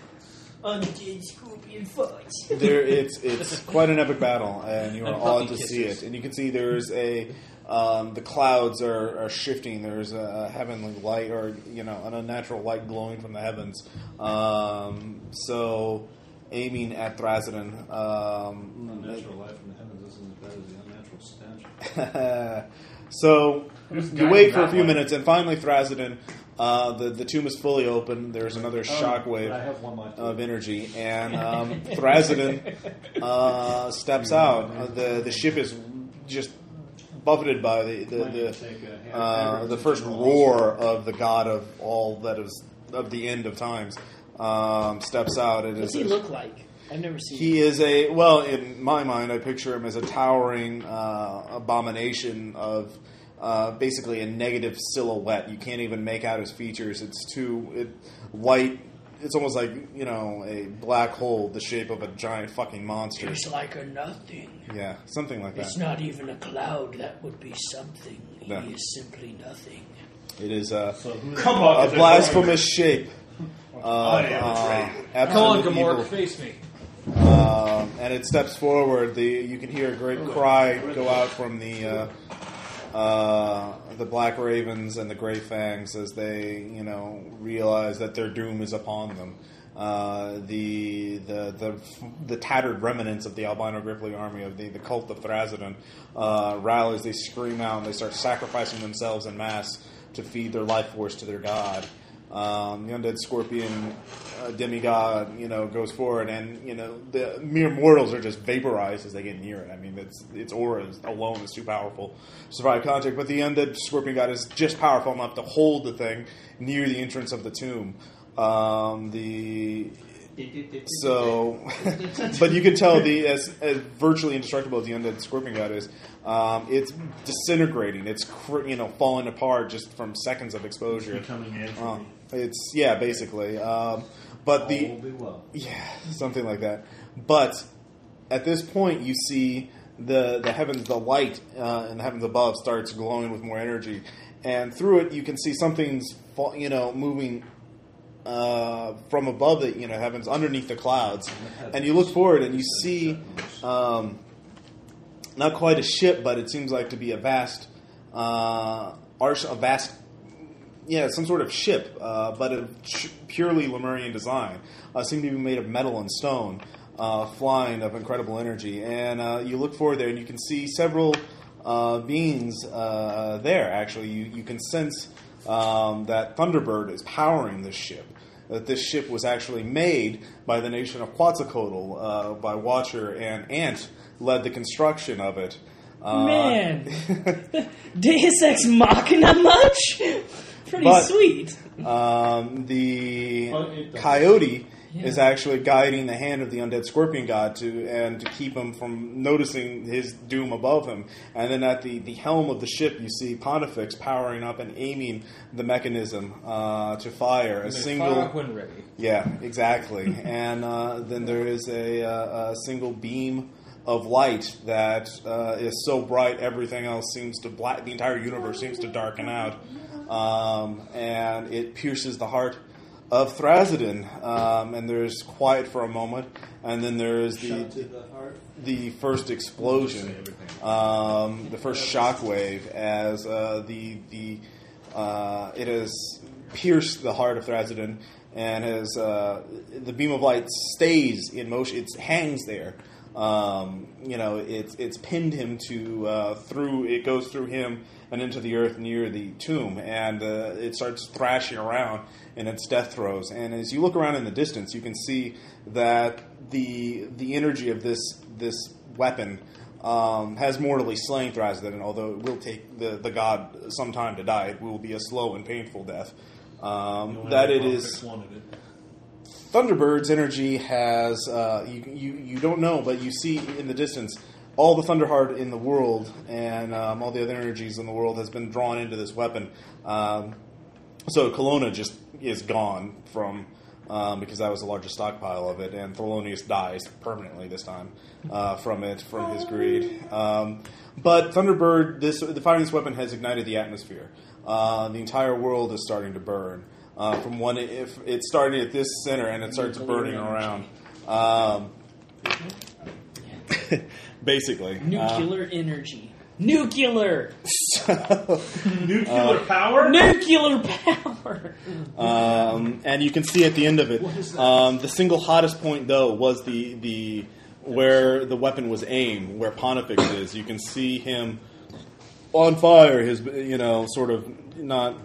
S4: Undid scorpion fights.
S1: there, it's it's quite an epic battle, and you are
S5: And
S1: awed
S5: puppy
S1: to
S5: kisses.
S1: see it. And you can see there's a um, the clouds are, are shifting. There's a, a heavenly light, or you know, an unnatural light glowing from the heavens. Um, so, aiming at Thrasadin, um,
S3: Unnatural life from the heavens isn't as bad as the unnatural stench.
S1: so
S2: Who's
S1: you
S2: guiding
S1: wait for a
S2: that
S1: few
S2: one?
S1: minutes, and finally Thrasadin, uh, the the tomb is fully open. There's another
S3: Oh, I
S1: shockwave
S3: have one life.
S1: of energy, and um, Thrasadin uh, steps out. Uh, the the ship is just buffeted by the the,
S3: Might need to
S1: the,
S3: take a hand-
S1: uh,
S3: hand-
S1: the first roar of the god of all that is of the end of times. Um, steps out. It
S6: What's he
S1: is
S6: look like? I've never seen him.
S1: he is a well, in my mind, I picture him as a towering uh, abomination of uh, basically a negative silhouette. You can't even make out his features. It's too it, light. It's almost like you know a black hole, the shape of a giant fucking monster.
S6: He's like a nothing.
S1: Yeah, something like that.
S6: It's not even a cloud. That would be something. He
S1: No.
S6: is simply nothing.
S1: It is a,
S2: So who
S3: Come on.
S1: a blasphemous shape. Uh,
S2: am
S1: uh,
S5: Come on,
S1: absolute evil.
S5: Gamork, face me.
S1: um, and it steps forward. The you can hear a great cry go out from the uh, uh, the black ravens and the gray fangs as they you know realize that their doom is upon them. Uh, the, the the the tattered remnants of the albino Ripley army of the, the cult of Thrasadon uh, rallies. They scream out and they start sacrificing themselves en masse to feed their life force to their god. Um, the undead scorpion uh, demigod, you know, goes forward, and you know the mere mortals are just vaporized as they get near it. I mean, its its aura is, alone is too powerful to survive contact. But the undead scorpion god is just powerful enough to hold the thing near the entrance of the tomb. Um, the so, but you can tell the as, as virtually indestructible as the undead scorpion god is, um, it's disintegrating. It's cr- you know falling apart just from seconds of exposure.
S2: Becoming
S1: Uh,
S2: Anthony.
S1: it's yeah, basically. Um, but
S3: All will
S1: the
S3: be well.
S1: yeah, something like that. But at this point, you see the the heavens, the light uh, in the heavens above starts glowing with more energy, and through it you can see something's fa- you know moving uh, from above the you know heavens underneath the clouds, and you look forward and you see um, not quite a ship, but it seems like to be a vast uh, arch, a vast yeah, some sort of ship, uh, but a ch- purely Lemurian design. Uh, seemed to be made of metal and stone, uh, flying of incredible energy. And uh, you look forward there, and you can see several uh, beings uh, there. Actually, you you can sense um, that Thunderbird is powering this ship. That this ship was actually made by the nation of Quetzalcoatl, uh, by Watcher and Ant led the construction of it. Uh,
S6: Man, Deus Ex Machina much? Pretty
S1: But-
S6: sweet.
S1: Um, the
S3: Oh, it does.
S1: coyote
S6: Yeah.
S1: is actually guiding the hand of the undead scorpion god to and to keep him from noticing his doom above him. And then at the, the helm of the ship, you see Pontifex powering up and aiming the mechanism uh, to fire a
S5: They
S1: single.
S5: fire up when ready.
S1: Yeah, exactly. and uh, then there is a, uh, a single beam of light that uh, is so bright everything else seems to black. The entire universe seems to darken out, um, and it pierces the heart of Thrasidon. Um, and there's quiet for a moment, and then there is
S3: Shot to
S1: the
S3: the heart.
S1: the first explosion, um, the first shockwave, as uh, the the uh, it has pierced the heart of Thrasidon, and has uh, the beam of light stays in motion. It hangs there. Um, you know, it's it's pinned him to uh, through. It goes through him and into the earth near the tomb, and uh, it starts thrashing around in its death throes. And as you look around in the distance, you can see that the the energy of this this weapon um, has mortally slain Thrasidon, although it will take the, the god some time to die. It will be a slow and painful death. Um, that it is
S2: Wanted it.
S1: Thunderbird's energy has uh, you, you you don't know, but you see in the distance all the Thunderheart in the world and um, all the other energies in the world has been drawn into this weapon. Um, so Kelowna just is gone from um, because that was the largest stockpile of it, and Thelonious dies permanently this time uh, from it from his greed. Um, but Thunderbird, this the firing this weapon has ignited the atmosphere. Uh, the entire world is starting to burn. Uh, from one, if it started at this center and it starts burning around, um, basically Uh,
S6: Nuclear energy. Nuclear!
S1: so-
S2: Nuclear
S3: Uh,
S2: power?
S6: Nuclear power!
S1: Um, and you can see at the end of it, um, the single hottest point though was the the where the weapon was aimed, where Pontifex is. You can see him on fire. His you know sort of not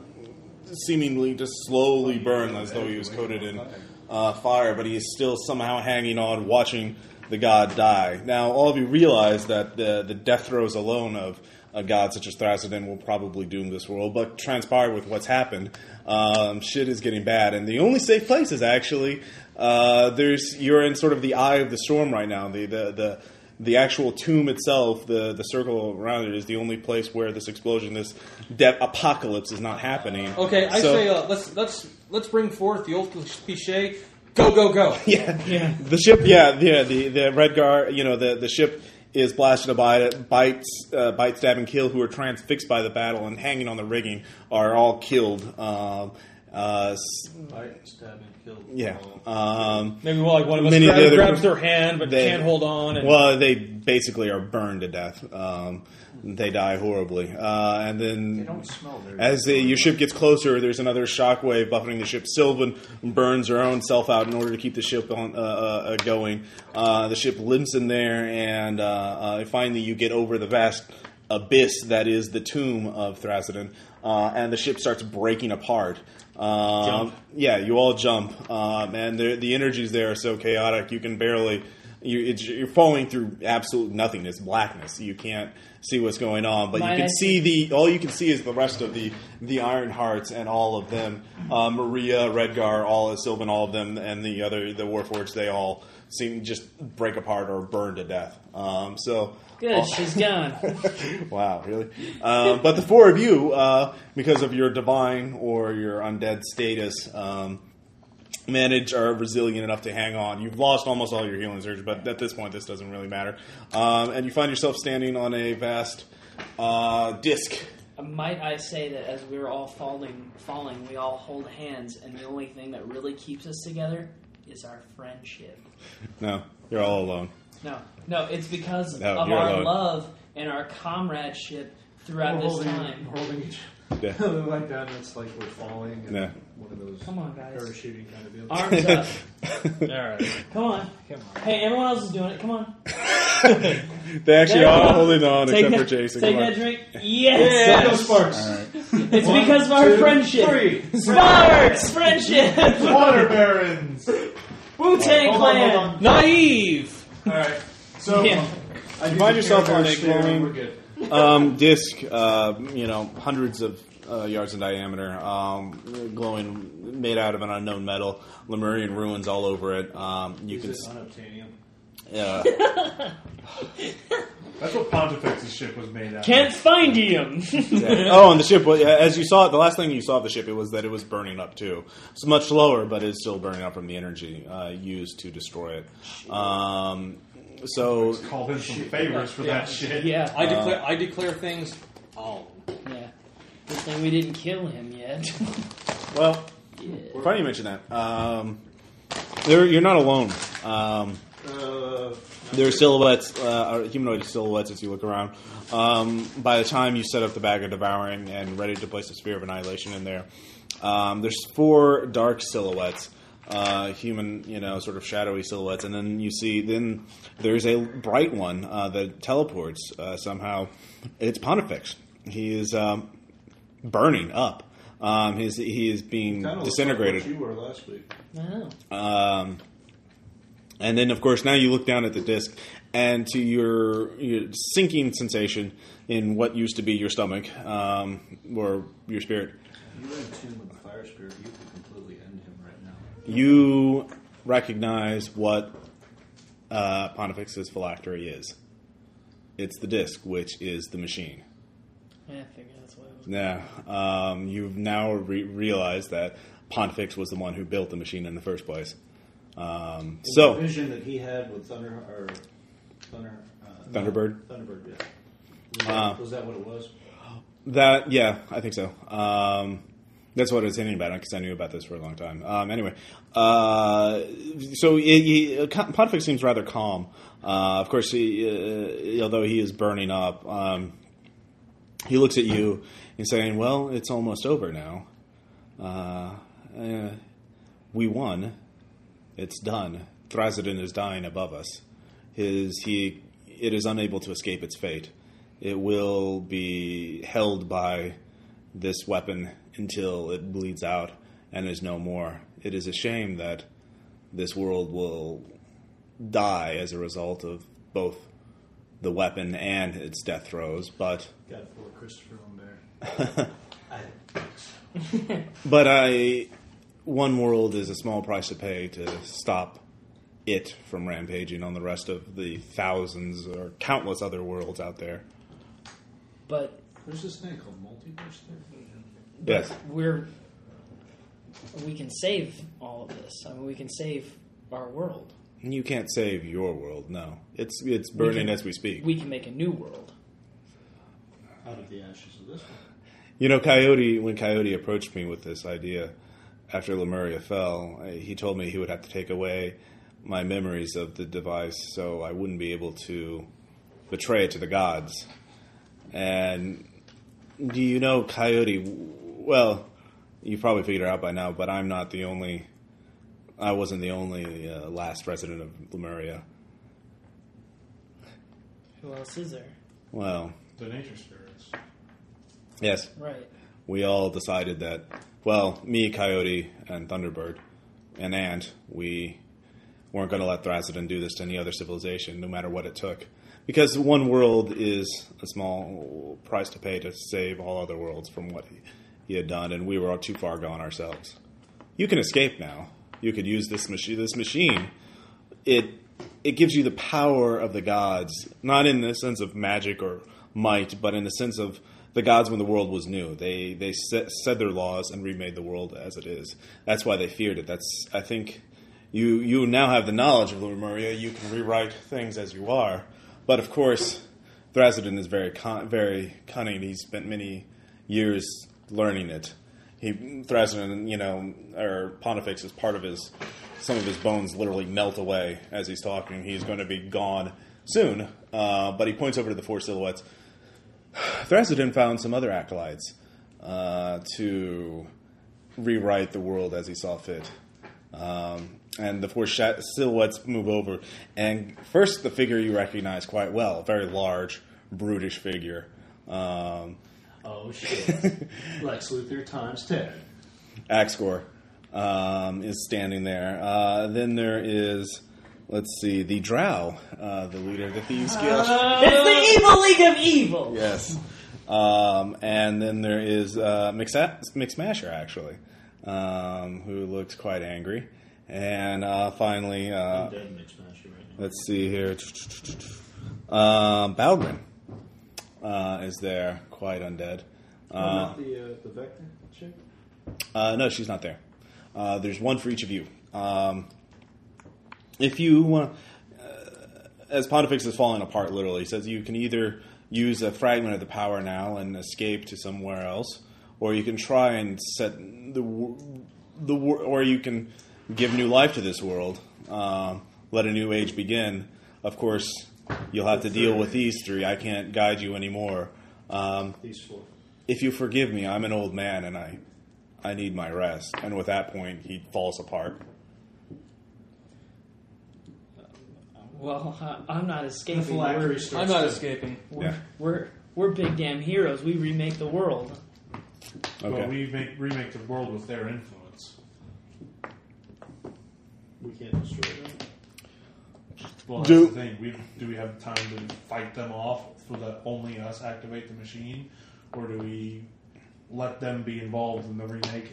S1: seemingly just slowly burn as though he was coated in uh, fire, but he is still somehow hanging on, watching the god die. Now, all of you realize that the, the death throes alone of a god such as Thrasadin will probably doom this world, but transpire with what's happened, um, shit is getting bad. And the only safe place is actually uh, there's you're in sort of the eye of the storm right now. The the the the actual tomb itself, the, the circle around it, is the only place where this explosion, this de- apocalypse, is not happening.
S5: Okay, I
S1: So-
S5: say uh, let's let's let's bring forth the old cliche. Go go go!
S1: yeah, The ship, yeah, yeah. The the Redgar, you know, the the ship is blasted by it. Bites, uh, bite, stab, and kill. Who are transfixed by the battle and hanging on the rigging are all killed. Um, uh, s-
S3: Bite, stab, and kill.
S1: yeah.
S3: All.
S1: Um,
S5: Maybe well, like one of us
S1: Many of
S5: grab-
S1: the other-
S5: grabs their hand but
S1: They-
S5: can't hold on. And,
S1: well, they basically are burned to death. Um, they die horribly, uh, and then
S3: They don't smell very
S1: As the, your ship gets closer, there's another shockwave buffeting the ship. Sylvan burns her own self out in order to keep the ship on, uh, uh, uh, going. Uh, the ship limps in there, and uh, uh, finally you get over the vast abyss that is the tomb of Thrasidon, uh, and the ship starts breaking apart. Um, Yeah, you all jump, um, and the, the energies there are so chaotic you can barely. You, it's, you're falling through absolute nothingness, blackness. You can't see what's going on, but
S6: Might
S1: you
S6: I
S1: can see see the all you can see is the rest of the the Iron Hearts and all of them, uh, Maria, Redgar, all Sylvan, all of them, and the other the Warforged. They all seem just break apart or burn to death. Um, so
S6: Good, she's gone.
S1: wow, really? Um, but the four of you, uh, because of your divine or your undead status, um, manage are resilient enough to hang on. You've lost almost all your healing surge, but at this point, this doesn't really matter. Um, and you find yourself standing on a vast uh, disc.
S6: Might I say that as we're all falling, falling, we all hold hands, and the only thing that really keeps us together is our friendship.
S1: No, you're all alone.
S6: No, no, it's because
S1: No,
S6: of
S1: you're
S6: our
S1: alone.
S6: love and our comradeship throughout
S3: we're
S6: this
S3: holding,
S6: time.
S3: We're holding each
S1: Yeah.
S3: other like that, and it's like we're falling. And
S1: Yeah.
S3: One of those
S6: Come on, guys.
S3: parachuting kind of deals.
S6: Arms up.
S5: Alright.
S4: Come on.
S5: Come on.
S4: Hey, everyone else is doing it. Come on.
S1: They actually
S4: Yeah.
S1: are holding on,
S4: Take
S1: except
S4: that,
S1: for Jason.
S4: Take
S1: Come
S4: that
S1: on.
S4: drink.
S3: Don't go
S4: Yes.
S3: sparks.
S4: It's
S3: One,
S4: because of our
S3: two,
S4: friendship.
S3: Three.
S4: Sparks! Friendship!
S2: Water barons.
S4: Wu Tang
S3: Hold on, hold
S4: Clan!
S3: on.
S5: Naive!
S2: All right.
S3: So
S4: Yeah.
S3: I do
S1: Find
S3: the
S1: yourself on
S3: paraglide
S1: a
S3: there,
S1: glowing-
S3: We're good.
S1: um, disc, uh, you know, hundreds of uh, yards in diameter, um, glowing, made out of an unknown metal. Lemurian ruins all over it. Um, you
S3: Is
S1: can,
S3: it unobtainium?
S1: s- uh,
S2: That's what Pontifex's ship was made out. of.
S4: Can't find him!
S1: yeah. oh, and the ship. was- As you saw it, the last thing you saw of the ship, it was that it was burning up too. It's much slower, but it's still burning up from the energy uh, used to destroy it. Um, so
S2: Called in some favors for that shit.
S6: Yeah,
S5: I declare I declare things own.
S6: yeah. Good thing we didn't kill him yet.
S1: Well,
S6: Yeah.
S1: funny you mention that. Um, there, you're not alone. Um,
S3: Uh,
S1: there are silhouettes, uh, are humanoid silhouettes, as you look around. Um, by the time you set up the bag of devouring and ready to place the sphere of annihilation in there, um, there's four dark silhouettes, uh, human, you know, sort of shadowy silhouettes, and then you see then there's a bright one uh, that teleports uh, somehow. It's Pontifex. He is um, burning up. Um, his, he is being
S3: kinda looks like
S1: disintegrated.
S3: what you were last week.
S6: No.
S1: Um, and then, of course, now you look down at the disc, and to your, your sinking sensation in what used to be your stomach um, or your spirit,
S3: You were in tune with the fire spirit. You could completely end him right now.
S1: you recognize what uh, Pontifex's phylactery is. It's the disc, which is the machine.
S6: Yeah, I figured that's what it was.
S1: Yeah, um, you've now re- realized that Pontifex was the one who built the machine in the first place. Um, so.
S3: the vision that he had with Thunder or Thunder uh,
S1: Thunderbird?
S3: Thunderbird, yeah. Was that,
S1: Uh,
S3: was that what it was?
S1: That yeah, I think so. Um, that's what I was hinting about because I knew about this for a long time. Um, anyway, uh, so it, it, Pontifex seems rather calm. Uh, of course, he, uh, although he is burning up, um, he looks at you and saying, "Well, it's almost over now. Uh, uh, we won. It's done. Thrasidon is dying above us. His he it is unable to escape its fate. It will be held by this weapon until it bleeds out and is no more. It is a shame that this world will die as a result of both the weapon and its death throes, but
S3: God for Christopher Lambert. I,
S1: But I, one world is a small price to pay to stop it from rampaging on the rest of the thousands or countless other worlds out there.
S6: But
S3: there's this thing called multiverse therapy.
S1: Yes.
S6: we're we can save all of this. I mean, we can save our world.
S1: You can't save your world. No, it's it's burning
S6: can-
S1: as we speak.
S6: We can make a new world.
S3: Out of the ashes of this one.
S1: You know, Coyote. When Coyote approached me with this idea after Lemuria fell, I- he told me he would have to take away my memories of the device, so I wouldn't be able to betray it to the gods. And do you know Coyote? Well, you probably figured it out by now, but I'm not the only. I wasn't the only uh, last resident of Lemuria.
S6: Who else is there?
S1: Well,
S2: The nature spirits.
S1: yes,
S6: Right.
S1: we all decided that, well, me, Coyote, and Thunderbird, and Ant, we weren't going to let Thrasidon do this to any other civilization, no matter what it took. Because one world is a small price to pay to save all other worlds from what he, he had done, and we were all too far gone ourselves. You can escape now. You could use this machine. This machine, it it gives you the power of the gods, not in the sense of magic or might, but in the sense of the gods when the world was new. They they set, said their laws and remade the world as it is. That's why they feared it. That's I think you you now have the knowledge of Lemuria. You can rewrite things as you are, but of course, Thrasidon is very con- very cunning. He spent many years learning it. He Thrasidon, you know, or Pontifex is part of his. Some of his bones literally melt away as he's talking. He's going to be gone soon, uh, but he points over to the four silhouettes. Thrasidon found some other acolytes uh, to rewrite the world as he saw fit. Um, and the four sha silhouettes move over, and first the figure you recognize quite well, very large, brutish figure. Um,
S3: Oh shit! Lex Luthor times ten.
S1: Axgor um, is standing there. Uh, then there is, let's see, the Drow, uh, the leader of the Thieves Guild.
S4: Uh-huh. It's the evil league of evil.
S1: Yes. Um, and then there is uh, Mixa- Mixmasher, actually, um, who looks quite angry. And uh, finally, uh,
S3: Dead Mitch Masher right now.
S1: let's see here. Um, Balgrin uh, is there, quite undead.
S3: Oh,
S1: Uh,
S3: not the uh, the vector chick.
S1: uh, no, she's not there. Uh, there's one for each of you. Um, if you want, uh, as Pontifex is falling apart, literally, he says you can either use a fragment of the power now and escape to somewhere else, or you can try and set the wor- the wor- or you can give new life to this world, um, let a new age begin. Of course, you'll have to deal with these three. I can't guide you anymore. Um,
S3: These four.
S1: if you forgive me, I'm an old man and I, I need my rest. And with that point, he falls apart.
S6: Well, I- I'm not
S3: The
S6: escaping. We're,
S3: phylactery starts.
S5: I'm not
S3: to-
S5: escaping.
S6: we're,
S1: Yeah.
S6: we're we're big damn heroes. We remake the world.
S1: Okay.
S2: But we make, remake the world with their influence.
S3: We can't destroy them.
S2: Well, that's
S1: Do-
S2: the thing. We, do we have time to fight them off so that only us activate the machine, or do we let them be involved in the remaking?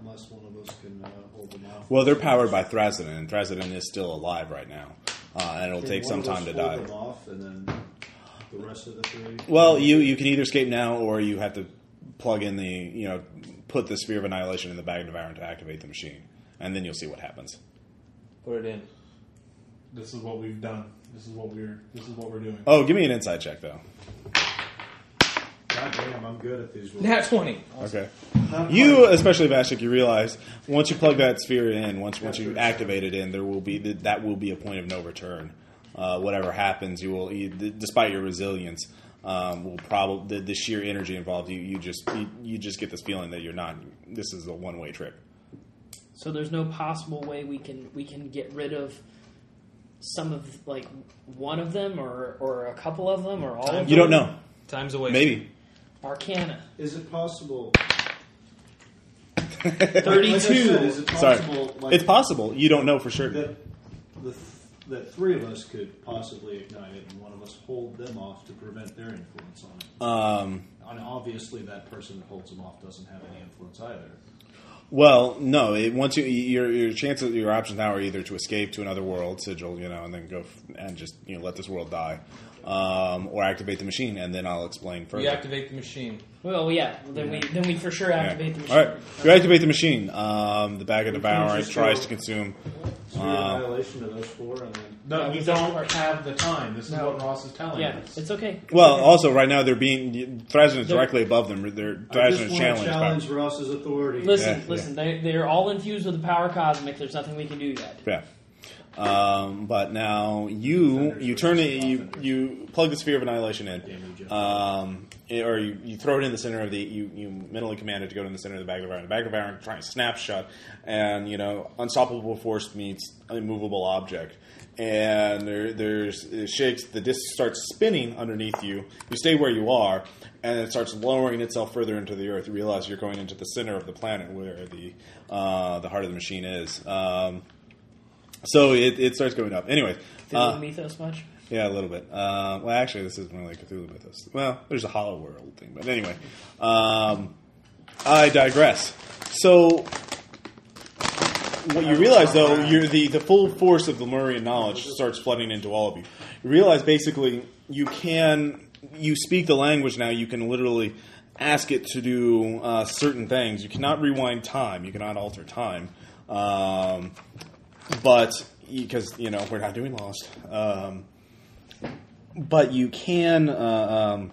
S3: Unless one of us can uh, hold them off.
S1: well, they're powered by Thrasidon, and Thrasidon is still alive right now. Uh, and it'll
S3: Can
S1: take
S3: one
S1: some
S3: of us
S1: time to
S3: hold
S1: die.
S3: Them off, and then the rest of the three.
S1: Well, you, you can either escape now or you have to plug in the, you know, put the Spear of Annihilation in the Bag of Iron to activate the machine. And then you'll see what happens.
S5: Put it in.
S2: This is what we've done. This is what we're. This is what we're doing.
S1: Oh, give me an inside check, though.
S3: God damn, I'm good at these.
S5: Nat 20.
S1: Okay. You, especially Vashik, you realize once you plug that sphere in, once once you activate it in, there will be that that will be a point of no return. Uh, whatever happens, you will, e- d- despite your resilience, um, will probably the, the sheer energy involved. You you just you, you just get this feeling that you're not. This is a one way trip.
S6: So there's no possible way we can we can get rid of some of like one of them or or a couple of them or all of
S1: You
S6: them.
S1: don't know.
S5: Time's away.
S1: Maybe.
S6: Arcana
S3: Is it possible? Like I said, is
S6: thirty-two.
S3: it
S1: Sorry,
S3: possible? Like,
S1: it's possible. You don't know for sure.
S3: that the th- that three of us could possibly ignite it, and one of us hold them off to prevent their influence on it.
S1: Um,
S3: And obviously, that person that holds them off doesn't have any influence either.
S1: Well, no. It, once you your your chances your options now are either to escape to another world sigil, you know, and then go f- and just you know let this world die, um, or activate the machine, and then I'll explain further.
S5: We activate the machine.
S6: Well, yeah. Well, then we then we for sure
S1: Yeah.
S6: activate the machine.
S1: All right, you activate the machine. Um, the bag of
S3: We can
S1: devouring
S3: just
S1: tries
S3: go-
S1: to consume.
S3: So we
S1: Uh,
S3: annihilation of those four, and then
S2: No, we don't have the time. This is
S6: No.
S2: what Ross is telling
S6: Yeah,
S2: us.
S6: it's okay.
S1: Well,
S6: Okay.
S1: also right now they're being Thrasen is
S6: They're-
S1: directly above them. They're
S3: I
S1: Thrasen
S3: just
S1: is
S3: want to
S1: challenged.
S3: challenge
S1: By,
S3: Ross's authority.
S6: listen,
S1: Yeah,
S6: listen. They they're all infused with the power cosmic. There's nothing we can do yet.
S1: yeah. Um, but now you
S3: Defenders
S1: you turn
S3: versus
S1: it you
S3: offenders.
S1: you plug the sphere of annihilation in.
S3: Damage.
S1: um, it- or you, you throw it in the center of the you, you mentally command it to go in the center of the bag of iron. The bag of iron trying to snap shut, and you know unstoppable force meets immovable object, and there, there's it shakes. The disc starts spinning underneath you. You stay where you are, and it starts lowering itself further into the earth. You realize you're going into the center of the planet where the uh, the heart of the machine is. Um, so it, it starts going up. Anyway,
S6: Feeling
S1: uh,
S6: Mythos much?
S1: yeah, a little bit. Uh, well, actually, this is more like Cthulhu Mythos. Well, there's a Hollow World thing, but anyway, um, I digress. So what you realize, though, you're the, the full force of Lemurian knowledge starts flooding into all of you. You realize basically you can you speak the language now. You can literally ask it to do uh, certain things. You cannot rewind time. You cannot alter time. Um, but because you know we're not doing Lost. Um, but you can uh, um,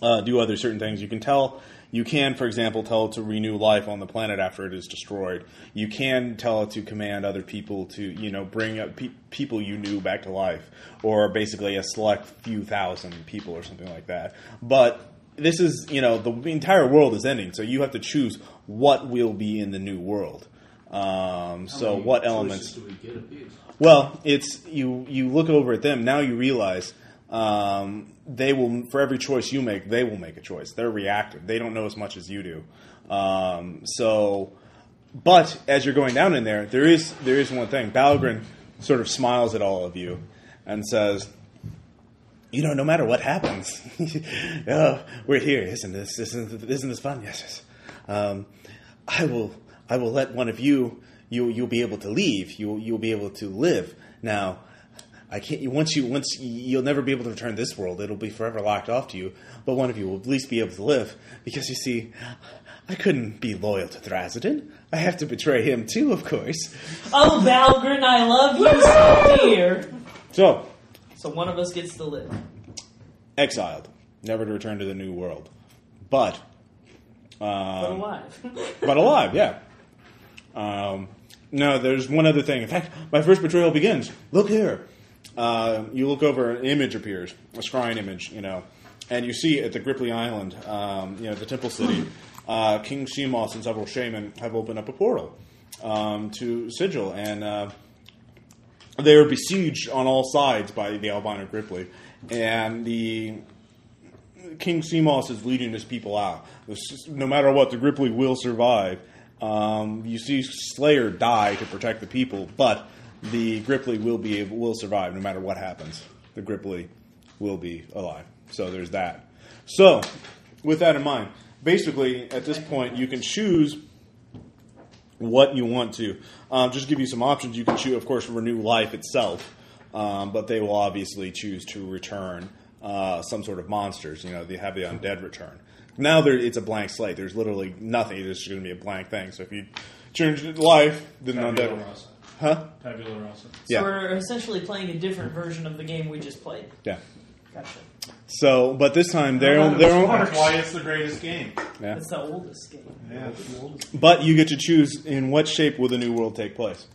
S1: uh, do other certain things. You can tell. You can, for example, tell it to renew life on the planet after it is destroyed. You can tell it to command other people to, you know, bring up pe- people you knew back to life, or basically a select few thousand people or something like that. But this is, you know, the entire world is ending, so you have to choose what will be in the new world. Um, so, what elements?
S3: Do we get of these?
S1: Well, it's you. You look over at them now. You realize um, they will for every choice you make, they will make a choice. They're reactive. They don't know as much as you do. Um, so, but as you're going down in there, there is there is one thing. Balgrin sort of smiles at all of you and says, "You know, no matter what happens, oh, we're here. Isn't this isn't isn't this fun? Yes, yes. Um, I will I will let one of you you you'll be able to leave. You you'll be able to live now." I can't. Once you, once you'll never be able to return this world. It'll be forever locked off to you. But one of you will at least be able to live, because you see, I couldn't be loyal to Thrasidon. I have to betray him too, of course.
S4: Oh, Valgrin, I love you so dear.
S1: So
S4: So one of us gets to live.
S1: exiled, never to return to the new world, but
S4: But
S1: um,
S4: alive.
S1: but alive, yeah. Um, no, there's one other thing. In fact, my first betrayal begins. Look here. Uh, you look over, an image appears, a scrying image, you know, and you see at the Gripley Island, um, you know, the Temple City, uh, King Seamoss and several shaman have opened up a portal um, to Sigil, and uh, they are besieged on all sides by the Albino Gripley, and the King Seamoss is leading his people out. This- No matter what, the Gripley will survive. Um, you see Slayer die to protect the people, but the Gripley will be able, will survive no matter what happens. The Gripley will be alive. So there's that. So, with that in mind, basically at this point you can choose what you want to. Um, just to give you some options, you can choose, of course, Renew Life itself, um, but they will obviously choose to return uh, some sort of monsters. You know, they have the undead return. Now there, it's a blank slate. There's literally nothing. There's just going to be a blank thing. So if you change it to life, then
S2: Tabula
S1: undead.
S2: rasa.
S1: Huh?
S2: Tabula rasa.
S4: So
S1: Yeah.
S4: we're essentially playing a different version of the game we just played.
S1: Yeah.
S4: Gotcha.
S1: So, but this time they're
S4: None of
S1: they're
S4: us
S1: on-
S2: That's why it's the greatest game.
S1: Yeah.
S4: That's the oldest game.
S2: Yeah, it's the oldest.
S1: But you get to choose in what shape will the new world take place,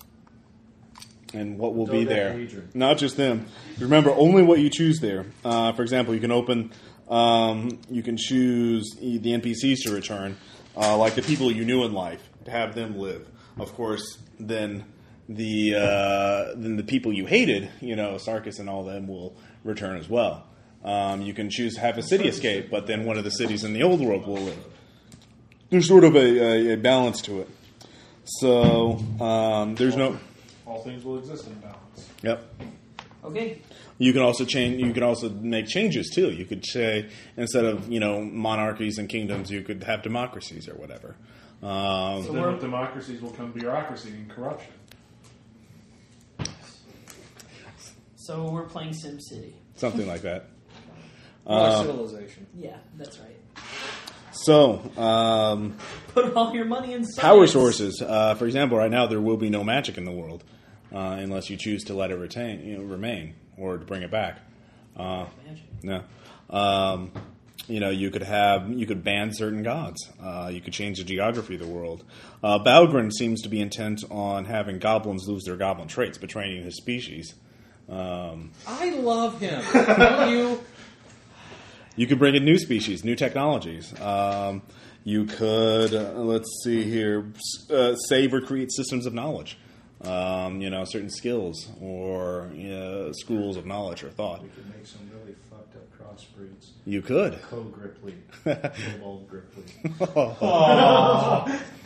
S1: and what will be there.
S3: Dodecahedron.
S1: Not just them. Remember, only what you choose there. Uh, for example, you can open, um, you can choose e- the NPCs to return, uh, like the people you knew in life, to have them live. Of course, then the uh, then the people you hated, you know, Sarkis and all them will return as well. Um, you can choose to have a city escape, but then one of the cities in the old world will live there's sort of a, a, a balance to it. So um, there's no.
S2: All things will exist in balance.
S1: Yep.
S4: Okay.
S1: You can also change. You can also make changes too. You could say instead of you know monarchies and kingdoms, you could have democracies or whatever. Um,
S2: So then with democracies will come bureaucracy and corruption.
S4: So we're playing SimCity.
S1: something like that. Um,
S5: Another civilization.
S4: Yeah, that's right.
S1: So um,
S4: Put all your money in science.
S1: power sources. Uh, for example, right now there will be no magic in the world uh, unless you choose to let it retain, you know, remain, or to bring it back. Uh,
S4: Magic.
S1: No. Um, you know, you could have you could ban certain gods. Uh, you could change the geography of the world. Uh, Balgrin seems to be intent on having goblins lose their goblin traits, betraying his species.
S5: I love him. Don't you?
S1: You could bring in new species, new technologies. Um, you could uh, let's see here, s- uh, save or create systems of knowledge. Um, you know, certain skills or you know, schools of knowledge or thought.
S3: We could make some really fucked up crossbreeds.
S1: You could.
S3: Co Gripley, Cobalt Gripley.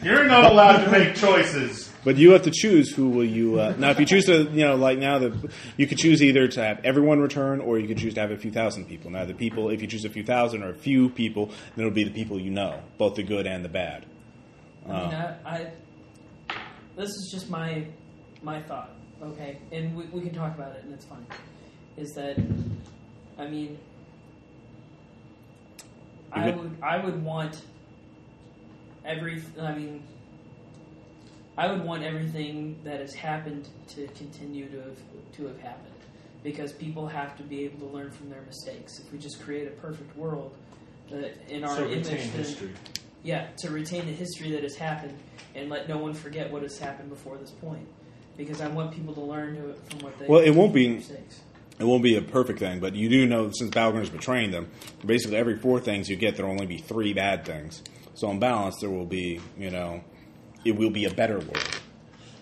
S2: You're not allowed to make choices.
S1: But you have to choose who will you. Uh, now, if you choose to, you know, like now that you could choose either to have everyone return, or you could choose to have a few thousand people. Now, the people, if you choose a few thousand or a few people,
S2: Oh.
S1: then it'll be the people you know, both the good and the bad.
S4: I mean, I, I, this is just my my thought, okay? And we, we can talk about it, and it's fine. Is that, I mean, I
S1: Even-
S4: would I would want every. I mean, I would want everything that has happened to continue to have, to have happened because people have to be able to learn from their mistakes. If we just create a perfect world that in our
S2: so
S4: image,
S2: retain
S4: then-
S2: history.
S4: yeah, to retain the history that has happened and let no one forget what has happened before this point. Because I want people to learn to, from what they
S1: Well, it won't be-
S4: mistakes.
S1: It won't be a perfect thing, but you do know since Balgrim's betraying them, basically every four things you get, there'll only be three bad things. So on balance, there will be, you know, it will be a better world.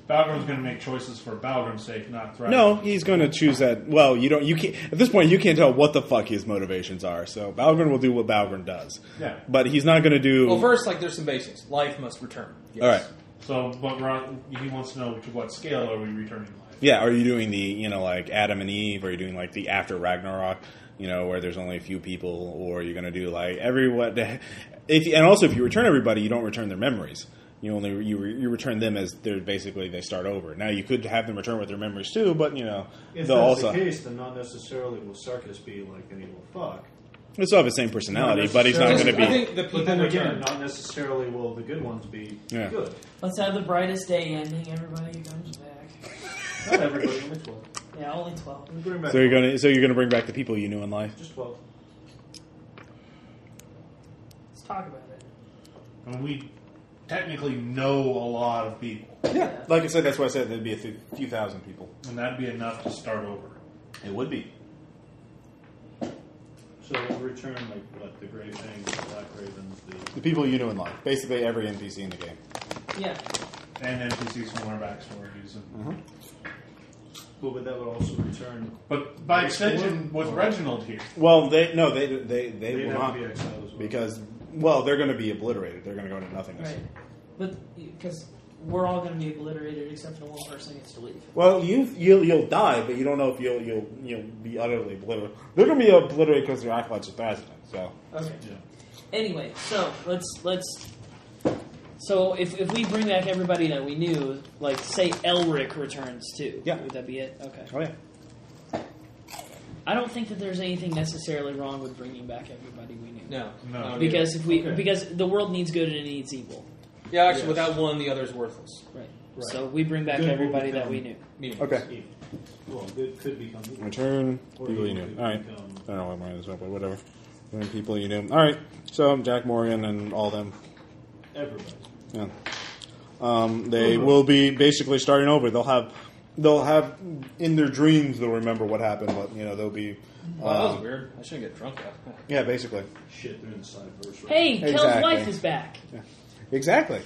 S2: Balgrim's going to make choices for Balgrim's sake, not Thrax.
S1: No, he's going to choose that. Well, you don't. You can't. At this point, you can't tell what the fuck his motivations are. So Balgrin will do what Balgrin does.
S2: Yeah.
S1: But he's not going to do.
S5: Well, first, like there's some basics. Life must return. Yes.
S1: All right.
S2: So, but Ro- he wants to know to what scale are we returning life?
S1: Yeah. Are you doing the you know like Adam and Eve? Are you doing like the after Ragnarok? You know where there's only a few people, or you're going to do like everyone. If and also if you return everybody, you don't return their memories. You only you re- you return them as they're basically they start over. Now you could have them return with their memories too, but you know
S3: If
S1: they'll
S3: that's
S1: also
S3: the case, then not necessarily will Sarkis be like an evil fuck.
S1: they still have the same personality,
S3: Not
S1: but he's not going to
S3: necessarily.
S1: be.
S5: I think the people
S3: But then
S5: return.
S3: again, not necessarily will the good ones be
S1: Yeah.
S3: good.
S4: Let's have the brightest day ending. Everybody comes back.
S3: Not everybody, only 12.
S4: Yeah, only twelve.
S3: I'm bringing back
S1: So you're gonna so you're gonna bring back the people you knew in life.
S3: just 12.
S4: Let's talk about it.
S2: And we technically know a lot of people,
S4: Yeah.
S1: like I said, that's why I said there'd be a few, few thousand people.
S2: and that'd be enough to start over.
S1: It would be.
S3: So we'll return, like, what, the Grey Fangs, the Black Ravens, the.
S1: The people you knew in life, basically every NPC in the game.
S4: Yeah.
S2: And NPCs from our backstories. And,
S1: Mm-hmm.
S3: Well, but that would also return.
S2: But by
S3: Like
S2: extension,
S3: what?
S2: with Reginald here,
S1: Well, they no, they they they
S3: They'd
S1: will
S3: have
S1: not
S3: to be exiled as well.
S1: because well they're going to be obliterated. They're going to go into nothingness.
S4: Right. But because we're all going to be obliterated except for the one person gets to leave.
S1: Well, you you'll, you'll die, but you don't know if you'll you'll you'll be utterly obliterated. They're going to be obliterated because they're acolytes of Thrasimund. So
S4: Okay.
S2: yeah.
S4: Anyway, so let's let's. So if, if we bring back everybody that we knew, like say Elric returns too,
S1: Yeah.
S4: would that be it? Okay.
S1: oh yeah,
S4: I don't think that there's anything necessarily wrong with bringing back everybody we knew.
S5: No,
S2: No.
S5: I don't either.
S4: Because if we
S3: Okay.
S4: because the world needs good and it needs evil,
S5: yeah, actually,
S3: Yes.
S5: without one, the other's worthless.
S4: right?
S3: Right.
S4: So we bring back
S3: Good will
S4: everybody that
S3: become-
S4: we knew.
S5: Meaning.
S1: okay.
S3: Evil. Well, good could become evil.
S1: Return
S3: Or
S1: people you
S3: you
S1: knew.
S3: could
S1: All right.
S3: become-
S1: I don't know why I'm writing this up, but whatever. Return people you knew. All right. So Jack Morgan and all them.
S3: Everybody.
S1: Yeah. Um, they will be basically starting over. They'll have, they'll have in their dreams they'll remember what happened, but you know they'll be,
S5: Wow, that was
S1: uh,
S5: weird. I shouldn't get drunk. That.
S1: yeah, basically,
S3: Shit, they're in the side verse. Right?
S4: Hey,
S1: Exactly.
S4: Kel's wife is back.
S1: exactly.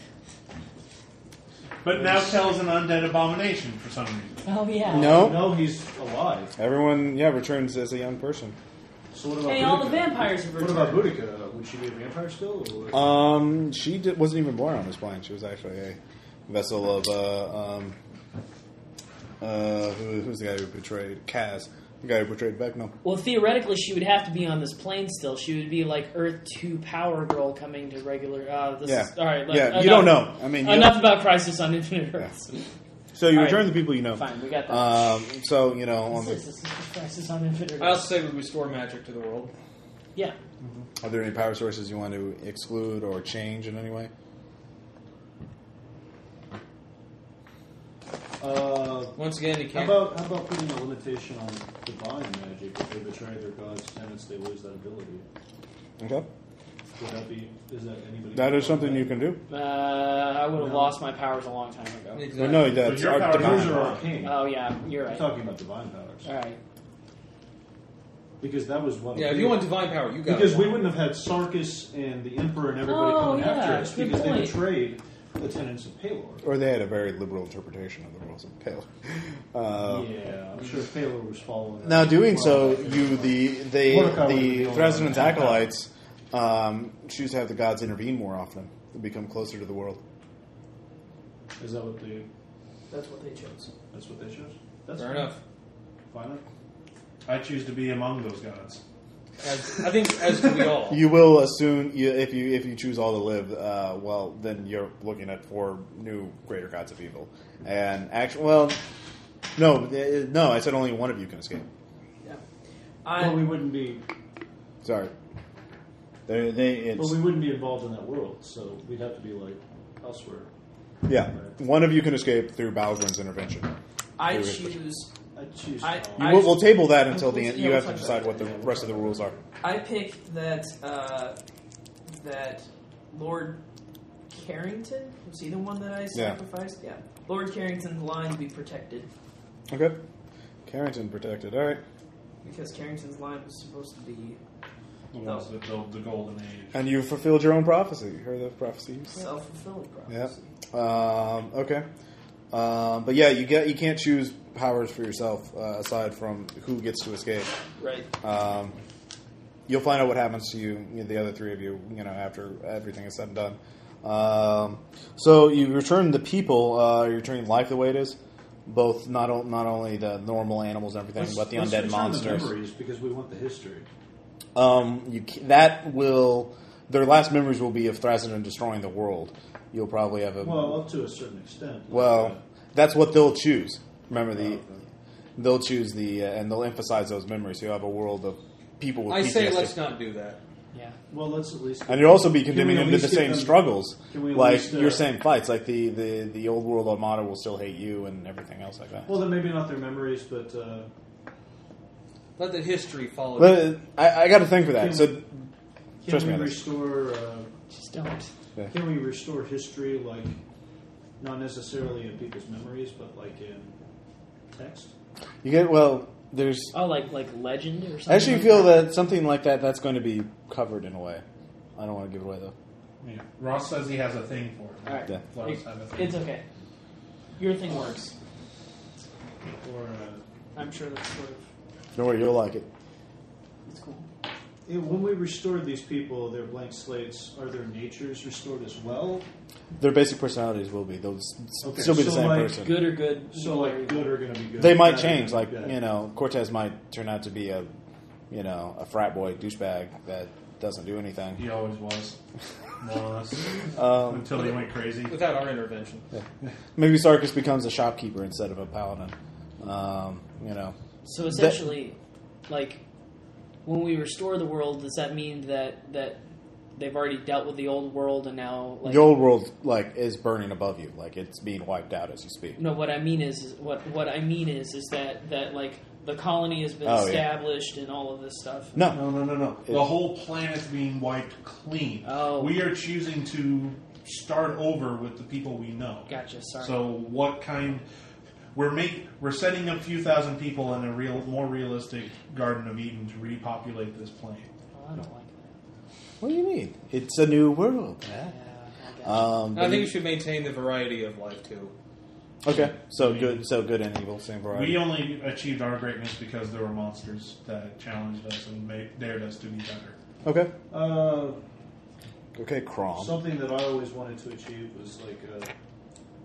S2: But now Kel's an undead abomination for some reason.
S4: Oh yeah.
S1: No,
S3: No, he's alive.
S1: everyone, yeah, returns as a young person.
S3: So what about
S4: Hey, all the
S3: Boudica?
S4: vampires have
S3: What about
S4: returned.
S3: Boudica? Uh, Would she be a vampire still? Or
S1: Um, she di- wasn't even born on this plane. She was actually a vessel of uh, um, uh, who, who's the guy who betrayed Kaz? The guy who betrayed Vecna.
S4: Well, theoretically, she would have to be on this plane still. She would be like Earth Two Power Girl coming to regular. Uh, this
S1: Yeah.
S4: is, all right. let-
S1: Yeah,
S4: enough,
S1: you don't know. I mean, you
S4: enough
S1: don't-
S4: about Crisis on Infinite Earths.
S1: So you
S4: All right.
S1: return the people you know.
S4: Fine, we got that.
S1: Um, so you know, on
S4: What's
S1: the
S4: this? This is Crisis on Infinite
S5: I
S4: Earths.
S5: also say we restore magic to the world.
S4: yeah.
S1: Are there any power sources you want to exclude or change in any way?
S3: uh,
S5: Once again, you
S3: how
S5: can't.
S3: about how about putting a limitation on divine magic? If they betray their god's tenets, they lose that ability.
S1: Okay.
S3: Would that be? Is that anybody?
S1: That is something you can do.
S4: Uh, I would have
S3: No.
S4: lost my powers a long time ago.
S5: Exactly.
S1: But no, that's
S2: your
S1: our
S2: power
S1: divine.
S3: Those are arcane.
S5: Uh,
S4: Oh yeah, you're
S3: I'm
S4: right.
S3: talking about divine powers
S4: All right.
S3: because that was what.
S5: Yeah, if you want divine power, you got
S3: because
S5: it.
S3: we wouldn't have had Sarkis and the Emperor and everybody
S4: Oh,
S3: coming
S4: yeah,
S3: after us
S4: good
S3: because they
S4: point.
S3: betrayed the tenets of Palor.
S1: Or they had a very liberal interpretation of the rules of Pale. Uh,
S3: yeah, I'm sure Palor was following. that
S1: Now,
S3: as
S1: doing so,
S3: well.
S1: you the they
S3: Mordecai would be
S1: the
S3: the only
S1: Thrasimund's
S3: one.
S1: acolytes um, choose to have the gods intervene more often and become closer to the world.
S3: is that what they?
S4: That's what they chose.
S3: That's what they chose. That's
S5: Fair enough.
S3: Fine.
S2: I choose to be among those gods.
S5: As, I think as do we all.
S1: You will assume you, if you if you choose all to live, uh, well, then you're looking at four new greater gods of evil. And actually, well, no, eh, no, I said only one of you can escape.
S4: Yeah.
S3: But we
S4: I,
S3: wouldn't be,
S1: Sorry, they, they, it's,
S3: but we wouldn't be involved in that world, so we'd have to be like elsewhere.
S1: yeah, one of you can escape through Balgrin's intervention.
S4: I
S1: There is-
S4: choose.
S3: I choose.
S4: I-
S3: Tom.
S1: You, we'll, we'll table that until the
S4: Yeah,
S1: end. You
S4: we'll
S1: have to
S4: talk
S1: decide
S4: about
S1: what
S4: it.
S1: the rest of the rules are.
S4: I picked that uh, that Lord Carrington. Was he the one that I
S1: Yeah.
S4: sacrificed? Yeah. Lord Carrington's line be protected
S1: Okay, Carrington protected. All right,
S4: because Carrington's line was supposed to be
S2: The ones that build the golden age.
S1: and you fulfilled your own prophecy. You heard the prophecy. you said?
S4: self fulfilling
S1: Yeah.
S4: prophecy.
S1: Um, okay. Um, but yeah, you get you can't choose powers for yourself uh, aside from who gets to escape.
S4: Right.
S1: Um, you'll find out what happens to you, you know, the other three of you, you know, after everything is said and done. Um, so you return the people. Uh, you're returning life the way it is, both not o- not only the normal animals and everything,
S3: Let's-
S1: but the
S3: let's
S1: undead
S3: return
S1: monsters.
S3: memories because we want the history.
S1: Um, you ca- that will their last memories will be of Thrasadon destroying the world. You'll probably have a
S3: Well, uh, up to a certain extent. like,
S1: Well, that's what they'll choose. Remember the,
S3: Okay.
S1: they'll choose the, uh, and they'll emphasize those memories. So you have a world of people with
S5: I say
S1: PTSD.
S5: let's not do that.
S6: Yeah.
S3: well, let's at least.
S1: and you'll also be condemning
S3: at
S1: them to the
S3: least give
S1: same
S3: them-
S1: struggles,
S3: Can we at
S1: like
S3: least, uh,
S1: your same fights. Like the, the, the old world armada will still hate you and everything else like that.
S3: Well, then maybe not their memories, but uh,
S5: Let the history follow.
S1: But, uh, I, I got to think for that.
S3: Can-
S1: So
S3: can
S1: Trust
S3: we
S1: me on this.
S3: restore? Uh,
S6: Just don't.
S3: can we restore history, like not necessarily in people's memories, but like in text?
S1: you get well. There's
S6: Oh, like like legend or something.
S1: I actually
S6: like
S1: feel that something like that that's going to be covered in a way. I don't want to give it away though.
S2: Yeah. Ross says he has a thing for it.
S4: Uh,
S6: All right.
S1: Yeah.
S2: Let us have a thing.
S6: It's okay. Your thing works.
S3: Or uh,
S6: I'm sure that's sort of.
S1: Don't worry, you'll like it.
S6: It's cool.
S3: yeah, when we restore these people, their blank slates, are their natures restored as well?
S1: Their basic personalities will be. They'll s- s-
S3: Okay,
S1: still be the
S3: so
S1: same
S3: like,
S1: person.
S6: Good or good.
S3: So like good are going to be good.
S1: they might
S3: bad are
S1: change.
S3: gonna
S1: Like
S3: be bad.
S1: you know, Cortez might turn out to be a, you know, a frat boy douchebag that doesn't do anything.
S2: He always was. More or less.
S1: Um,
S2: Until he went crazy.
S5: Without our intervention.
S1: maybe Sarkis becomes a shopkeeper instead of a paladin. Um, you know,
S6: So essentially, like when we restore the world, does that mean that that they've already dealt with the old world and now like
S1: the old world like is burning above you, like it's being wiped out as you speak.
S6: No, what I mean is, is what what I mean is is that that like the colony has been
S1: Oh, yeah.
S6: established and all of this stuff.
S1: No,
S2: No, no, no, no. The
S1: It's-
S2: whole planet's being wiped clean.
S6: Oh.
S2: We are choosing to start over with the people we know.
S6: Gotcha. Sorry.
S2: So what kind? We're make we're sending a few thousand people in a real, more realistic Garden of Eden to repopulate this planet.
S6: Well, I don't like
S1: what do you mean? It's a new world.
S6: that.
S1: man.
S6: Yeah, I gotcha.
S1: Um,
S5: And I think you should maintain the variety of life too.
S1: okay, so good, so good and evil, same variety.
S2: We only achieved our greatness because there were monsters that challenged us and made, dared us to be better.
S1: Okay,
S3: Uh,
S1: okay, Crom.
S3: something that I always wanted to achieve was like uh,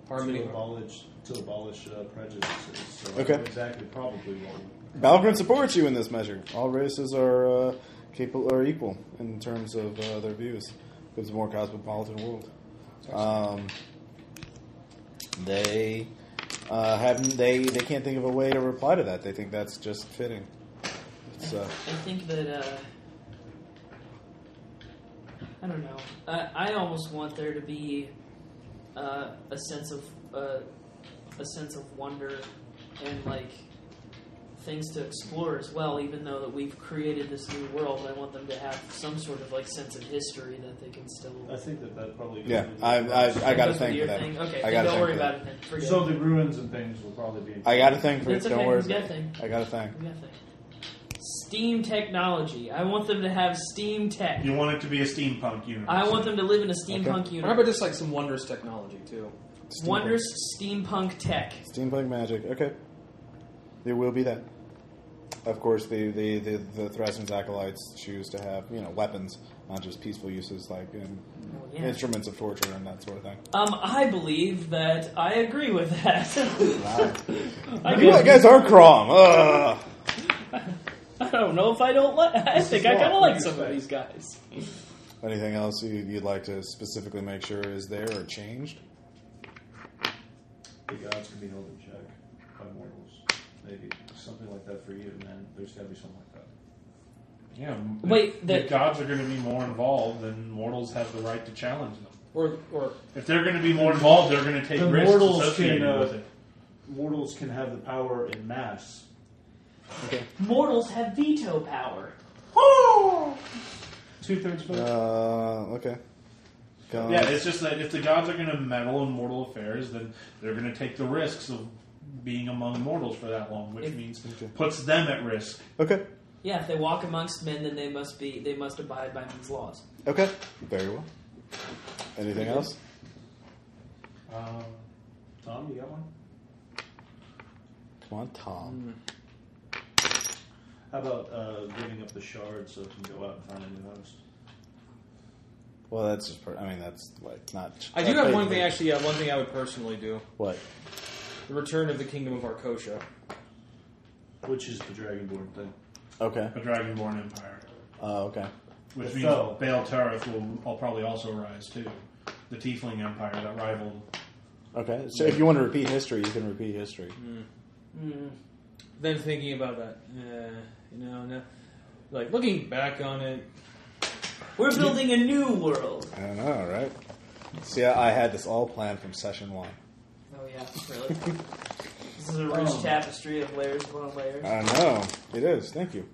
S5: Harmony.
S3: to abolish to abolish uh, prejudices. So
S1: Okay.
S3: that's exactly, probably what.
S1: Balgrin supports you in this measure. All races are uh, capable are equal in terms of uh, their views. It's a more cosmopolitan world. Um, they uh, haven't. They they can't think of a way to reply to that. They think that's just fitting. It's, uh,
S4: I think that uh, I don't know. I, I almost want there to be uh, a sense of uh, a sense of wonder and like things to explore as well. Even though that we've created this new world, I want them to have some sort of like sense of history that they can still.
S3: I think that that probably. goes
S1: yeah,
S3: into
S1: I
S3: the-
S1: I, I got a
S4: Those were
S1: thing
S4: your
S1: for that.
S4: thing?
S1: I
S4: Okay, then
S1: got a
S4: don't
S1: thing
S4: worry
S1: for
S4: about
S1: that.
S4: it then. Forget
S3: So
S4: it.
S3: the ruins and things will probably be.
S1: I got a thing for
S4: It's
S1: it. Don't
S4: okay,
S1: worry.
S4: he's got a
S1: about it.
S4: thing.
S1: I got a thing.
S4: We got that. Steam technology. I want them to have steam tech.
S2: You want it to be a steampunk universe.
S4: I want them to live in a steampunk
S5: How about
S4: universe.
S5: just like some wondrous technology too?
S1: Steampunk.
S4: Wondrous steampunk tech.
S1: Steampunk magic. Okay. There will be that. Of course, the the the, the Thrasim's acolytes choose to have you know weapons, not just peaceful uses like um,
S4: Well, yeah.
S1: instruments of torture and that sort of thing.
S4: Um, I believe that I agree with that.
S1: Wow.
S4: I
S1: you
S4: guess-
S1: guys are Crom. Ugh.
S6: I don't know if I don't like. I think I
S3: law.
S6: kind of
S3: What do
S6: like
S3: you
S6: some of
S3: expect?
S6: these guys.
S1: Anything else you- you'd like to specifically make sure is there or changed?
S3: The gods can be held in check by mortals. Maybe something like that for you, man. There's got to be something like that.
S2: Yeah. m-
S4: Wait,
S2: the,
S4: the-
S2: gods are going to be more involved, and mortals have the right to challenge them.
S5: Or, or
S2: If they're going to be more involved, they're going to take
S3: The
S2: risks
S3: mortals
S2: associated
S3: can, uh,
S2: with it.
S3: Mortals can have the power in mass.
S4: Mortals have veto power.
S3: Two thirds vote.
S1: Uh, okay. Gone.
S3: uh,
S2: Yeah, it's just that if the gods are going to meddle in mortal affairs, then they're going to take the risks of being among mortals for that long, which
S4: If-
S2: means puts them at risk.
S1: Okay.
S4: Yeah, if they walk amongst men, then they must be they must abide by these laws.
S1: Okay. Very well. Anything else?
S2: Um,
S3: Tom, you got one?
S1: Come on, Tom.
S5: Mm.
S3: How about uh, giving up the shard so it can go out and find a new host?
S1: Well, that's just. Per- I mean, that's like not.
S5: I do have one thing
S1: Actually,
S5: actually. Yeah, one thing I would personally do:
S1: what?
S5: the return of the kingdom of Arcosia.
S3: Which is the dragonborn thing.
S1: Okay.
S2: a dragonborn empire,
S1: Uh, okay.
S2: which
S3: It
S2: means
S3: fell.
S2: Baal Tareth will, will probably also rise too. The Tiefling Empire that rivaled
S1: Okay. So if you want to repeat history, you can repeat history.
S5: Then thinking about that, uh, you know, now, like looking back on it,
S4: We're building a new world.
S1: I don't know, right? See, I I had this all planned from session one.
S4: Oh yeah, really. this is a rich
S3: Um.
S4: tapestry of layers upon layers.
S1: I know it is. Thank you.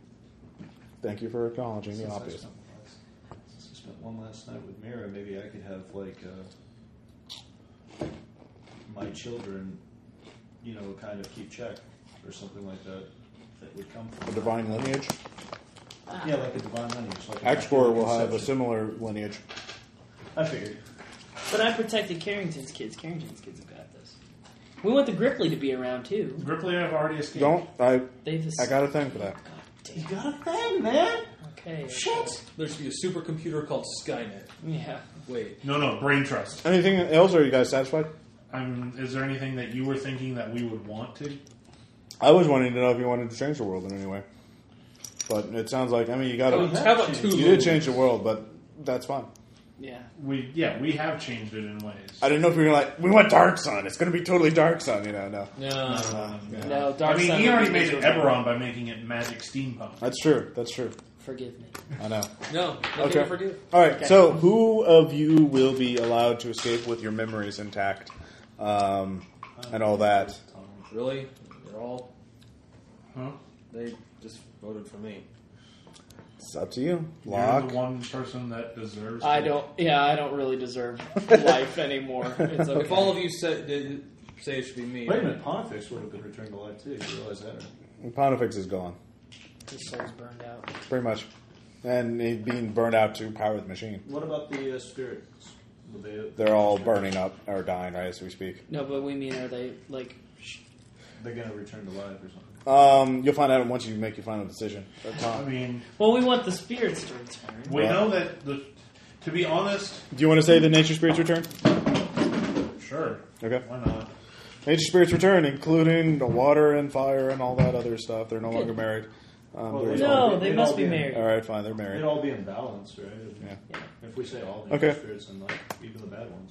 S1: Thank you for acknowledging the
S3: Since I
S1: obvious.
S3: spent one last- Since I spent one last night with Mira, maybe I could have like uh, my children, you know, kind of keep check or something like that. That would come
S1: The
S3: from
S1: divine lineage.
S3: Yeah, like a divine lineage. Like a
S1: Axgor will have a
S3: conception.
S1: similar lineage.
S3: I figured.
S6: But I protected Carrington's kids. Carrington's kids have got this. We want the Gripply to be around too.
S2: Ripley. I've already escaped.
S1: Don't I?
S6: They've
S1: I got a thing for that.
S3: You got a thing, man.
S6: okay.
S3: Shit.
S5: there should be a supercomputer called Skynet.
S6: Yeah.
S5: Wait,
S2: No, no, brain trust.
S1: Anything else? Are you guys satisfied?
S2: Um, is there anything that you were thinking that we would want to?
S1: I was wanting to know if you wanted to change the world in any way, but it sounds like I mean you got
S5: how
S1: to.
S5: about, Oh, how about
S3: changed.
S5: Tulu?
S1: You did change the world, but that's fine.
S6: Yeah.
S2: We yeah, we have changed it in ways.
S1: I didn't know if we were like we want Dark Sun. It's going to be totally Dark Sun, you know? No,
S5: No,
S2: Um,
S1: Yeah.
S6: No, Dark
S2: I mean,
S6: Sun
S2: he
S6: would
S2: already
S6: be
S2: made it
S6: miserable.
S2: Eberron by making it magic steampunk.
S1: that's true. That's true.
S6: Forgive me.
S1: I know.
S5: no, nothing
S1: Okay.
S5: to forgive.
S1: All right. So, who of you will be allowed to escape with your memories intact um, and all that?
S5: Really, they're all
S2: Huh?
S5: they just voted for me.
S1: It's up to you.
S2: You're
S1: Locke.
S2: the one person that deserves.
S6: I
S2: it.
S6: don't. Yeah, I don't really deserve life anymore. It's okay.
S5: If all of you said did, say it should be me,
S3: Wait a minute, Pontifex would have been returned to life too. You realize that? Right?
S1: Pontifex is gone,
S6: His soul's burned out.
S1: pretty much, and he being burned out to power the machine.
S3: What about the uh, spirits? Will they,
S1: They're all burning up or dying right as we speak.
S6: No, but we mean are they like? sh-
S3: they're going to return to life or something.
S1: Um, you'll find out once you make your final decision. Uh,
S2: I
S1: Tom,
S2: mean,
S6: Well, we want the spirits to return.
S2: we
S1: Yeah.
S2: know that the. To be honest,
S1: do you want to say the nature spirits return?
S2: sure.
S1: Okay.
S2: Why not?
S1: Nature spirits return, including the water and fire and all that other stuff. They're no longer married. Um,
S3: Well,
S1: they're-
S3: It'd
S6: No,
S3: all be-
S6: they
S3: it'd
S6: must
S3: all
S6: be
S3: be-
S6: married.
S1: all right, fine. They're
S3: It'd
S1: married.
S3: all be in balance, right?
S1: Yeah.
S3: If we say all the
S1: Okay.
S3: spirits and like even the bad ones.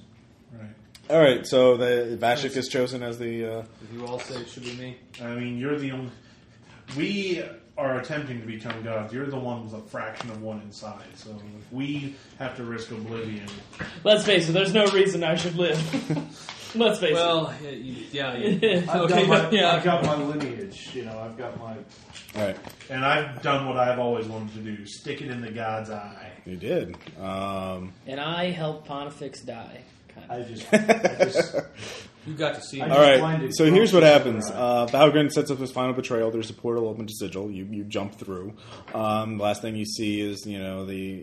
S2: Right.
S1: All right. So the Vashik is chosen as the. Uh,
S5: if you all say it should be me,
S2: I mean, you're the only. We are attempting to become gods. You're the one with a fraction of one inside. So if we have to risk oblivion,
S6: Let's face it. There's no reason I should live. Let's face
S5: well, yeah, you- yeah, you-
S3: I've,
S5: okay,
S3: got my,
S5: yeah.
S3: I've got my lineage, you know, I've got my.
S1: all right.
S2: and I've done what I've always wanted to do: stick it in the god's eye.
S1: You did. Um,
S6: it. And I helped Pontifex die. Kind of.
S3: I just. I just
S5: you got to see
S3: I
S5: me.
S1: all right.
S3: blinded
S1: So here's what
S3: from-
S1: happens. Uh, Valgren sets up his final betrayal. There's a portal open to Sigil. You you jump through. Um, last thing you see is you know the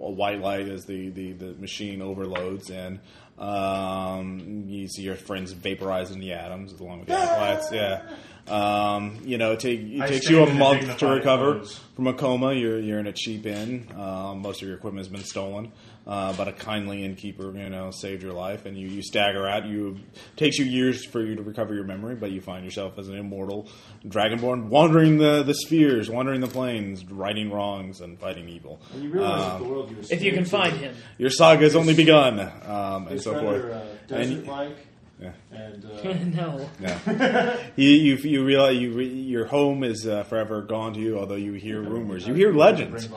S1: a white light as the the, the machine overloads and. Um, you see your friends vaporizing the atoms along with the acolytes. Yeah, um, you know, it, take, it
S2: I
S1: takes
S2: stand
S1: you a
S2: in a
S1: month to
S2: dignified
S1: recover.
S2: pose.
S1: from a coma. You're you're in a cheap inn. Um, most of your equipment has been stolen, uh, but a kindly innkeeper, you know, saved your life. And you, you stagger out. You takes you years for you to recover your memory, but you find yourself as an immortal dragonborn wandering the, the spheres, wandering the plains, righting wrongs, and fighting evil. Um,
S3: And you realize that the world you
S6: If you can
S3: escaped
S6: find
S3: is-
S6: him,
S1: Your saga has only begun, um, and
S3: is
S1: so
S3: rather,
S1: forth.
S3: Uh,
S1: And-
S3: desert-like.
S1: Yeah.
S3: And uh,
S6: no.
S1: Yeah. you, you you realize you re, your home is uh, forever gone to you, although you hear rumors, you hear legends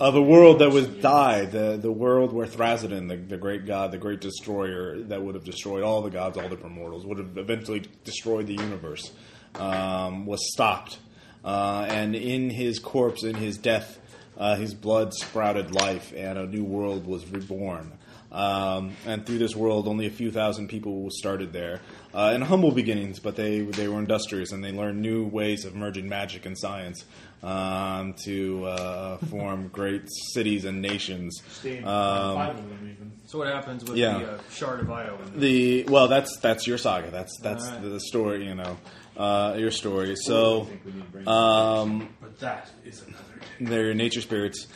S1: of a Uh, world that was died, the the world where Thrasadin, the, the great god, the great destroyer, that would have destroyed all the gods, all the immortals, would have eventually destroyed the universe, um, was stopped, uh, and in his corpse, in his death, uh, his blood sprouted life, and a new world was reborn. Um, and through this world, only a few thousand people started there uh, in humble beginnings, but they they were industrious and they learned new ways of merging magic and science um, to uh, form great cities and nations.
S2: Five of them even.
S7: So what happens with
S1: Yeah.
S7: the uh, shard of Io? in there?
S1: The well, that's that's your saga. That's that's
S7: Alright.
S1: the, story, you know, uh, your story.
S8: I
S1: So
S8: think we need to bring
S1: um,
S2: But that is another day.
S1: they're nature spirits,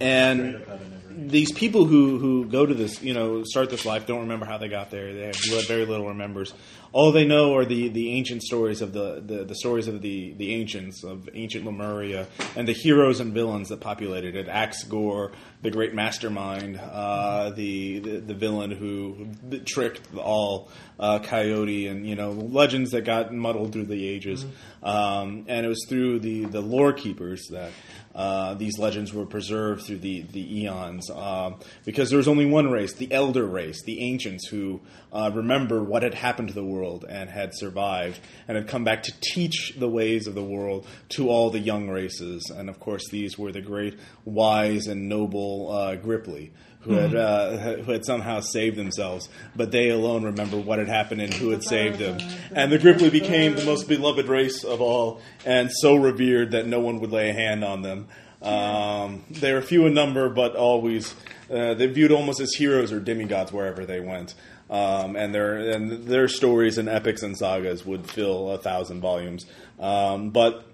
S1: and.
S3: straight up out of never
S1: these people who, who go to this, you know, start this life, don't remember how they got there. They have li- very little remembers. All they know are the, the ancient stories of the, the, the stories of the, the ancients of ancient Lemuria and the heroes and villains that populated it. Axe Gore, the great mastermind, uh, the, the the villain who tricked all uh, Coyote, and you know, legends that got muddled through the ages. Um, and it was through the the lore keepers that uh, these legends were preserved through the the eons, um, because there was only one race, the elder race, the ancients, who uh, remember what had happened to the world and had survived and had come back to teach the ways of the world to all the young races. And of course, these were the great, wise, and noble uh, Gripply. Who had, uh, who had somehow saved themselves, but they alone remember what had happened and who had saved them. And the Gripply became the most beloved race of all, and so revered that no one would lay a hand on them. Um, they were few in number, but always uh, they viewed almost as heroes or demigods wherever they went. Um, and their and their stories and epics and sagas would fill a thousand volumes. Um, but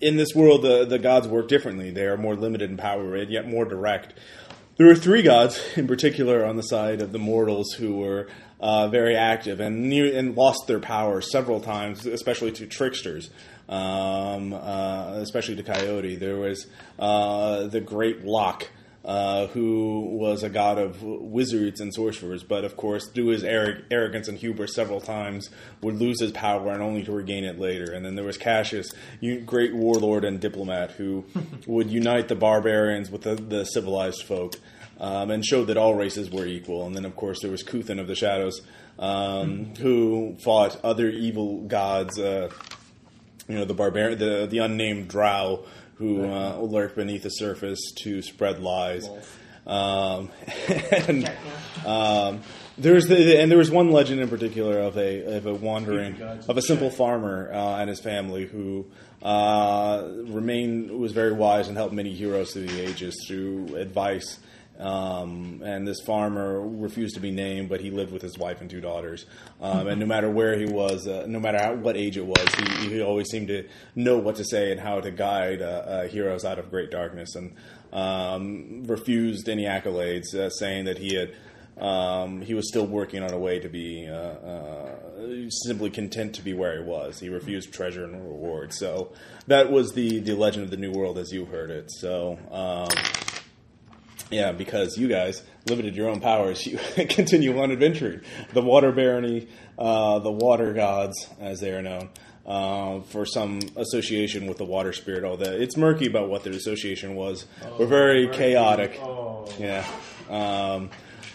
S1: in this world, the the gods work differently. They are more limited in power and yet more direct. There were three gods in particular on the side of the mortals who were uh, very active and near, and lost their power several times, especially to tricksters, um, uh, especially to Coyote. There was uh, the Great Lock. Uh, who was a god of wizards and sorcerers, but of course, through his arro- arrogance and hubris, several times would lose his power and only to regain it later. And then there was Cassius, u- great warlord and diplomat, who would unite the barbarians with the, the civilized folk um, and showed that all races were equal. And then, of course, there was Kuthin of the Shadows, um, who fought other evil gods. Uh, you know the barbarian, the the unnamed drow who uh, lurk beneath the surface to spread lies. Um, and um, there was the, and there was one legend in particular of a of a wandering of a simple farmer uh, and his family who uh, remained was very wise and helped many heroes through the ages through advice. Um, and this farmer refused to be named, but he lived with his wife and two daughters. Um, and no matter where he was, uh, no matter how, what age it was, he, he always seemed to know what to say and how to guide uh, uh, heroes out of great darkness. And um, refused any accolades, uh, saying that he had um, he was still working on a way to be uh, uh, simply content to be where he was. He refused treasure and reward. So that was the the legend of the New World as you heard it. So. Um, yeah, because you guys limited your own powers, you continue on adventuring. The Water Barony, uh, the Water Gods, as they are known, uh, for some association with the Water Spirit. Although it's murky about what their association was, we're very chaotic.
S3: Oh.
S1: Yeah, um,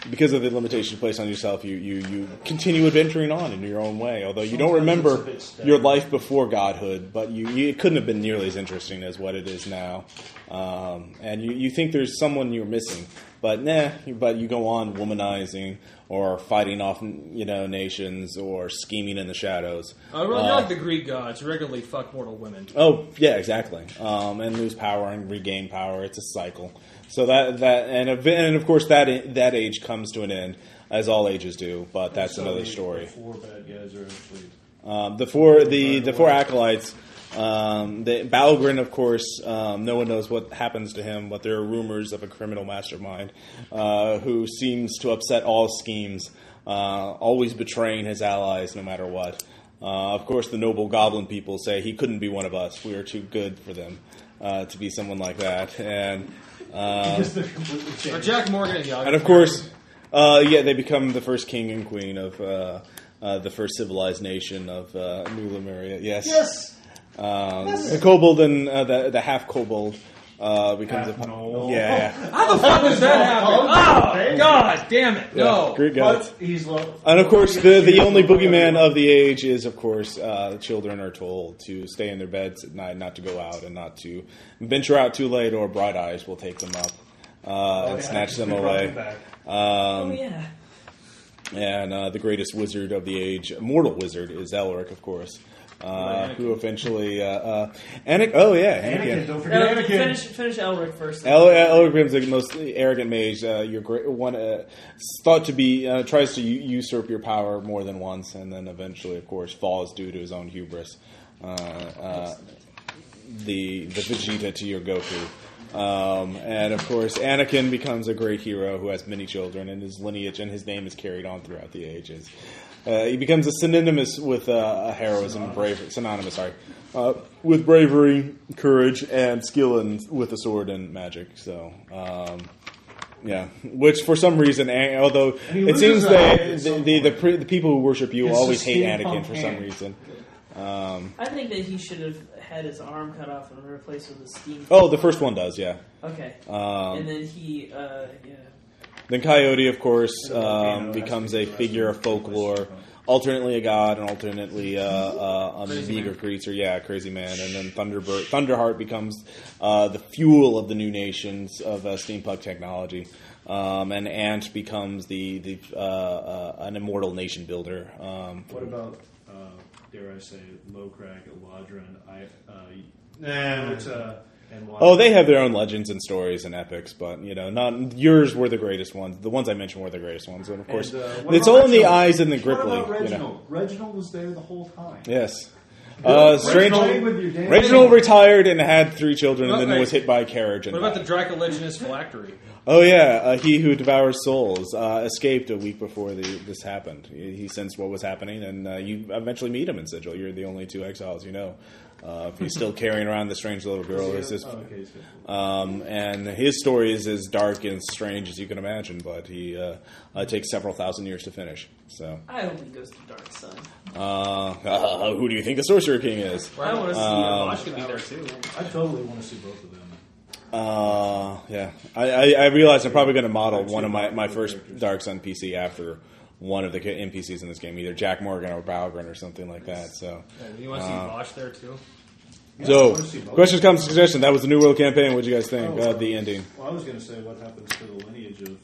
S1: because of the limitations placed on yourself, you, you you continue adventuring on in your own way. Although you don't
S3: Sometimes it's a
S1: remember
S3: bit stagnant.
S1: your life before godhood, but you, you it couldn't have been nearly as interesting as what it is now. Um, and you, you think there's someone you're missing, but nah. But you go on womanizing or fighting off you know nations or scheming in the shadows.
S7: I really
S1: Uh,
S7: like the Greek gods. Regularly fuck mortal women.
S1: Oh yeah, exactly. Um, and lose power and regain power. It's a cycle. So that that and ev- and of course that that age comes to an end as all ages do. But that's
S3: So
S1: another
S3: the-
S1: story.
S3: the Four bad guys are actually
S1: Um, the four the the four acolytes Um, they, Balgrin, of course, um, no one knows what happens to him, but there are rumors of a criminal mastermind uh, who seems to upset all schemes, uh, always betraying his allies no matter what. Uh, of course, the noble goblin people say he couldn't be one of us. We are too good for them uh, to be someone like that. And uh,
S3: Because they're completely
S7: Or
S3: changed.
S7: Jack Morgan, yeah.
S1: and of course, uh, yeah, they become the first king and queen of uh, uh, the first civilized nation of uh, New Lemuria. Yes.
S3: Yes.
S1: Um, The kobold and uh, the, the half kobold uh, becomes
S2: Half
S1: a
S2: gnoll.
S1: yeah, yeah.
S5: How the fuck does that happen?
S3: Oh,
S5: Oh,
S3: okay.
S5: God damn it. No.
S1: Greek gods.
S3: But he's low.
S1: And of course, the, the only boogeyman of the age is, of course, uh, children are told to stay in their beds at night, not to go out, and not to venture out too late, or bright eyes will take them up uh, and snatch them away. Um,
S4: oh yeah.
S1: And uh, the greatest wizard of the age, mortal wizard, is Elric, of course, uh, who eventually. Uh, uh, Anakin, oh, yeah,
S2: Anakin,
S1: Anakin.
S2: don't forget
S4: Uh,
S2: Anakin.
S4: finish finish Elric first.
S1: El- uh, Elric becomes the most arrogant mage. Uh, your great one uh, thought to be uh, tries to u- usurp your power more than once, and then eventually, of course, falls due to his own hubris. Uh, uh, the the Vegeta to your Goku. Um, and of course, Anakin becomes a great hero who has many children, and his lineage and his name is carried on throughout the ages. Uh, he becomes a synonymous with uh, a heroism, bravery, synonymous, sorry, uh, with bravery, courage, and skill in, with the sword and magic. So, um, yeah, which for some reason, An- although
S3: he
S1: it
S3: loses
S1: seems
S3: a hand
S1: they,
S3: at
S1: the
S3: some
S1: the, the, pre- the people who worship you
S3: It's
S1: always
S3: a
S1: hate
S3: steampunk
S1: Anakin for some
S3: hand.
S1: reason.
S4: I think that he should have had his arm cut off and replaced with a steam.
S1: Oh, the first one does, yeah.
S4: Okay.
S1: Um,
S4: and then he, uh, yeah.
S1: Then Coyote, of course,
S2: The volcano
S1: um,
S2: has
S1: becomes
S2: to be
S1: a figure of
S2: arrested.
S1: folklore, alternately a god and alternately uh, uh, a meager creature. Yeah, crazy man. And then Thunderbird, Thunderheart becomes uh, the fuel of the new nations of uh, steampunk technology. Um, and Ant becomes the, the uh, uh, an immortal nation builder. Um,
S3: What about, uh, dare I say, Lowcrack, Eladrin, I, uh, nah, it's, uh, and
S1: oh, they have their own legends and stories and epics, but you know, not yours were the greatest ones. The ones I mentioned were the greatest ones, and of course,
S3: uh, what
S1: it's
S3: about
S1: all in the
S3: Reginald?
S1: eyes and the
S3: What
S1: grippling.
S3: about
S1: you know.
S3: Reginald? Reginald was there the whole time.
S1: Yes. Uh, strange.
S3: Reginald with you, Dan.
S1: Reginald retired and had three children, and
S7: Well,
S1: then
S7: wait.
S1: was hit by a carriage. And
S7: What about the
S1: died.
S7: Dracoligenus phylactery?
S1: oh yeah, uh, he who devours souls uh, escaped a week before the, this happened. He, he sensed what was happening, and uh, you eventually meet him in Sigil. You're the only two exiles you know. Uh, he's still carrying around the strange little girl. Is his,
S3: Oh, okay, he's good.
S1: um, and his story is as dark and strange as you can imagine, but he uh, uh, takes several thousand years to finish. So,
S4: I hope he goes to Dark Sun.
S1: uh, who do you think the Sorcerer King is?
S4: I want to see.
S7: I
S4: Um,
S7: should be there too.
S3: I totally want to see both of them.
S1: Uh, yeah. I, I, I realize I'm probably going to model one of my, my first Dark Sun PC after one of the ca- NPCs in this game, either Jack Morgan or Balgrin or something like that. So,
S5: Uh,
S7: You want to
S3: uh,
S7: see Bosch there too?
S1: so questions, comments, suggestions. That was the New World campaign. What do you guys
S2: Oh,
S1: think? Uh, the ending.
S3: Well, I was going to say what happens to the lineage of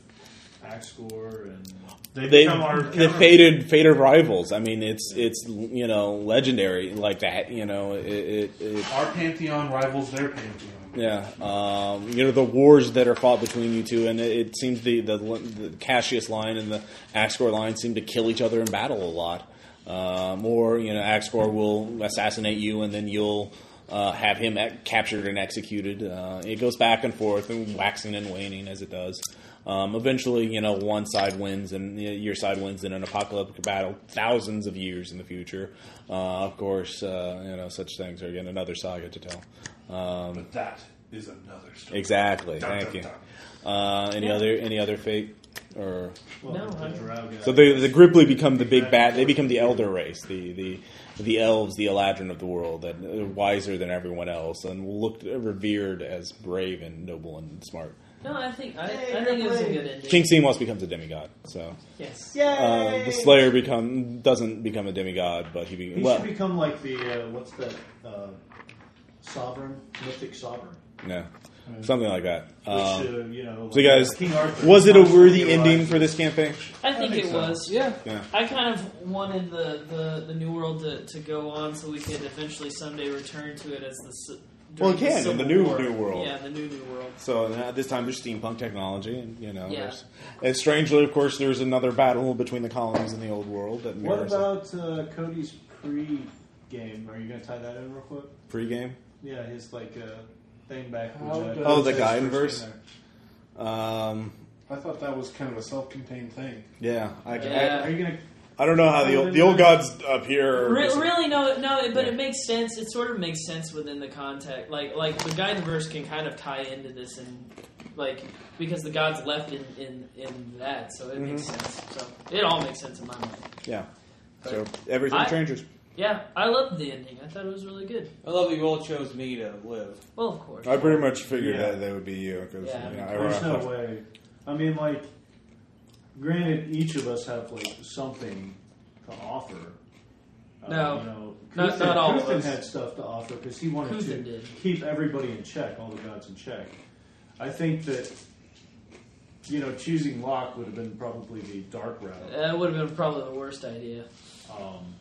S3: Axcore and
S2: they,
S1: They
S2: become our
S1: the fated fated rivals. I mean, it's it's you know legendary like that. You know it. it, it
S2: our pantheon rivals their pantheon.
S1: Yeah, um, you know the wars that are fought between you two, and it, it seems the, the the Cassius line and the Axgor line seem to kill each other in battle a lot. Um, or you know, Axgor will assassinate you, and then you'll uh, have him e- captured and executed. Uh, it goes back and forth, and waxing and waning as it does. Um, eventually, you know, one side wins, and y- your side wins in an apocalyptic battle thousands of years in the future. Uh, of course, uh, you know such things are again another saga to tell. Um,
S2: But that is another story.
S1: Exactly.
S2: Dun,
S1: Thank
S2: dun,
S1: you.
S2: dun.
S1: Uh, any other any other fate or
S3: well,
S4: No,
S3: the
S4: I-
S3: Drow guy.
S1: so the the Gripply become the big bad. They become the elder race, the the the elves, the Eladrin of the world, that are wiser than everyone else and looked revered as brave and noble and smart.
S4: no, I think I, I think it was a good ending.
S1: King Seamos becomes a demigod. So
S4: Yes.
S1: uh, the Slayer become doesn't become a demigod, but he, be,
S3: he
S1: well
S3: should become like the uh, what's that uh, sovereign, mythic sovereign.
S1: no something like that.
S3: Which,
S1: Um,
S3: uh, you know,
S1: so guys,
S3: King Arthur.
S1: was it a worthy
S3: Constantly
S1: ending
S3: alive.
S1: for this campaign?
S4: I think
S2: think
S4: it
S2: so.
S4: was.
S5: Yeah.
S1: Yeah.
S4: I kind of wanted the, the, the new world to, to go on so we could eventually someday return to it as the. ci-
S1: Well, it
S4: during
S1: can, in the
S4: Civil
S1: new-
S4: War.
S1: new world.
S4: Yeah, the new new world.
S1: So uh, this time there's steampunk technology, and you know,
S4: Yeah.
S1: there's, and strangely, of course, there's another battle between the colonies and the old world that
S3: What
S1: mirrors. it.
S3: about uh, Cody's pre game. Are you going to tie that in real quick?
S1: Free game.
S3: Yeah, his like uh, thing back.
S2: How
S3: which I-
S2: does-
S1: Oh, the guy
S2: in
S1: inverse.
S2: there.
S1: Um,
S2: I thought that was kind of a self-contained thing.
S1: yeah, I,
S6: Yeah.
S3: Are you going to?
S1: I, I don't know how the old, the old gods up here. are
S4: Re-
S1: just-
S4: really, no, no, but
S1: Yeah.
S4: it makes sense. It sort of makes sense within the context. Like, like the guide verse can kind of tie into this, and like because the gods left in in, in that, so it makes
S5: Mm-hmm.
S4: sense. So it all makes sense in my mind.
S1: Yeah. So everything
S4: I-
S1: changes.
S4: Yeah, I loved the ending. I thought it was really good.
S5: I love that you all chose me to live.
S4: Well, of course.
S1: I pretty much figured
S3: Yeah.
S1: that that would be you because
S4: Yeah.
S1: you know, I
S3: There's
S1: run-
S3: no way. I mean, like, granted, each of us have like something to offer. Uh,
S4: No.
S3: you know,
S4: Not-
S3: Kuthin-
S4: not all of
S3: Kuthin
S4: us.
S3: had stuff to offer because he wanted
S4: Kuthin
S3: to
S4: did.
S3: keep everybody in check, all the gods in check. I think that you know choosing Locke would have been probably the dark route.
S4: that would have Uh, been probably the worst idea.
S3: Um,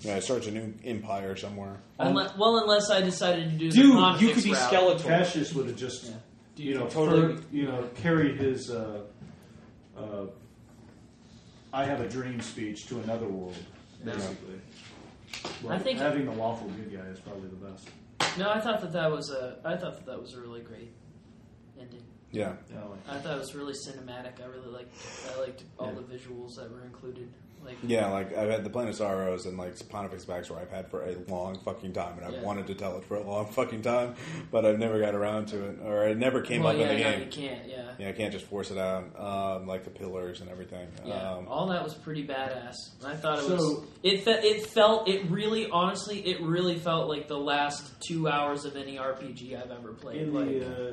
S1: Yeah, it starts a new empire somewhere.
S4: Unless, well, unless I decided to do the
S5: Dude, you
S4: conflicts
S5: could be
S4: route.
S5: skeletal.
S3: Cassius would have just
S4: Yeah.
S3: you know
S5: Totally.
S3: fur- you know carried his uh, uh, I have a dream speech to another world basically. But
S4: I think-
S3: having the lawful good guy is probably the best.
S4: No, I thought that that was a. I thought that that was a really great ending.
S1: Yeah.
S3: Yeah, like-
S4: I thought it was really cinematic. I really liked. I liked all the visuals that were included. Like,
S1: Yeah, like I've had the Planet of Sorrows and like Pontifex Backstory I've had for a long fucking time, and I've
S4: Yeah.
S1: wanted to tell it for a long fucking time, but I've never got around to it, or it never came
S4: well,
S1: up
S4: yeah,
S1: in the
S4: no,
S1: game.
S4: you can't. Yeah,
S1: Yeah, I can't just force it out, um, like the pillars and everything.
S4: yeah.
S1: Um,
S4: all that was pretty badass. I thought it was.
S3: So-
S4: It fe- it felt. It really, honestly, it really felt like the last two hours of any RPG I've ever played.
S3: in
S4: like,
S3: the uh,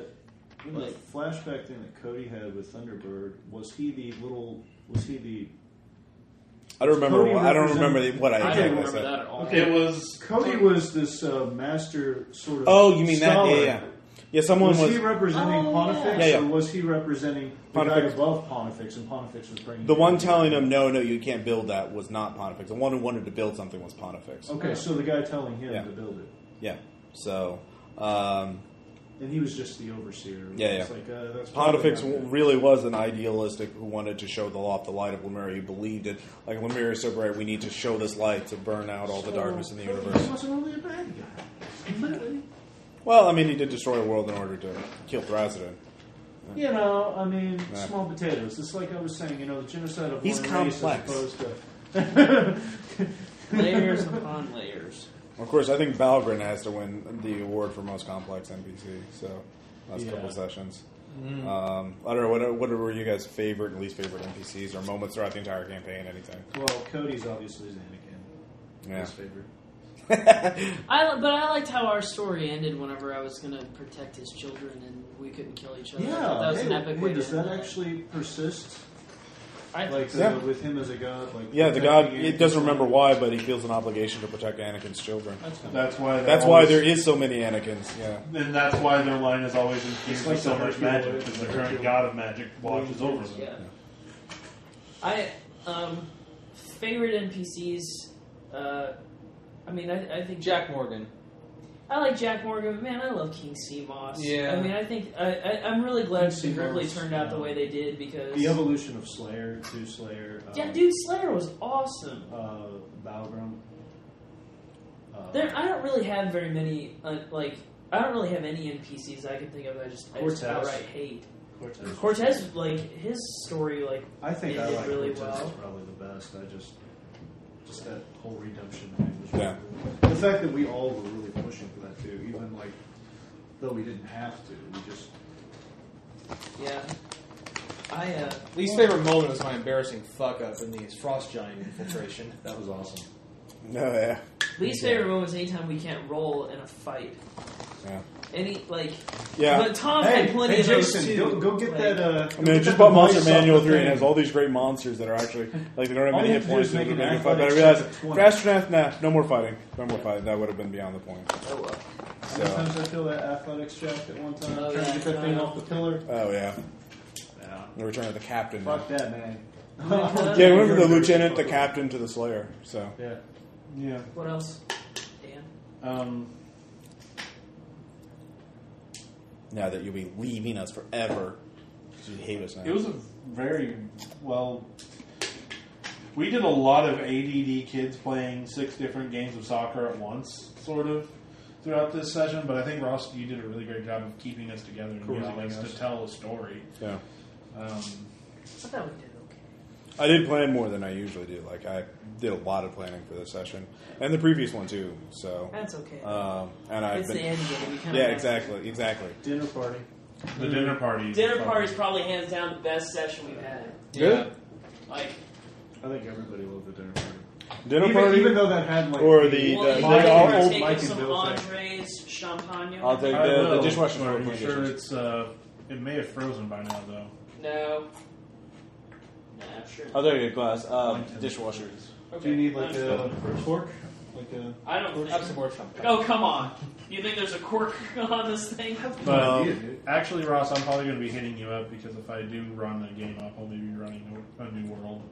S3: in the
S4: like-
S3: flashback thing that Cody had with Thunderbird, was he the little? Was he the?
S1: I don't remember.
S3: Cody
S1: What, I don't
S3: represent-
S1: remember the- what I,
S4: I
S1: exactly
S4: don't remember
S1: said.
S4: that at all.
S2: It was
S3: Cody was this uh, master sort of.
S1: Oh, you mean
S3: scholar.
S1: that? Yeah, yeah. Yeah, someone
S3: Was,
S1: was,
S3: he representing
S4: Oh,
S1: yeah.
S3: Pontifex,
S1: Yeah, yeah.
S3: or was he representing the guy
S1: Pontifex.
S3: above Pontifex, and Pontifex was bringing
S1: the
S3: him
S1: one
S3: down?
S1: telling him no, no, you can't build that was not Pontifex. The one who wanted to build something was Pontifex.
S3: Okay, so the guy telling him
S1: Yeah.
S3: to build it,
S1: Yeah. So, um,
S3: and he was just the overseer.
S1: Yeah, yeah.
S3: It's like, uh, that's probably
S1: Pontifex
S3: not
S1: w-
S3: good.
S1: really was an idealistic who wanted to show the law the light of Lemuria. He believed it. Like Lemuria is so bright, we need to show this light to burn out all the darkness in the
S3: So,
S1: universe.
S3: He wasn't really a bad guy. Really?
S1: Well, I mean, he did destroy the world in order to kill Thrasidon.
S3: You know, I mean,
S1: Yeah.
S3: small potatoes. It's like I was saying, you know, the genocide of
S1: He's
S3: one
S1: complex.
S3: race as opposed to.
S4: layers upon layers.
S1: Of course, I think Balgrin has to win the award for most complex NPC. So, last
S3: Yeah. Mm.
S1: couple sessions. Um, I don't know what, what were you guys' favorite and least favorite NPCs or moments throughout the entire campaign? Anything?
S3: well, Cody's obviously Anakin.
S1: Yeah.
S3: His favorite.
S4: I li- but I liked how our story ended. Whenever I was going to protect his children and we couldn't kill each other, I thought
S3: Yeah,
S4: that was
S3: hey,
S4: an epic
S3: hey,
S4: way to
S3: does
S4: end
S3: that actually persist?
S4: I,
S3: Like uh,
S1: Yeah.
S3: with him as a god, like
S1: Yeah, the god.
S3: protecting
S1: It
S3: Anakin?
S1: doesn't remember why, but he feels an obligation to protect Anakin's children.
S3: That's fine.
S2: that's why.
S1: That's why there is so many Anakins. Yeah.
S2: And that's why their line is always infused
S3: like
S2: with so
S3: the
S2: much
S3: Hercule-
S2: magic because the current
S3: Hercule-
S2: god of magic watches over them.
S4: Yeah. I um, favorite NPCs. Uh, I mean, I, I think
S5: Jack Morgan.
S4: I like Jack Morgan, but man, I love King Seamoss.
S5: Yeah.
S4: I mean, I think I, I, I'm really glad
S3: King
S4: the Ripley
S3: Seamoss,
S4: turned out the
S3: yeah.
S4: way they did because
S3: The evolution of Slayer to Slayer. Uh,
S4: yeah, dude, Slayer was awesome.
S3: Uh, Balgrum. Uh,
S4: There, I don't really have very many. Uh, like, I don't really have any NPCs I can think of. I just, I just
S3: Cortez.
S4: outright hate
S3: Cortez.
S4: Cortez. Like his story, like
S3: I think
S4: They
S3: I
S4: did
S3: like
S4: really
S3: Cortez
S4: well.
S3: is probably the best. I just just that whole redemption thing was
S1: Yeah.
S3: really cool. the fact that we all were really pushing for that too, even like though we didn't have to, we just
S4: yeah. I uh,
S5: Least favorite moment was my embarrassing fuck up in these frost giant infiltration.
S3: that was awesome.
S1: No. Yeah.
S4: least favorite moment is anytime we can't roll in a fight.
S1: Yeah.
S4: Any like,
S1: Yeah.
S4: but Tom had plenty
S3: hey
S4: of
S3: Jason,
S4: those too.
S3: go, go get
S4: Like,
S3: that. Uh,
S1: I mean, I just bought Monster Manual 3 and it has all these great monsters that are actually, like, they don't have
S3: All
S1: any
S3: you
S1: hit
S3: have to do
S1: points.
S3: is
S1: so
S3: make
S1: they're
S3: an
S1: making a fight, But I
S3: athletics
S1: realized,
S3: check
S1: for
S3: at
S1: Astronaut, nah, no more fighting. No more fighting. That would have been beyond the point.
S3: uh,
S4: Oh, well.
S3: How many
S1: So-
S3: times I feel that athletics shaft at one time?
S4: Oh,
S3: trying
S4: yeah,
S3: to get that
S4: yeah.
S3: thing off the pillar.
S1: Oh, yeah.
S3: Yeah.
S1: The Return of the Captain.
S3: Fuck that, man.
S1: Yeah, remember the Lieutenant, the Captain to the Slayer. So,
S3: Yeah.
S2: Yeah.
S4: What else? Dan.
S2: Um,
S1: now that you'll be leaving us forever. 'Cause You hate us now.
S2: It was a very well we did a lot of ADD kids playing six different games of soccer at once, sort of, throughout this session. But I think Ross, you did a really great job of keeping us together and
S3: Coercing
S2: allowing us
S3: us.
S2: to tell a story.
S1: Yeah.
S2: Um,
S4: I thought we did okay.
S1: I did plan more than I usually do. Like I did a lot of planning for this session and the previous one too. So,
S4: That's okay.
S1: um, and I've
S4: it's the
S1: been
S4: end game. We kinda
S1: yeah,
S4: have to-
S1: exactly, exactly.
S3: Dinner party.
S2: the dinner party.
S4: Dinner party's probably hands down the best session we've had.
S5: Good.
S4: Like,
S3: I think everybody loved the dinner party.
S1: Dinner
S3: even,
S1: party
S3: even though that had like
S1: or the,
S4: well,
S1: the
S4: if
S3: Mike
S4: you
S3: all
S4: were
S3: old
S4: taking
S3: Mike and
S4: some
S3: Bill thing.
S4: Andres champagne.
S1: I'll take
S2: I
S1: The- the
S2: will.
S1: dishwasher
S2: Are you
S1: remote
S2: sure
S1: conditions.
S2: it's? Uh, it may have frozen by now, though.
S4: No. Nah, I'm sure.
S1: I'll take a glass. Um,
S2: Mine tends to
S1: dishwasher.
S4: Okay.
S3: Uh, Do you need like
S4: I'm-
S3: a fork? Like a
S4: I don't
S5: Have
S4: think.
S5: some more champagne.
S4: Oh, come on. You think there's a cork on this thing?
S2: Well,
S3: idea, dude.
S2: actually, Ross, I'm probably going to be hitting you up because if I do run a game up, I'll maybe be running a new world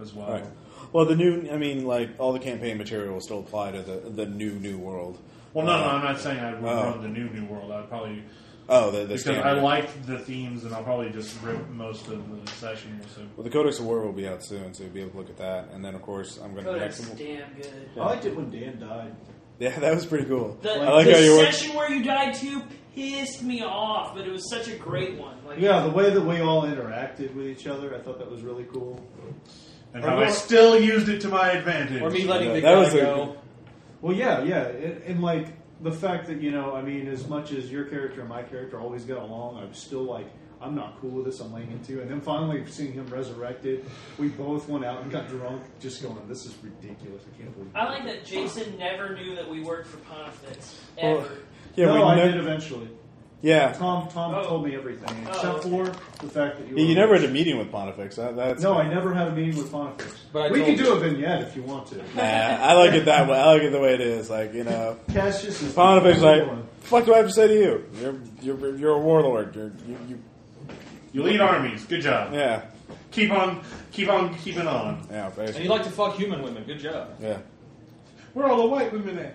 S2: as well.
S1: Right. Well, the new. I mean, like all the campaign material will still apply to the the new new world.
S2: Well, no, no, I'm not saying I would
S1: Oh.
S2: run the new New World. I'd probably
S1: Oh, the, the
S2: because
S1: standard.
S2: I liked the themes, and I'll probably just rip most of the session. So.
S1: Well, the Codex of War will be out soon, so you'll be able to look at that. And then, of course, I'm going to
S4: Codex
S1: next.
S4: is damn good.
S3: I liked it when Dan died.
S1: Yeah, that was pretty cool.
S4: The,
S1: I like
S4: the
S1: how you work.
S4: session where you died too pissed me off, but it was such a great one. Like,
S3: Yeah, the way that we all interacted with each other, I thought that was really cool.
S2: And
S3: Or
S2: how I
S3: more-
S2: still used it to my advantage.
S5: Or me letting
S1: Yeah,
S5: the
S1: that
S5: guy
S1: was a-
S5: go.
S3: Well, yeah, yeah, and, and like the fact that you know, I mean, as much as your character and my character always got along, I'm still like, I'm not cool with this. I'm laying into, and then finally seeing him resurrected, we both went out and got drunk, just going, "This is ridiculous. I can't believe."
S4: I
S3: it."
S4: like that Jason never knew that we worked for Pontifex.
S1: Well,
S4: Ever.
S1: Yeah,
S3: no,
S1: we
S3: I
S1: ne-
S3: did eventually.
S1: yeah.
S3: Tom, Tom
S4: Oh.
S3: told me everything
S4: Oh,
S3: except
S4: okay.
S3: for the fact that you.
S1: Yeah,
S3: were
S1: You never had a meeting with Pontifex. That, that's
S3: No, I never had a meeting with Pontifex.
S5: But I
S3: we
S5: told
S3: can do a vignette if you want to.
S1: Nah, I like it that way. I like it the way it is. Like you know,
S3: Cassius is
S1: Pontifex is like, "Fuck, do I have to say to you? You're you're, you're a warlord. You're you, you
S2: You lead armies. Good job.
S1: yeah
S2: Keep on, keep on, keeping on.
S1: yeah
S5: And
S1: basically
S5: you like to fuck human women. Good job.
S1: yeah."
S2: Where all the white women at?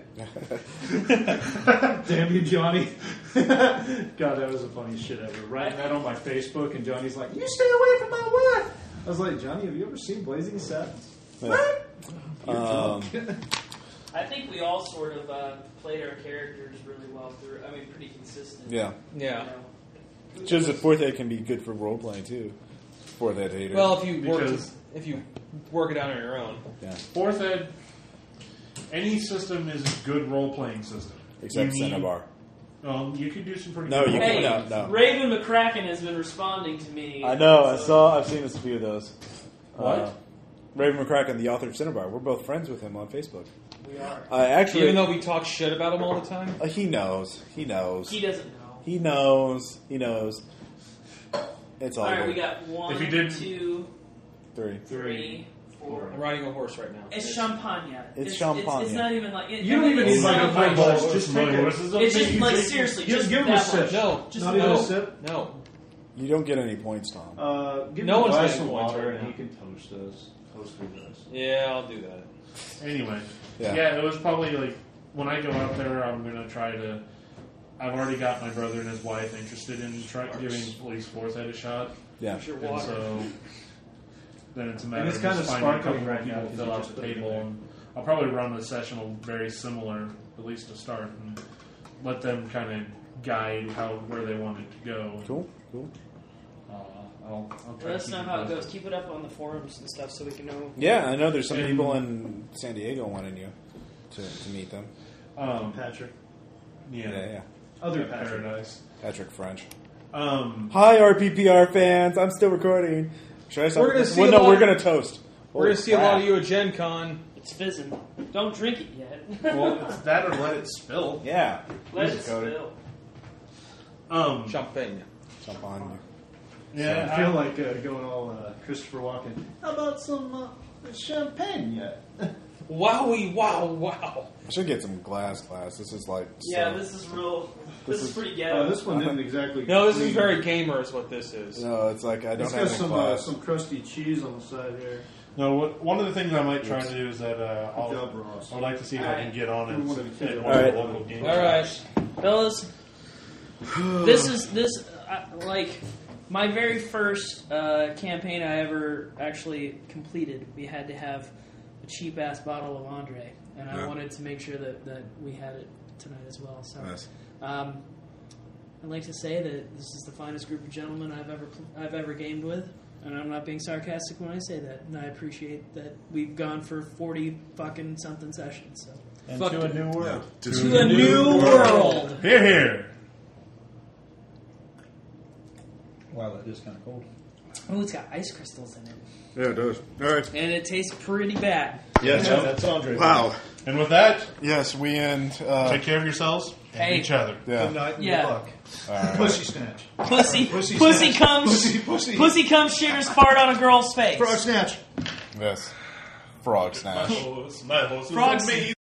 S3: Damn you, Johnny. God, that was the funniest shit ever. Writing that on my Facebook, and Johnny's like, You stay away from my wife! I was like, Johnny, have you ever seen Blazing Saddles?
S1: Yeah.
S3: What? You're
S1: Um,
S3: drunk.
S4: I think we all sort of uh, played our characters really well through. I mean, pretty consistent.
S1: Yeah,
S4: you
S5: Yeah.
S4: know.
S1: just that Forte can be good for role playing too. For that hater.
S5: Well, if you work it,
S2: Because-
S5: if you work it out on your own,
S1: yeah,
S2: Fourth ed. Any system is a good role playing system.
S1: except
S2: You need-
S1: Cinnabar.
S2: Um, you can do some pretty.
S1: No,
S2: good
S1: you
S2: role-playing.
S4: Hey,
S1: can't. No, no.
S4: Raven McCracken has been responding to me.
S1: I know. I
S4: so-
S1: saw. I've seen a few of those.
S2: What?
S1: Uh, Raven McCracken, the author of Cinnabar. We're both friends with him on Facebook.
S4: We are.
S1: I actually,
S5: even though we talk shit about them all the time,
S1: Uh, he knows. He knows.
S4: He
S1: He,
S4: doesn't know.
S1: knows. He knows. It's all,
S4: All right,
S1: good.
S4: we got one,
S2: If you didn't-
S4: two,
S1: three.
S4: three, four.
S5: I'm riding a horse right now.
S4: It's champagne.
S1: It's
S4: It's,
S1: champagne.
S4: not even like it,
S3: You don't even
S4: it's
S3: need like
S4: not
S3: a full
S4: like-
S3: bottle.
S2: Horses,
S3: Just drink it.
S2: horses,
S4: It's just
S2: you
S4: like
S2: drink-
S4: seriously,
S3: Give-
S4: just
S3: give him
S4: that
S3: a sip.
S4: much.
S5: No,
S4: Just
S3: Not
S5: no,
S3: even a sip?
S5: no.
S1: You don't get any points, Tom.
S3: Uh, give
S5: No
S3: me a
S5: one's
S3: glass
S5: getting
S3: of
S5: points
S3: water,
S5: right
S3: and
S5: now.
S3: he can toast those. Toast through those.
S5: Yeah, I'll do that.
S2: Anyway,
S1: Yeah.
S2: yeah. it was probably like when I go out there, I'm gonna try to. I've already got my brother and his wife interested in try, giving at least fourth head a shot,
S1: yeah.
S5: Here's your
S2: and
S5: water.
S3: uh,
S2: so then it's a matter
S3: And it's
S2: of
S3: kind
S2: just
S3: of
S2: finding a
S3: sparkling
S2: couple
S3: right
S2: people
S3: now,
S2: to
S3: 'cause
S2: fill
S3: you
S2: out
S3: just
S2: the
S3: put it in
S2: table.
S3: there.
S2: And I'll probably run the session very similar, at least to start, and let them kind of guide how where they want it to go.
S1: Cool. Cool.
S2: Uh, I'll, I'll try
S4: Let us
S2: to keep
S4: know
S2: you
S4: how it
S2: posted.
S4: goes. Keep it up on the forums and stuff so we can know.
S1: Yeah, I know. There's some
S2: And-
S1: people in San Diego wanting you to, to meet them.
S2: Um,
S3: Patrick.
S2: yeah,
S1: Yeah, yeah.
S3: Other Patrick.
S2: paradise.
S1: Patrick French.
S2: Um,
S1: Hi, RPPR fans. I'm still recording. Should I stop?
S5: We're gonna see
S1: well,
S5: a
S1: no,
S5: lot-
S1: we're gonna toast.
S5: We're gonna
S1: Holy
S5: see a lot
S1: crap.
S5: of you at Gen Con.
S4: It's fizzing. Don't drink it yet.
S2: well, it's that or let it spill.
S1: Yeah.
S4: Let it
S1: Jesus, Cody.
S4: spill.
S2: Um,
S5: Champagne.
S1: Jump on you.
S2: yeah,
S3: I feel like uh, going all uh, Christopher Walken. How about some uh, champagne yet?
S5: Wowie, wow, wow.
S1: I should get some glass glass. This is like
S4: Yeah,
S1: so-
S4: this is real. This,
S1: This
S4: is,
S1: is-
S4: pretty
S3: Uh,
S4: ghetto.
S3: this one didn't exactly.
S5: No, this is
S3: clean.
S5: very gamer, is what this is.
S1: No, it's like I don't
S3: It's
S1: have
S3: got
S1: any
S3: some uh,
S1: glass.
S3: some crusty cheese on the side here.
S2: No, what, one of the things I might try to do is that uh,
S3: Good job,
S2: I'll,
S3: Ross.
S2: I'd like to see if I can get on and, and one
S1: Alright.
S2: of the local games.
S5: All right.
S4: fellas. This is this uh, like my very first uh, campaign I ever actually completed, we had to have a cheap ass bottle of Andre, and I
S8: Yeah.
S4: wanted to make sure that, that we had it tonight as well. So
S8: Nice.
S4: um, I'd like to say that this is the finest group of gentlemen I've ever pl- I've ever gamed with, and I'm not being sarcastic when I say that. And I appreciate that we've gone for forty fucking something sessions. So.
S2: And
S5: Fuck
S2: to a
S5: it.
S2: new
S3: Oh,
S8: Yeah.
S2: world.
S8: Just-
S4: To a new world.
S2: Here, here.
S9: Wow, that is kind of cold.
S4: Oh, it's got ice crystals in it,
S8: Yeah, it does. All right.
S4: and it tastes pretty bad.
S8: Yes.
S2: Yeah, that's Andre.
S8: Wow.
S2: And with that,
S1: Yes, we end. Uh,
S2: take care of yourselves and
S4: Hey.
S2: each other.
S9: Good
S1: yeah.
S9: night and
S4: Yeah.
S9: good luck. Pussy snatch.
S4: Pussy, pussy,
S9: Pussy snatch.
S4: comes,
S9: Pussy, pussy.
S4: pussy comes, shitters fart on a girl's face.
S9: Frog snatch.
S1: Yes. Frog snatch.
S2: Oh, it's my horse.
S4: Frog
S2: me.